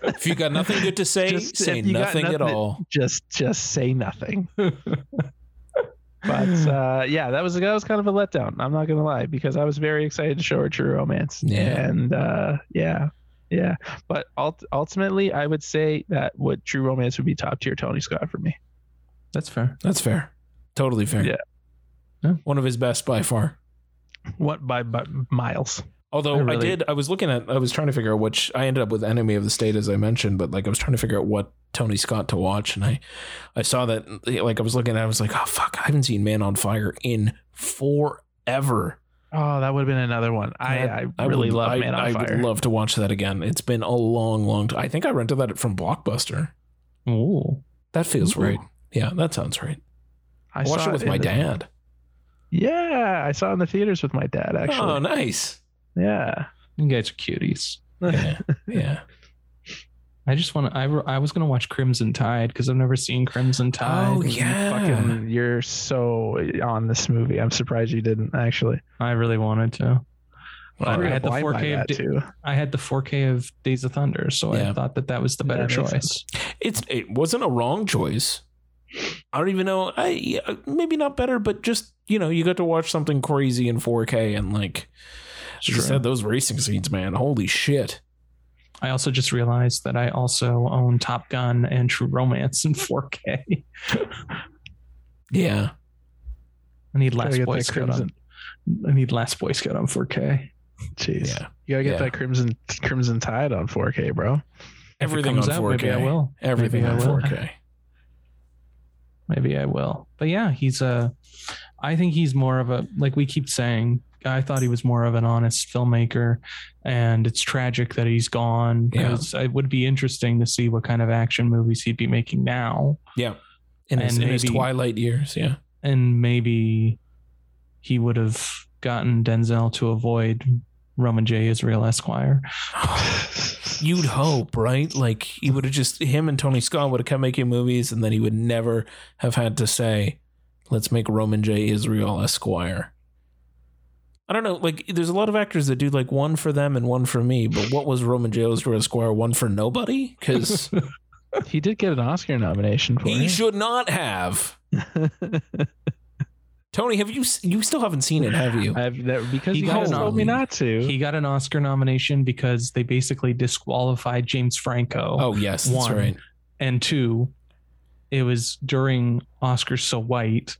Speaker 2: If you got nothing good to say,
Speaker 3: Just
Speaker 2: say
Speaker 3: if you got
Speaker 2: nothing, at
Speaker 3: nothing-
Speaker 2: all.
Speaker 3: just just say nothing. But uh, yeah, that was that was kind of a letdown. I'm not gonna lie because I was very excited to show her True Romance.
Speaker 2: Yeah.
Speaker 3: And uh, yeah, yeah. But ult- ultimately, I would say that what True Romance would be top tier Tony Scott for me.
Speaker 1: That's fair.
Speaker 2: That's fair. Totally fair.
Speaker 3: Yeah.
Speaker 1: Yeah.
Speaker 2: One of his best by far.
Speaker 3: What by, by miles?
Speaker 2: Although I,
Speaker 3: I really-
Speaker 2: did, I was looking at, I was trying to figure out which. I ended up with Enemy of the State as I mentioned, but like I was trying to figure out what Tony Scott to watch, and I, I saw that like I was looking at, it, I was like, oh fuck, I haven't seen Man on Fire in forever.
Speaker 3: Oh, that would have been another one. I, I, really
Speaker 2: would-
Speaker 3: love
Speaker 2: I,
Speaker 3: Man on
Speaker 2: I
Speaker 3: Fire.
Speaker 2: would love to watch that again. It's been a long, long. time. I think I rented that from Blockbuster.
Speaker 1: Ooh.
Speaker 2: That feels
Speaker 1: Ooh.
Speaker 2: right. Yeah, that sounds right.
Speaker 3: I
Speaker 2: I watched
Speaker 3: saw
Speaker 2: it with
Speaker 3: in
Speaker 2: my
Speaker 3: the-
Speaker 2: dad.
Speaker 3: Yeah, I saw it in the theaters with my dad actually.
Speaker 2: Oh, nice.
Speaker 3: Yeah.
Speaker 1: You guys are cuties.
Speaker 2: Yeah, yeah.
Speaker 1: I just want to. I, re- I was gonna watch Crimson Tide because I've never seen Crimson Tide.
Speaker 2: Oh yeah.
Speaker 3: Fucking, you're so on this movie. I'm surprised you didn't actually.
Speaker 1: I really wanted to.
Speaker 2: Well,
Speaker 1: I had the
Speaker 3: Blind by
Speaker 1: 4K
Speaker 3: that,
Speaker 1: di-
Speaker 3: too.
Speaker 1: I had the 4K of Days of Thunder, so
Speaker 2: Yeah.
Speaker 1: I thought that that was the
Speaker 3: That
Speaker 1: better choice.
Speaker 3: makes sense.
Speaker 2: it's it wasn't a wrong choice. I don't even know. I yeah, maybe not better, but just you know, you got to watch something crazy in 4K and like you
Speaker 1: Sure.
Speaker 2: said, those racing scenes, man. Holy shit!
Speaker 1: I also just realized that I also own Top Gun and True Romance in 4K.
Speaker 2: Yeah,
Speaker 1: I need
Speaker 3: Gotta
Speaker 1: Last
Speaker 3: get
Speaker 1: Boy
Speaker 3: that
Speaker 1: Scout
Speaker 3: crimson.
Speaker 1: on. I need Last Boy Scout on 4K.
Speaker 3: Jeez.
Speaker 2: yeah.
Speaker 3: You gotta get
Speaker 2: Yeah.
Speaker 3: that crimson crimson tide on 4K, bro.
Speaker 1: If it
Speaker 2: Everything
Speaker 1: comes
Speaker 2: on
Speaker 1: out,
Speaker 2: 4K.
Speaker 1: Maybe I will.
Speaker 2: Everything
Speaker 1: Maybe I
Speaker 2: on
Speaker 1: will.
Speaker 2: 4K.
Speaker 1: Maybe I will. But yeah, he's a. I think he's more of a like we keep saying. I thought he was more of an honest filmmaker, and it's tragic that he's gone.
Speaker 2: Yeah.
Speaker 1: Because it would be interesting to see what kind of action movies he'd be making now,
Speaker 2: Yeah, in his,
Speaker 1: And
Speaker 2: in his
Speaker 1: maybe-
Speaker 2: twilight years. Yeah,
Speaker 1: and maybe he would have gotten Denzel to avoid Roman J. Israel Esquire.
Speaker 2: you'd hope, right? Like he would have just him and Tony Scott would have come making movies, and then he would never have had to say, "Let's make Roman J. Israel Esquire." I don't know. Like, there's a lot of actors that do like one for them and one for me. But what was Roman J. Israel Esquire one for nobody? Because
Speaker 3: he did get an Oscar nomination for
Speaker 2: he
Speaker 3: it.
Speaker 2: should not have. Tony, have you s- you still haven't seen it, have you?
Speaker 3: I've, that, because
Speaker 1: He
Speaker 3: he
Speaker 1: got
Speaker 3: guys
Speaker 1: an
Speaker 3: told me
Speaker 2: Oscar.
Speaker 3: not to.
Speaker 1: He got an Oscar nomination because they basically disqualified James Franco.
Speaker 2: Oh yes, that's
Speaker 1: One.
Speaker 2: right.
Speaker 1: and two, it was during Oscars So White,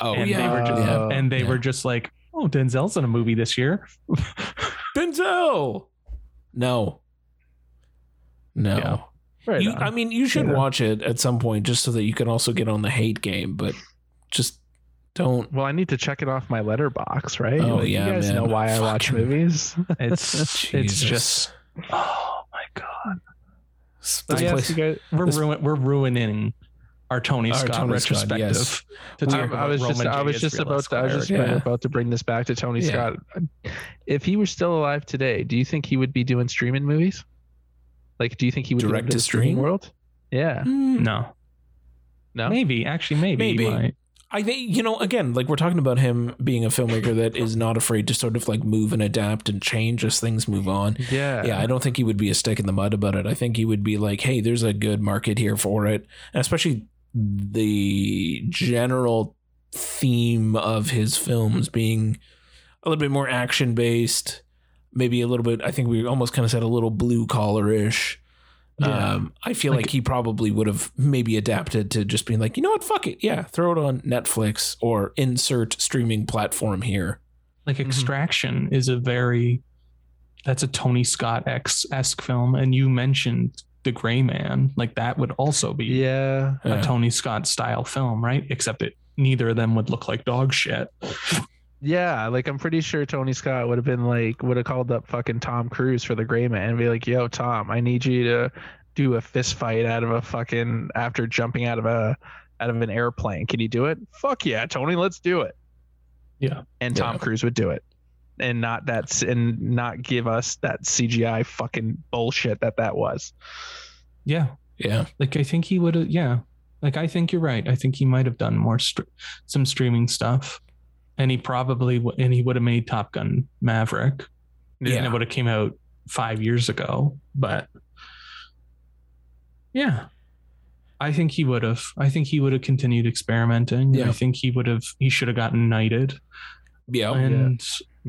Speaker 2: Oh
Speaker 1: And they
Speaker 2: yeah,
Speaker 1: were just-
Speaker 3: Uh,
Speaker 2: yeah.
Speaker 1: and they
Speaker 2: yeah.
Speaker 1: were just like, "Oh, Denzel's in a movie this year."
Speaker 2: Denzel. No. No.
Speaker 1: Yeah.
Speaker 3: Right
Speaker 2: You,
Speaker 3: on.
Speaker 2: I mean, you should
Speaker 3: Yeah.
Speaker 2: watch it at some point just so that you can also get on the hate game, but just don't.
Speaker 3: well, I need to check it off my letterbox, right?
Speaker 2: Oh,
Speaker 3: Like,
Speaker 2: yeah,
Speaker 3: you guys
Speaker 2: man.
Speaker 3: know why I watch
Speaker 2: Fucking-
Speaker 3: movies.
Speaker 1: It's it's
Speaker 2: Jesus.
Speaker 1: just oh my god,
Speaker 2: This
Speaker 3: Let me ask
Speaker 2: place-
Speaker 3: you guys-
Speaker 1: we're
Speaker 2: This-
Speaker 1: ruin, we're ruining our Tony
Speaker 2: Our
Speaker 1: Scott
Speaker 2: Tony Scott,
Speaker 1: retrospective.
Speaker 2: yes.
Speaker 1: to talk
Speaker 3: I, I
Speaker 1: about
Speaker 3: was just,
Speaker 1: Roman
Speaker 3: I
Speaker 1: J.
Speaker 3: was just
Speaker 1: Israel
Speaker 3: about, to, I was
Speaker 1: Esquire
Speaker 3: just
Speaker 1: again.
Speaker 2: Yeah.
Speaker 3: about to bring this back to Tony
Speaker 2: Yeah.
Speaker 3: Scott. If he were still alive today, do you think he would be doing streaming movies? Like, do you think he would
Speaker 2: Direct
Speaker 3: go
Speaker 2: to
Speaker 3: into the streaming
Speaker 2: stream?
Speaker 3: world? Yeah,
Speaker 2: Hmm.
Speaker 1: No,
Speaker 3: no.
Speaker 1: maybe actually maybe he
Speaker 2: Maybe.
Speaker 1: might.
Speaker 2: I think, you know, again, like we're talking about him being a filmmaker that is not afraid to sort of like move and adapt and change as things move on.
Speaker 3: Yeah,
Speaker 2: Yeah, I don't think he would be a stick in the mud about it. I think he would be like, hey, there's a good market here for it. And especially the general theme of his films being a little bit more action based, maybe a little bit, I think we almost kind of said a little blue collar ish.
Speaker 1: Yeah.
Speaker 2: Um, I feel
Speaker 1: Like-
Speaker 2: like he probably would have maybe adapted to just being like, you know what, fuck it. Yeah, throw it on Netflix or insert streaming platform here.
Speaker 1: Like
Speaker 3: Mhm.
Speaker 1: Extraction is a very that's a Tony Scott X esque film, and you mentioned The Gray Man, like that would also be
Speaker 3: yeah.
Speaker 1: a
Speaker 2: Yeah.
Speaker 1: Tony Scott style film, right? Except it neither of them would look like dog shit.
Speaker 3: Yeah, like I'm pretty sure Tony Scott would have been like would have called up fucking Tom Cruise for the Gray Man and be like, "Yo, Tom, I need you to do a fist fight out of a fucking after jumping out of a out of an airplane. Can you do it? Fuck yeah, Tony, let's do it."
Speaker 1: Yeah.
Speaker 3: and Tom
Speaker 2: Yeah.
Speaker 3: Cruise would do it, and not that and not give us that CGI fucking bullshit that that was.
Speaker 1: Yeah.
Speaker 2: Yeah.
Speaker 1: Like I think he would have yeah. Like I think you're right. I think he might have done more str- some streaming stuff. And he probably w- and he would have made Top Gun Maverick. And
Speaker 2: Yeah.
Speaker 1: it would have came out 5 years ago, but yeah. I think he would have. I think he would have continued experimenting.
Speaker 2: Yeah.
Speaker 1: I think he would have. He should have gotten knighted,
Speaker 2: Oh, Yeah.
Speaker 1: and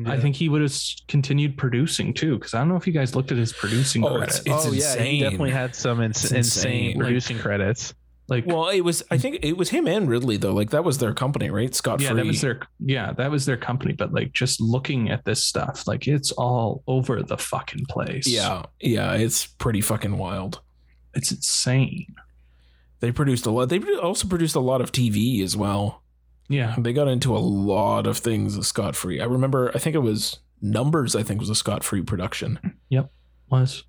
Speaker 1: I
Speaker 3: Yeah.
Speaker 1: think he would have s- continued producing too. Because I don't know if you guys looked at his producing
Speaker 2: Oh,
Speaker 1: credits.
Speaker 2: It's
Speaker 3: oh yeah,
Speaker 2: insane.
Speaker 3: he definitely had some ins-
Speaker 2: It's
Speaker 3: insane,
Speaker 2: insane.
Speaker 3: producing credits.
Speaker 1: like,
Speaker 2: Well, it was. I think it was him and Ridley though. Like that was their company, right? Scott
Speaker 1: yeah,
Speaker 2: Free.
Speaker 1: that was their yeah, that was their company. But like, just looking at this stuff, like it's all over the fucking place.
Speaker 2: yeah, yeah. It's pretty fucking wild.
Speaker 1: it's insane.
Speaker 2: They produced a lot. They produ- also produced a lot of TV as well.
Speaker 1: Yeah,
Speaker 2: They got into a lot of things with Scott Free. I remember. I think it was Numbers. I think was a Scott Free production.
Speaker 1: was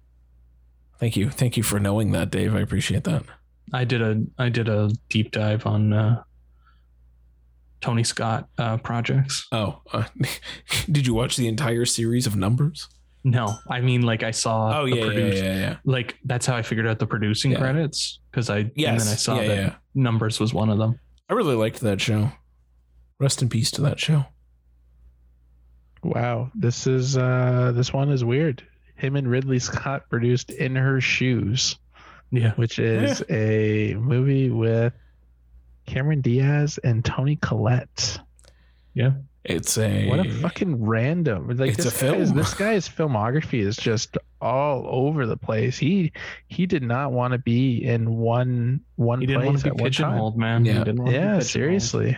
Speaker 2: Thank you. Thank you for knowing that, Dave. I appreciate that.
Speaker 1: I did a I did a deep dive on uh, Tony Scott uh, projects.
Speaker 2: Oh, uh, did you watch the entire series of Numbers?
Speaker 1: No, I mean like I saw.
Speaker 2: oh
Speaker 1: Uh, the
Speaker 2: yeah, yeah,
Speaker 1: produce-
Speaker 2: yeah, yeah.
Speaker 1: Like that's how I figured out the producing
Speaker 2: Yeah.
Speaker 1: credits because I and
Speaker 2: Yes.
Speaker 1: then I saw
Speaker 2: yeah,
Speaker 1: that
Speaker 2: yeah.
Speaker 1: numbers was one of them.
Speaker 2: I really liked that show. Rest in peace to that show.
Speaker 3: Wow, this is uh this one is weird. Him and Ridley Scott produced In Her Shoes,
Speaker 1: Yeah,
Speaker 3: which is a movie with Cameron Diaz and Tony Collette.
Speaker 2: It's a
Speaker 3: What a fucking random! Like
Speaker 2: It's
Speaker 3: this
Speaker 2: a
Speaker 3: Guy's,
Speaker 2: film.
Speaker 3: this guy's filmography is just all over the place. He he did not want to be in one one
Speaker 1: he didn't want
Speaker 3: place
Speaker 1: to
Speaker 3: at
Speaker 1: be
Speaker 3: one time.
Speaker 1: pigeonholed, man. He
Speaker 2: Yeah.
Speaker 1: didn't wanna be
Speaker 3: Yeah,
Speaker 1: pigeonholed.
Speaker 3: seriously.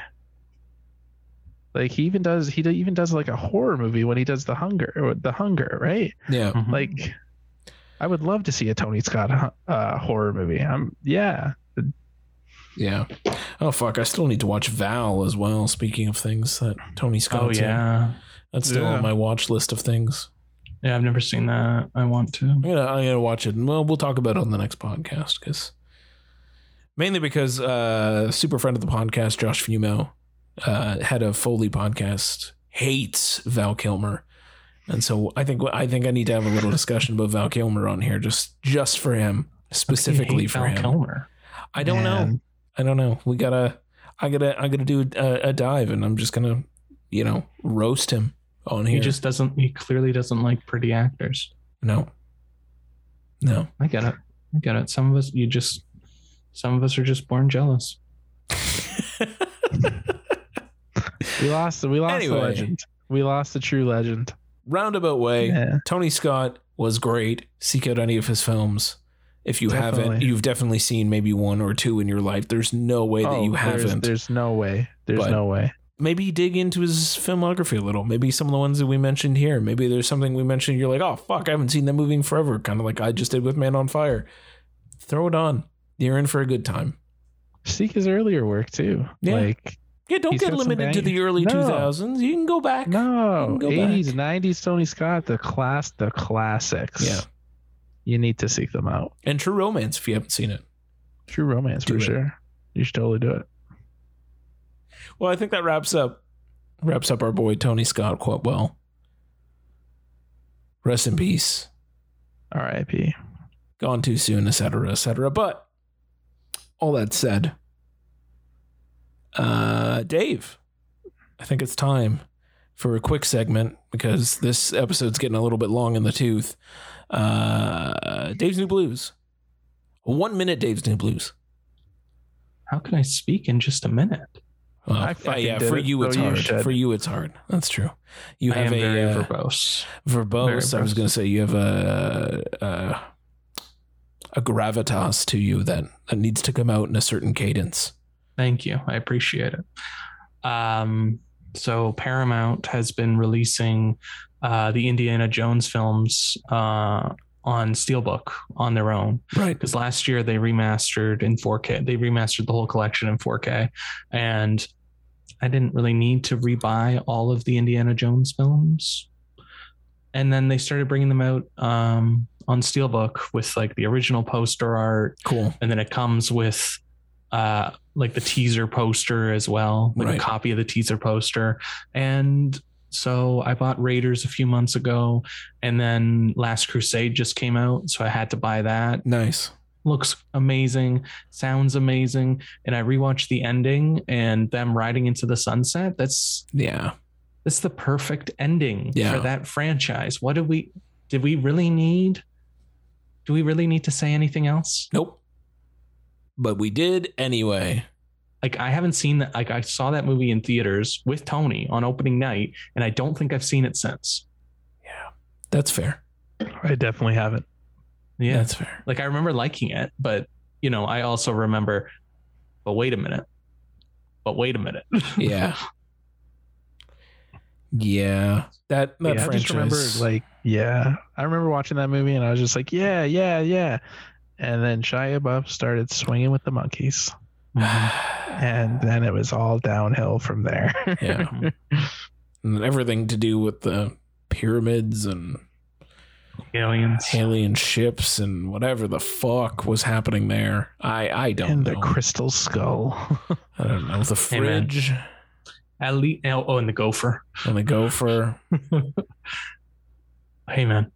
Speaker 3: Like he even does he even does like a horror movie when he does the Hunger or the Hunger, right?
Speaker 2: yeah.
Speaker 1: Mhm.
Speaker 3: Like, I would love to see a Tony Scott hu- uh, horror movie. Um, yeah,
Speaker 2: Yeah. Oh fuck! I still need to watch Val as well. Speaking of things that Tony
Speaker 1: oh
Speaker 2: Scott's in.
Speaker 1: yeah,
Speaker 2: that's still
Speaker 3: Yeah.
Speaker 2: on my watch list of things.
Speaker 1: yeah. I've never seen that. I want to.
Speaker 2: I'm gonna I'm gonna watch it. and Well, we'll talk about it on the next podcast because mainly because uh, super friend of the podcast Josh Fumo, uh, had a Foley podcast hates Val Kilmer, and so I think I think I need to have a little discussion about Val Kilmer on here just just for him
Speaker 1: You
Speaker 2: specifically
Speaker 1: hate
Speaker 2: for
Speaker 1: Val
Speaker 2: him.
Speaker 1: Kilmer.
Speaker 2: I don't know.
Speaker 3: Man.
Speaker 2: I don't know. We gotta. I gotta. I gotta do a, a dive, and I'm just gonna, you know, roast him on here.
Speaker 1: He just doesn't. He clearly doesn't like pretty actors.
Speaker 2: no, no.
Speaker 1: I get it. I get it. Some of us, you just, some of us are just born jealous.
Speaker 3: we lost. We lost
Speaker 2: Anyway.
Speaker 3: the legend. We lost the true legend.
Speaker 2: Roundabout way.
Speaker 3: Yeah.
Speaker 2: Tony Scott was great. Seek out any of his films. If you haven't,
Speaker 3: Definitely.
Speaker 2: you've definitely seen maybe one or two in your life. There's no way that you
Speaker 3: Oh, there's-
Speaker 2: haven't.
Speaker 3: There's no way. There's
Speaker 2: But-
Speaker 3: no way.
Speaker 2: Maybe dig into his filmography a little. Maybe some of the ones that we mentioned here. Maybe there's something we mentioned. You're like, oh fuck, I haven't seen that movie in forever. Kind of like I just did with Man on Fire. Throw it on. You're in for a good time.
Speaker 3: Seek his earlier work too.
Speaker 2: Yeah.
Speaker 3: Like
Speaker 2: Yeah, don't
Speaker 3: He's
Speaker 2: get
Speaker 3: got some
Speaker 2: limited to the
Speaker 3: bangers.
Speaker 2: early
Speaker 3: No.
Speaker 2: 2000s. You can go back.
Speaker 3: no,
Speaker 2: Go back.
Speaker 3: eighties, nineties, Tony Scott, the class, the classics.
Speaker 2: Yeah.
Speaker 3: you need to seek them out.
Speaker 2: And True Romance, if you haven't seen it.
Speaker 3: True romance
Speaker 2: Do
Speaker 3: for
Speaker 2: it.
Speaker 3: sure. You should totally do it.
Speaker 2: Well, I think that wraps up wraps up our boy Tony Scott quite well. Rest in peace.
Speaker 3: R.I.P.
Speaker 2: Gone too soon, etc., etc. But all that said, uh, Dave, I think it's time for a quick segment because this episode's getting a little bit long in the tooth. Uh, Dave's new blues. One minute, Dave's new blues.
Speaker 1: How can I speak in just a minute?
Speaker 2: Well,
Speaker 3: I
Speaker 2: yeah,
Speaker 3: fucking
Speaker 2: yeah,
Speaker 3: did
Speaker 2: for
Speaker 3: it,
Speaker 2: you it's
Speaker 3: so you
Speaker 2: hard.
Speaker 3: should.
Speaker 2: for you it's hard. That's true. You
Speaker 1: I
Speaker 2: have
Speaker 1: am
Speaker 2: a
Speaker 1: very
Speaker 2: uh,
Speaker 1: verbose.
Speaker 2: verbose.
Speaker 1: very
Speaker 2: I was going to say you have a, a a gravitas to you that that needs to come out in a certain cadence.
Speaker 1: Thank you. I appreciate it. Um, so Paramount has been releasing uh, the Indiana Jones films uh, on Steelbook on their own
Speaker 2: Right.
Speaker 1: because last year they remastered in 4K. They remastered the whole collection in 4K, and I didn't really need to rebuy all of the Indiana Jones films. And then they started bringing them out um, on Steelbook with like the original poster art
Speaker 2: Cool.
Speaker 1: and then it comes with uh like the teaser poster as well like
Speaker 2: Right.
Speaker 1: a copy of the teaser poster and so i bought raiders a few months ago and then last crusade just came out so i had to buy that
Speaker 2: Nice.
Speaker 1: looks amazing sounds amazing and i rewatched the ending and them riding into the sunset that's
Speaker 2: Yeah.
Speaker 1: that's the perfect ending
Speaker 2: Yeah.
Speaker 1: for that franchise what did we did we really need do we really need to say anything else
Speaker 2: Nope. but we did anyway.
Speaker 1: Like I haven't seen that. Like I saw that movie in theaters with Tony on opening night, and I don't think I've seen it since.
Speaker 2: That's fair.
Speaker 3: I definitely haven't.
Speaker 1: Yeah,
Speaker 2: That's fair.
Speaker 1: like I remember liking it, but you know, I also remember. But wait a minute. But wait a minute.
Speaker 2: Yeah. Yeah. That that
Speaker 3: Yeah, I
Speaker 2: franchise.
Speaker 3: just remember like yeah, I remember watching that movie and I was just like yeah, yeah, yeah, and then Shia LaBeouf started swinging with the monkeys, and then it was all downhill from there.
Speaker 2: Ah. yeah. And everything to do with the pyramids and
Speaker 1: Aliens.
Speaker 2: alien ships and whatever the fuck was happening there. I I don't
Speaker 3: and
Speaker 2: know.
Speaker 3: the crystal skull.
Speaker 2: I don't know. The
Speaker 1: Hey, man.
Speaker 2: fridge
Speaker 1: Ali- oh, and the gopher.
Speaker 2: and the gopher.
Speaker 1: hey man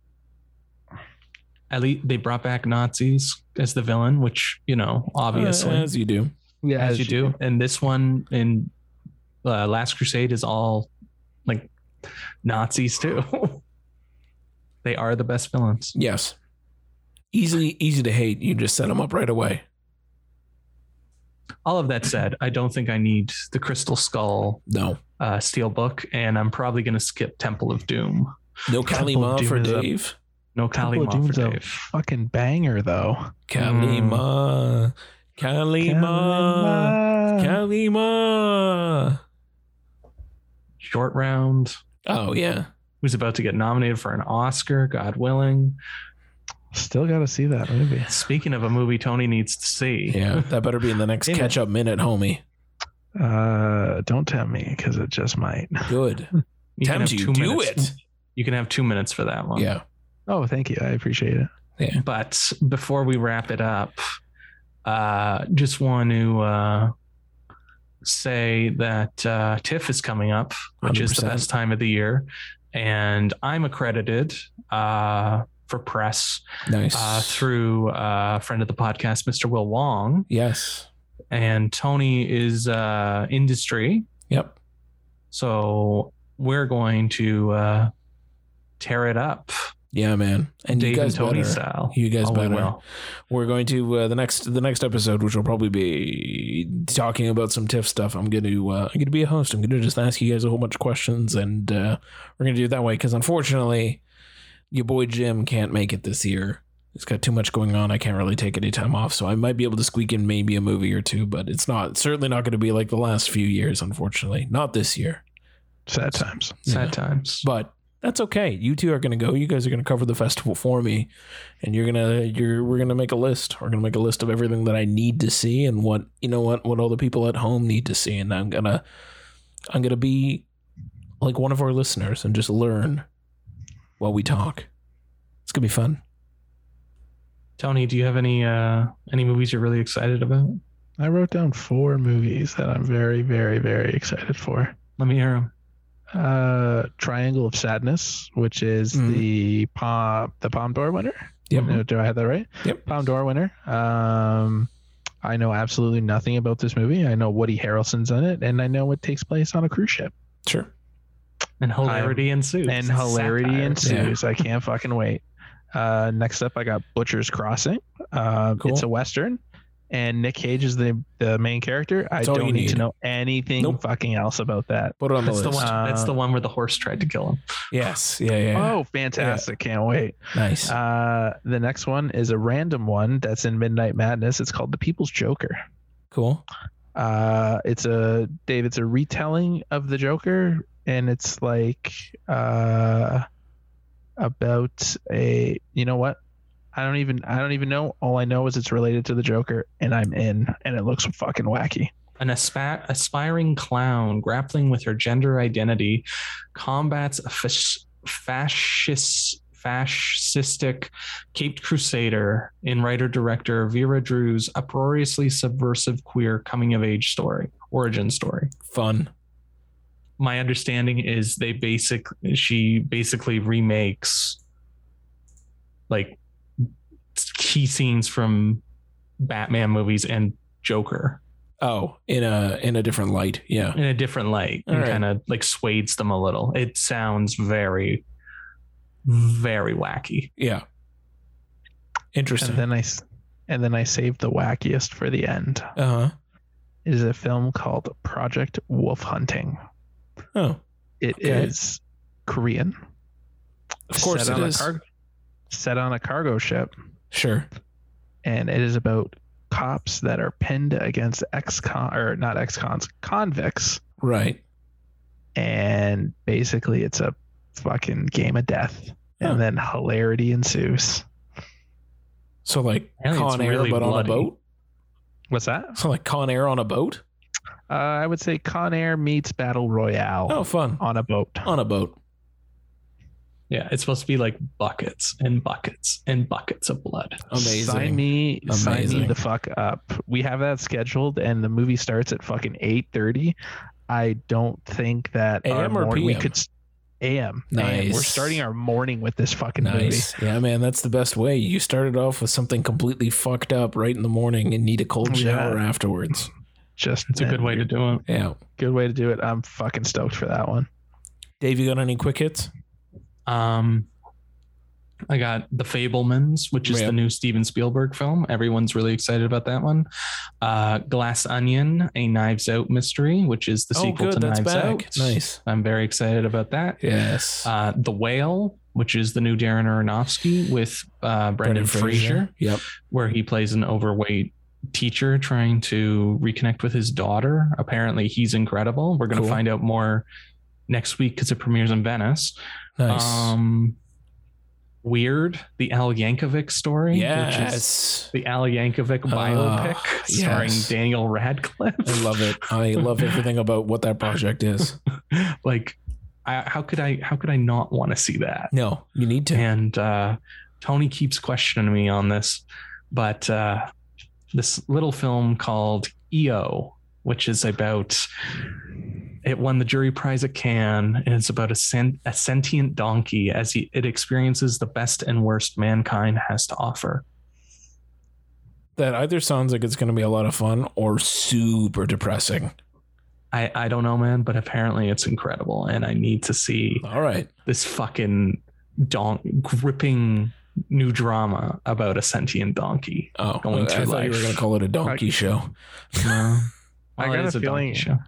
Speaker 1: at least they brought back nazis as the villain which you know obviously as,
Speaker 2: Uh, as you do.
Speaker 3: yeah,
Speaker 1: you do and this one in uh, last crusade is all like nazis too they are the best villains
Speaker 2: Yes. Easily easy to hate. You just set them up right away.
Speaker 1: all of that said i don't think i need the crystal skull
Speaker 2: No.
Speaker 1: uh, steel book and i'm probably going to skip temple of doom
Speaker 2: No
Speaker 3: Temple
Speaker 2: Kalima
Speaker 3: of
Speaker 2: for
Speaker 3: Doom is up.
Speaker 2: Dave.
Speaker 1: no
Speaker 3: Temple of
Speaker 1: kalima for
Speaker 3: Doom's a
Speaker 1: dave
Speaker 3: fucking banger though.
Speaker 1: Hmm.
Speaker 2: Kalima. Kalima. Kalima.
Speaker 1: short round
Speaker 2: Oh yeah.
Speaker 1: who's about to get nominated for an oscar god willing
Speaker 3: Still got to see that movie.
Speaker 1: Speaking of a movie Tony needs to see,
Speaker 2: Yeah. That better be in the next
Speaker 3: Damn it.
Speaker 2: catch up minute, homie.
Speaker 3: Uh, don't tempt me because it just might.
Speaker 2: Good.
Speaker 1: you
Speaker 2: Time
Speaker 1: can have
Speaker 2: to
Speaker 1: two
Speaker 2: do
Speaker 1: minutes.
Speaker 2: it.
Speaker 1: You can have two minutes for that one.
Speaker 2: Yeah.
Speaker 3: Oh, thank you. I appreciate it.
Speaker 1: But before we wrap it up, uh, just want to uh, say that uh, TIFF is coming up, which is the
Speaker 2: 100%.
Speaker 1: best time of the year, and I'm accredited uh, for press
Speaker 2: Nice.
Speaker 1: uh, through uh, a friend of the podcast, Mr. Will Wong,
Speaker 2: yes.
Speaker 1: and Tony is uh, industry.
Speaker 2: Yep.
Speaker 1: So we're going to uh, tear it up,
Speaker 2: Yeah, man. And
Speaker 1: Dave
Speaker 2: you guys
Speaker 1: and Tony
Speaker 2: better.
Speaker 1: style.
Speaker 2: You guys
Speaker 1: Oh, we
Speaker 2: better.
Speaker 1: will.
Speaker 2: We're going to uh, the next the next episode, which will probably be talking about some TIFF stuff. I'm going to uh, I'm going to be a host. I'm going to just ask you guys a whole bunch of questions, and uh, we're going to do it that way because unfortunately, your boy Jim can't make it this year. He's got too much going on. I can't really take any time off, so I might be able to squeak in maybe a movie or two, but it's not certainly not going to be like the last few years. Unfortunately, not this year.
Speaker 3: Sad times.
Speaker 1: Sad times.
Speaker 2: but that's okay. You two are gonna go. You guys are gonna cover the festival for me, and you're gonna you're we're gonna make a list. We're gonna make a list of everything that I need to see and what you know what what all the people at home need to see. And I'm gonna I'm gonna be like one of our listeners and just learn while we talk. It's gonna be fun.
Speaker 1: Tony, do you have any uh, any movies you're really excited about?
Speaker 3: I wrote down four movies that I'm very, very, very excited for.
Speaker 1: Let me hear them.
Speaker 3: Uh, Triangle of Sadness, which is
Speaker 2: Mhm.
Speaker 3: the palm the Palm d'Or winner.
Speaker 2: Yep.
Speaker 3: No, do I have that right?
Speaker 2: Mm-hmm. Yep.
Speaker 3: Palm d'Or winner. Um, I know absolutely nothing about this movie. I know Woody Harrelson's in it, and I know it takes place on a cruise ship.
Speaker 2: Sure.
Speaker 1: And hilarity ensues.
Speaker 3: and
Speaker 1: It's
Speaker 3: hilarity
Speaker 1: satire.
Speaker 3: ensues. I can't fucking wait. Uh, next up, I got Butcher's Crossing. Uh,
Speaker 2: Cool.
Speaker 3: It's a western, and Nick Cage is the the main character. I
Speaker 2: That's all
Speaker 3: don't
Speaker 2: you
Speaker 3: need, to
Speaker 2: need.
Speaker 3: know anything
Speaker 2: Nope.
Speaker 3: fucking else about that.
Speaker 2: Put it on the
Speaker 1: That's the
Speaker 2: list.
Speaker 1: one.
Speaker 3: Uh,
Speaker 1: that's the one where the horse tried to kill him.
Speaker 2: Yes. Yeah. Yeah. yeah.
Speaker 3: Oh, fantastic! Can't wait.
Speaker 2: Nice.
Speaker 3: Uh, the next one is a random one that's in Midnight Madness. It's called The People's Joker.
Speaker 2: cool.
Speaker 3: Uh, it's a Dave. It's a retelling of the Joker, and it's like uh, about a. You know what? I don't even. I don't even know. All I know is it's related to the Joker, and I'm in. And it looks fucking wacky.
Speaker 1: An aspa- aspiring clown grappling with her gender identity combats a fas- fascist fascistic caped crusader in writer director Vera Drew's uproariously subversive queer coming of age story origin story.
Speaker 2: Fun.
Speaker 1: My understanding is they basic she basically remakes like key scenes from Batman movies and Joker
Speaker 2: Oh, in a in a different light. Yeah.
Speaker 1: in a different light
Speaker 2: All
Speaker 1: and
Speaker 2: right.
Speaker 1: kind of like swades them a little. It sounds very, very wacky.
Speaker 2: Yeah. Interesting.
Speaker 3: And then I. s- and then I saved the wackiest for the end.
Speaker 2: Uh huh.
Speaker 3: It is a film called Project Wolf Hunting.
Speaker 2: Oh,
Speaker 3: It is
Speaker 2: Okay.
Speaker 3: Korean.
Speaker 2: of course
Speaker 3: set
Speaker 2: it
Speaker 3: on
Speaker 2: is.
Speaker 3: A cargo, set on a cargo ship,
Speaker 2: Sure.
Speaker 3: and it is about cops that are pinned against ex-con or not ex-cons convicts,
Speaker 2: Right.
Speaker 3: and basically it's a fucking game of death,
Speaker 2: Huh.
Speaker 3: and then hilarity ensues.
Speaker 2: So like
Speaker 1: Apparently it's
Speaker 2: Con Air,
Speaker 1: really
Speaker 2: but on a
Speaker 1: bloody.
Speaker 2: boat.
Speaker 3: What's that?
Speaker 2: So like Con Air on a boat.
Speaker 3: Uh, I would say Con Air meets Battle Royale
Speaker 2: Oh, fun
Speaker 3: on a boat.
Speaker 2: on a boat.
Speaker 1: Yeah, it's supposed to be like buckets and buckets and buckets of blood.
Speaker 2: Amazing.
Speaker 3: Sign me, sign me
Speaker 2: Amazing.
Speaker 3: the fuck up. We have that scheduled, and the movie starts at fucking eight thirty. I don't think that our
Speaker 2: AM or
Speaker 3: morning- we
Speaker 2: PM?
Speaker 3: could. s- AM. AM. We're
Speaker 2: Nice.
Speaker 3: starting our morning with this fucking movie.
Speaker 2: Nice. Yeah, man, that's the best way. You started off with something completely fucked up right in the morning and need a cold
Speaker 3: Yeah.
Speaker 2: shower afterwards.
Speaker 3: Just
Speaker 1: It's a good way to do it.
Speaker 2: Yeah.
Speaker 3: good way to do it. I'm fucking stoked for that one.
Speaker 2: Dave, you got any quick hits?
Speaker 1: Um, I got The Fablemans, which is
Speaker 2: Yeah.
Speaker 1: the new Steven Spielberg film. Everyone's really excited about that one. Uh, Glass Onion, a Knives Out mystery, which is
Speaker 3: Oh,
Speaker 1: the sequel to Knives Out.
Speaker 2: Nice.
Speaker 1: I'm very excited about that.
Speaker 2: Yes.
Speaker 1: Uh, the Whale, which is the new Darren Aronofsky with uh, Brendan, Fraser.
Speaker 2: Yep.
Speaker 1: where he plays an overweight teacher trying to reconnect with his daughter. Apparently, he's incredible. We're going to
Speaker 2: Cool.
Speaker 1: find out more next week because it premieres in Venice.
Speaker 2: Nice.
Speaker 1: Um, Weird, the Al Yankovic story. Which is
Speaker 2: yes. Ah,
Speaker 1: the Al Yankovic biopic starring
Speaker 2: yes.
Speaker 1: Daniel Radcliffe.
Speaker 2: I love it. I love everything about what that project is.
Speaker 1: like, I, how could I? How could I not want to see that?
Speaker 2: No, you need to.
Speaker 1: and uh, Tony keeps questioning me on this, but uh, this little film called EO, which is about it won the jury prize at Cannes, and it's about a, sen- a sentient donkey as he, it experiences the best and worst mankind has to offer.
Speaker 2: That either sounds like it's going to be a lot of fun or super depressing.
Speaker 1: I, I don't know, man, but apparently it's incredible, and I need to see
Speaker 2: All right.
Speaker 1: this fucking don- gripping new drama about a sentient donkey.
Speaker 2: Oh,
Speaker 1: Going
Speaker 2: I
Speaker 1: through
Speaker 2: thought you were
Speaker 1: life.
Speaker 2: going to call it a donkey show.
Speaker 1: No.
Speaker 3: I
Speaker 1: Well, it
Speaker 3: got
Speaker 1: is
Speaker 3: a
Speaker 1: donkey
Speaker 3: feeling-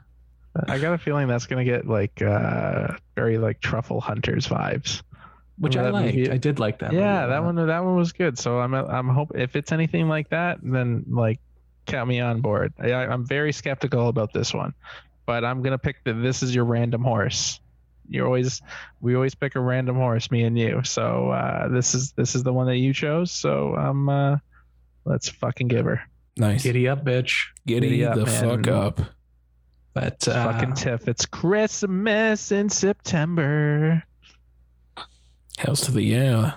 Speaker 3: I got a feeling that's gonna get like uh very like truffle hunters vibes.
Speaker 1: which I
Speaker 3: Remember that
Speaker 1: liked.
Speaker 3: movie?
Speaker 1: I did like that. uh-huh.
Speaker 3: yeah,
Speaker 1: Oh, movie.
Speaker 3: that one that one was good. So I'm I'm hope if it's anything like that, then like count me on board. I, I- I'm very skeptical about this one, but I'm gonna pick the this is your random horse. You always we always pick a random horse, me and you. So uh, this is this is the one that you chose. So um uh, let's fucking give her.
Speaker 2: Nice. Giddy,
Speaker 1: Giddy up, bitch!
Speaker 3: giddy up,
Speaker 2: the
Speaker 3: man.
Speaker 2: fuck up.
Speaker 1: But uh,
Speaker 3: fucking Tiff. It's Christmas in September.
Speaker 2: House to the yeah.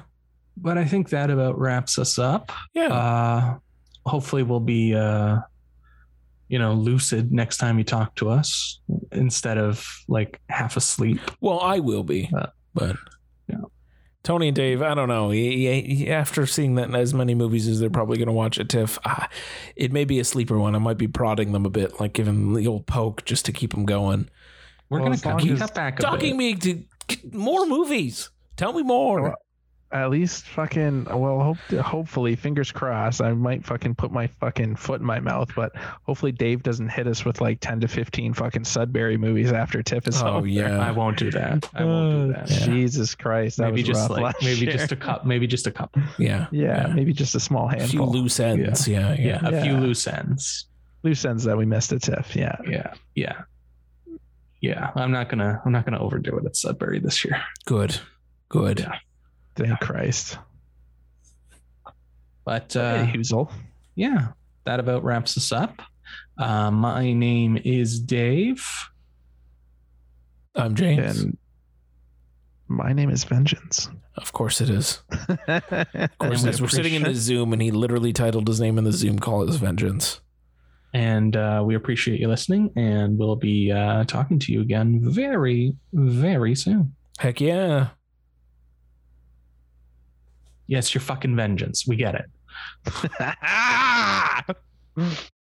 Speaker 1: but I think that about wraps us up.
Speaker 2: Yeah.
Speaker 1: Uh, hopefully, we'll be uh, you know lucid next time you talk to us instead of like half asleep.
Speaker 2: Well, I will be,
Speaker 1: Uh,
Speaker 2: but
Speaker 1: yeah.
Speaker 2: Tony and Dave, I don't know. He- he- he- After seeing that in as many movies as they're probably going to watch at TIFF, ah, it may be a sleeper one. I might be prodding them a bit, like giving them the old poke just to keep them going,
Speaker 1: We're
Speaker 3: Well,
Speaker 1: gonna
Speaker 3: as long
Speaker 1: cut, keep
Speaker 3: as-
Speaker 1: that back a bit.
Speaker 2: talking me to get more movies. Tell me more.
Speaker 3: At least fucking well, hope, hopefully, fingers crossed. I might fucking put my fucking foot in my mouth, but hopefully Dave doesn't hit us with like ten to fifteen fucking Sudbury movies after Tiff is
Speaker 2: Oh
Speaker 3: over.
Speaker 1: I
Speaker 2: yeah,
Speaker 1: won't do that. I won't do
Speaker 3: Uh,
Speaker 1: that.
Speaker 3: Jesus Christ, that
Speaker 1: Maybe
Speaker 3: was
Speaker 1: just
Speaker 3: rough
Speaker 1: like
Speaker 3: last
Speaker 1: maybe
Speaker 3: year.
Speaker 1: just a cup. Maybe just a cup.
Speaker 2: yeah,
Speaker 3: yeah, maybe just a small
Speaker 2: A few
Speaker 3: handful
Speaker 2: loose ends. Yeah, yeah.
Speaker 1: Yeah, a few
Speaker 3: Yeah.
Speaker 1: loose ends.
Speaker 3: loose ends that we missed at Tiff. Yeah,
Speaker 1: Yeah, yeah, yeah. I'm not gonna I'm not gonna overdo it at Sudbury this year.
Speaker 2: Good, good.
Speaker 1: Yeah.
Speaker 3: thank Christ.
Speaker 1: But
Speaker 3: Uh,
Speaker 1: uh,
Speaker 3: hey, Hoozle.
Speaker 1: yeah, that about wraps us up. Uh, my name is Dave.
Speaker 2: I'm James.
Speaker 3: and my name is Vengeance.
Speaker 2: of course it is. Of course
Speaker 1: we
Speaker 2: it is. We're sitting in
Speaker 3: appreciate-
Speaker 2: the Zoom, and he literally titled his name in the Zoom call as Vengeance.
Speaker 1: And uh, we appreciate you listening, and we'll be uh, talking to you again very, very soon.
Speaker 2: Heck yeah.
Speaker 1: Yes, your fucking vengeance. We get it.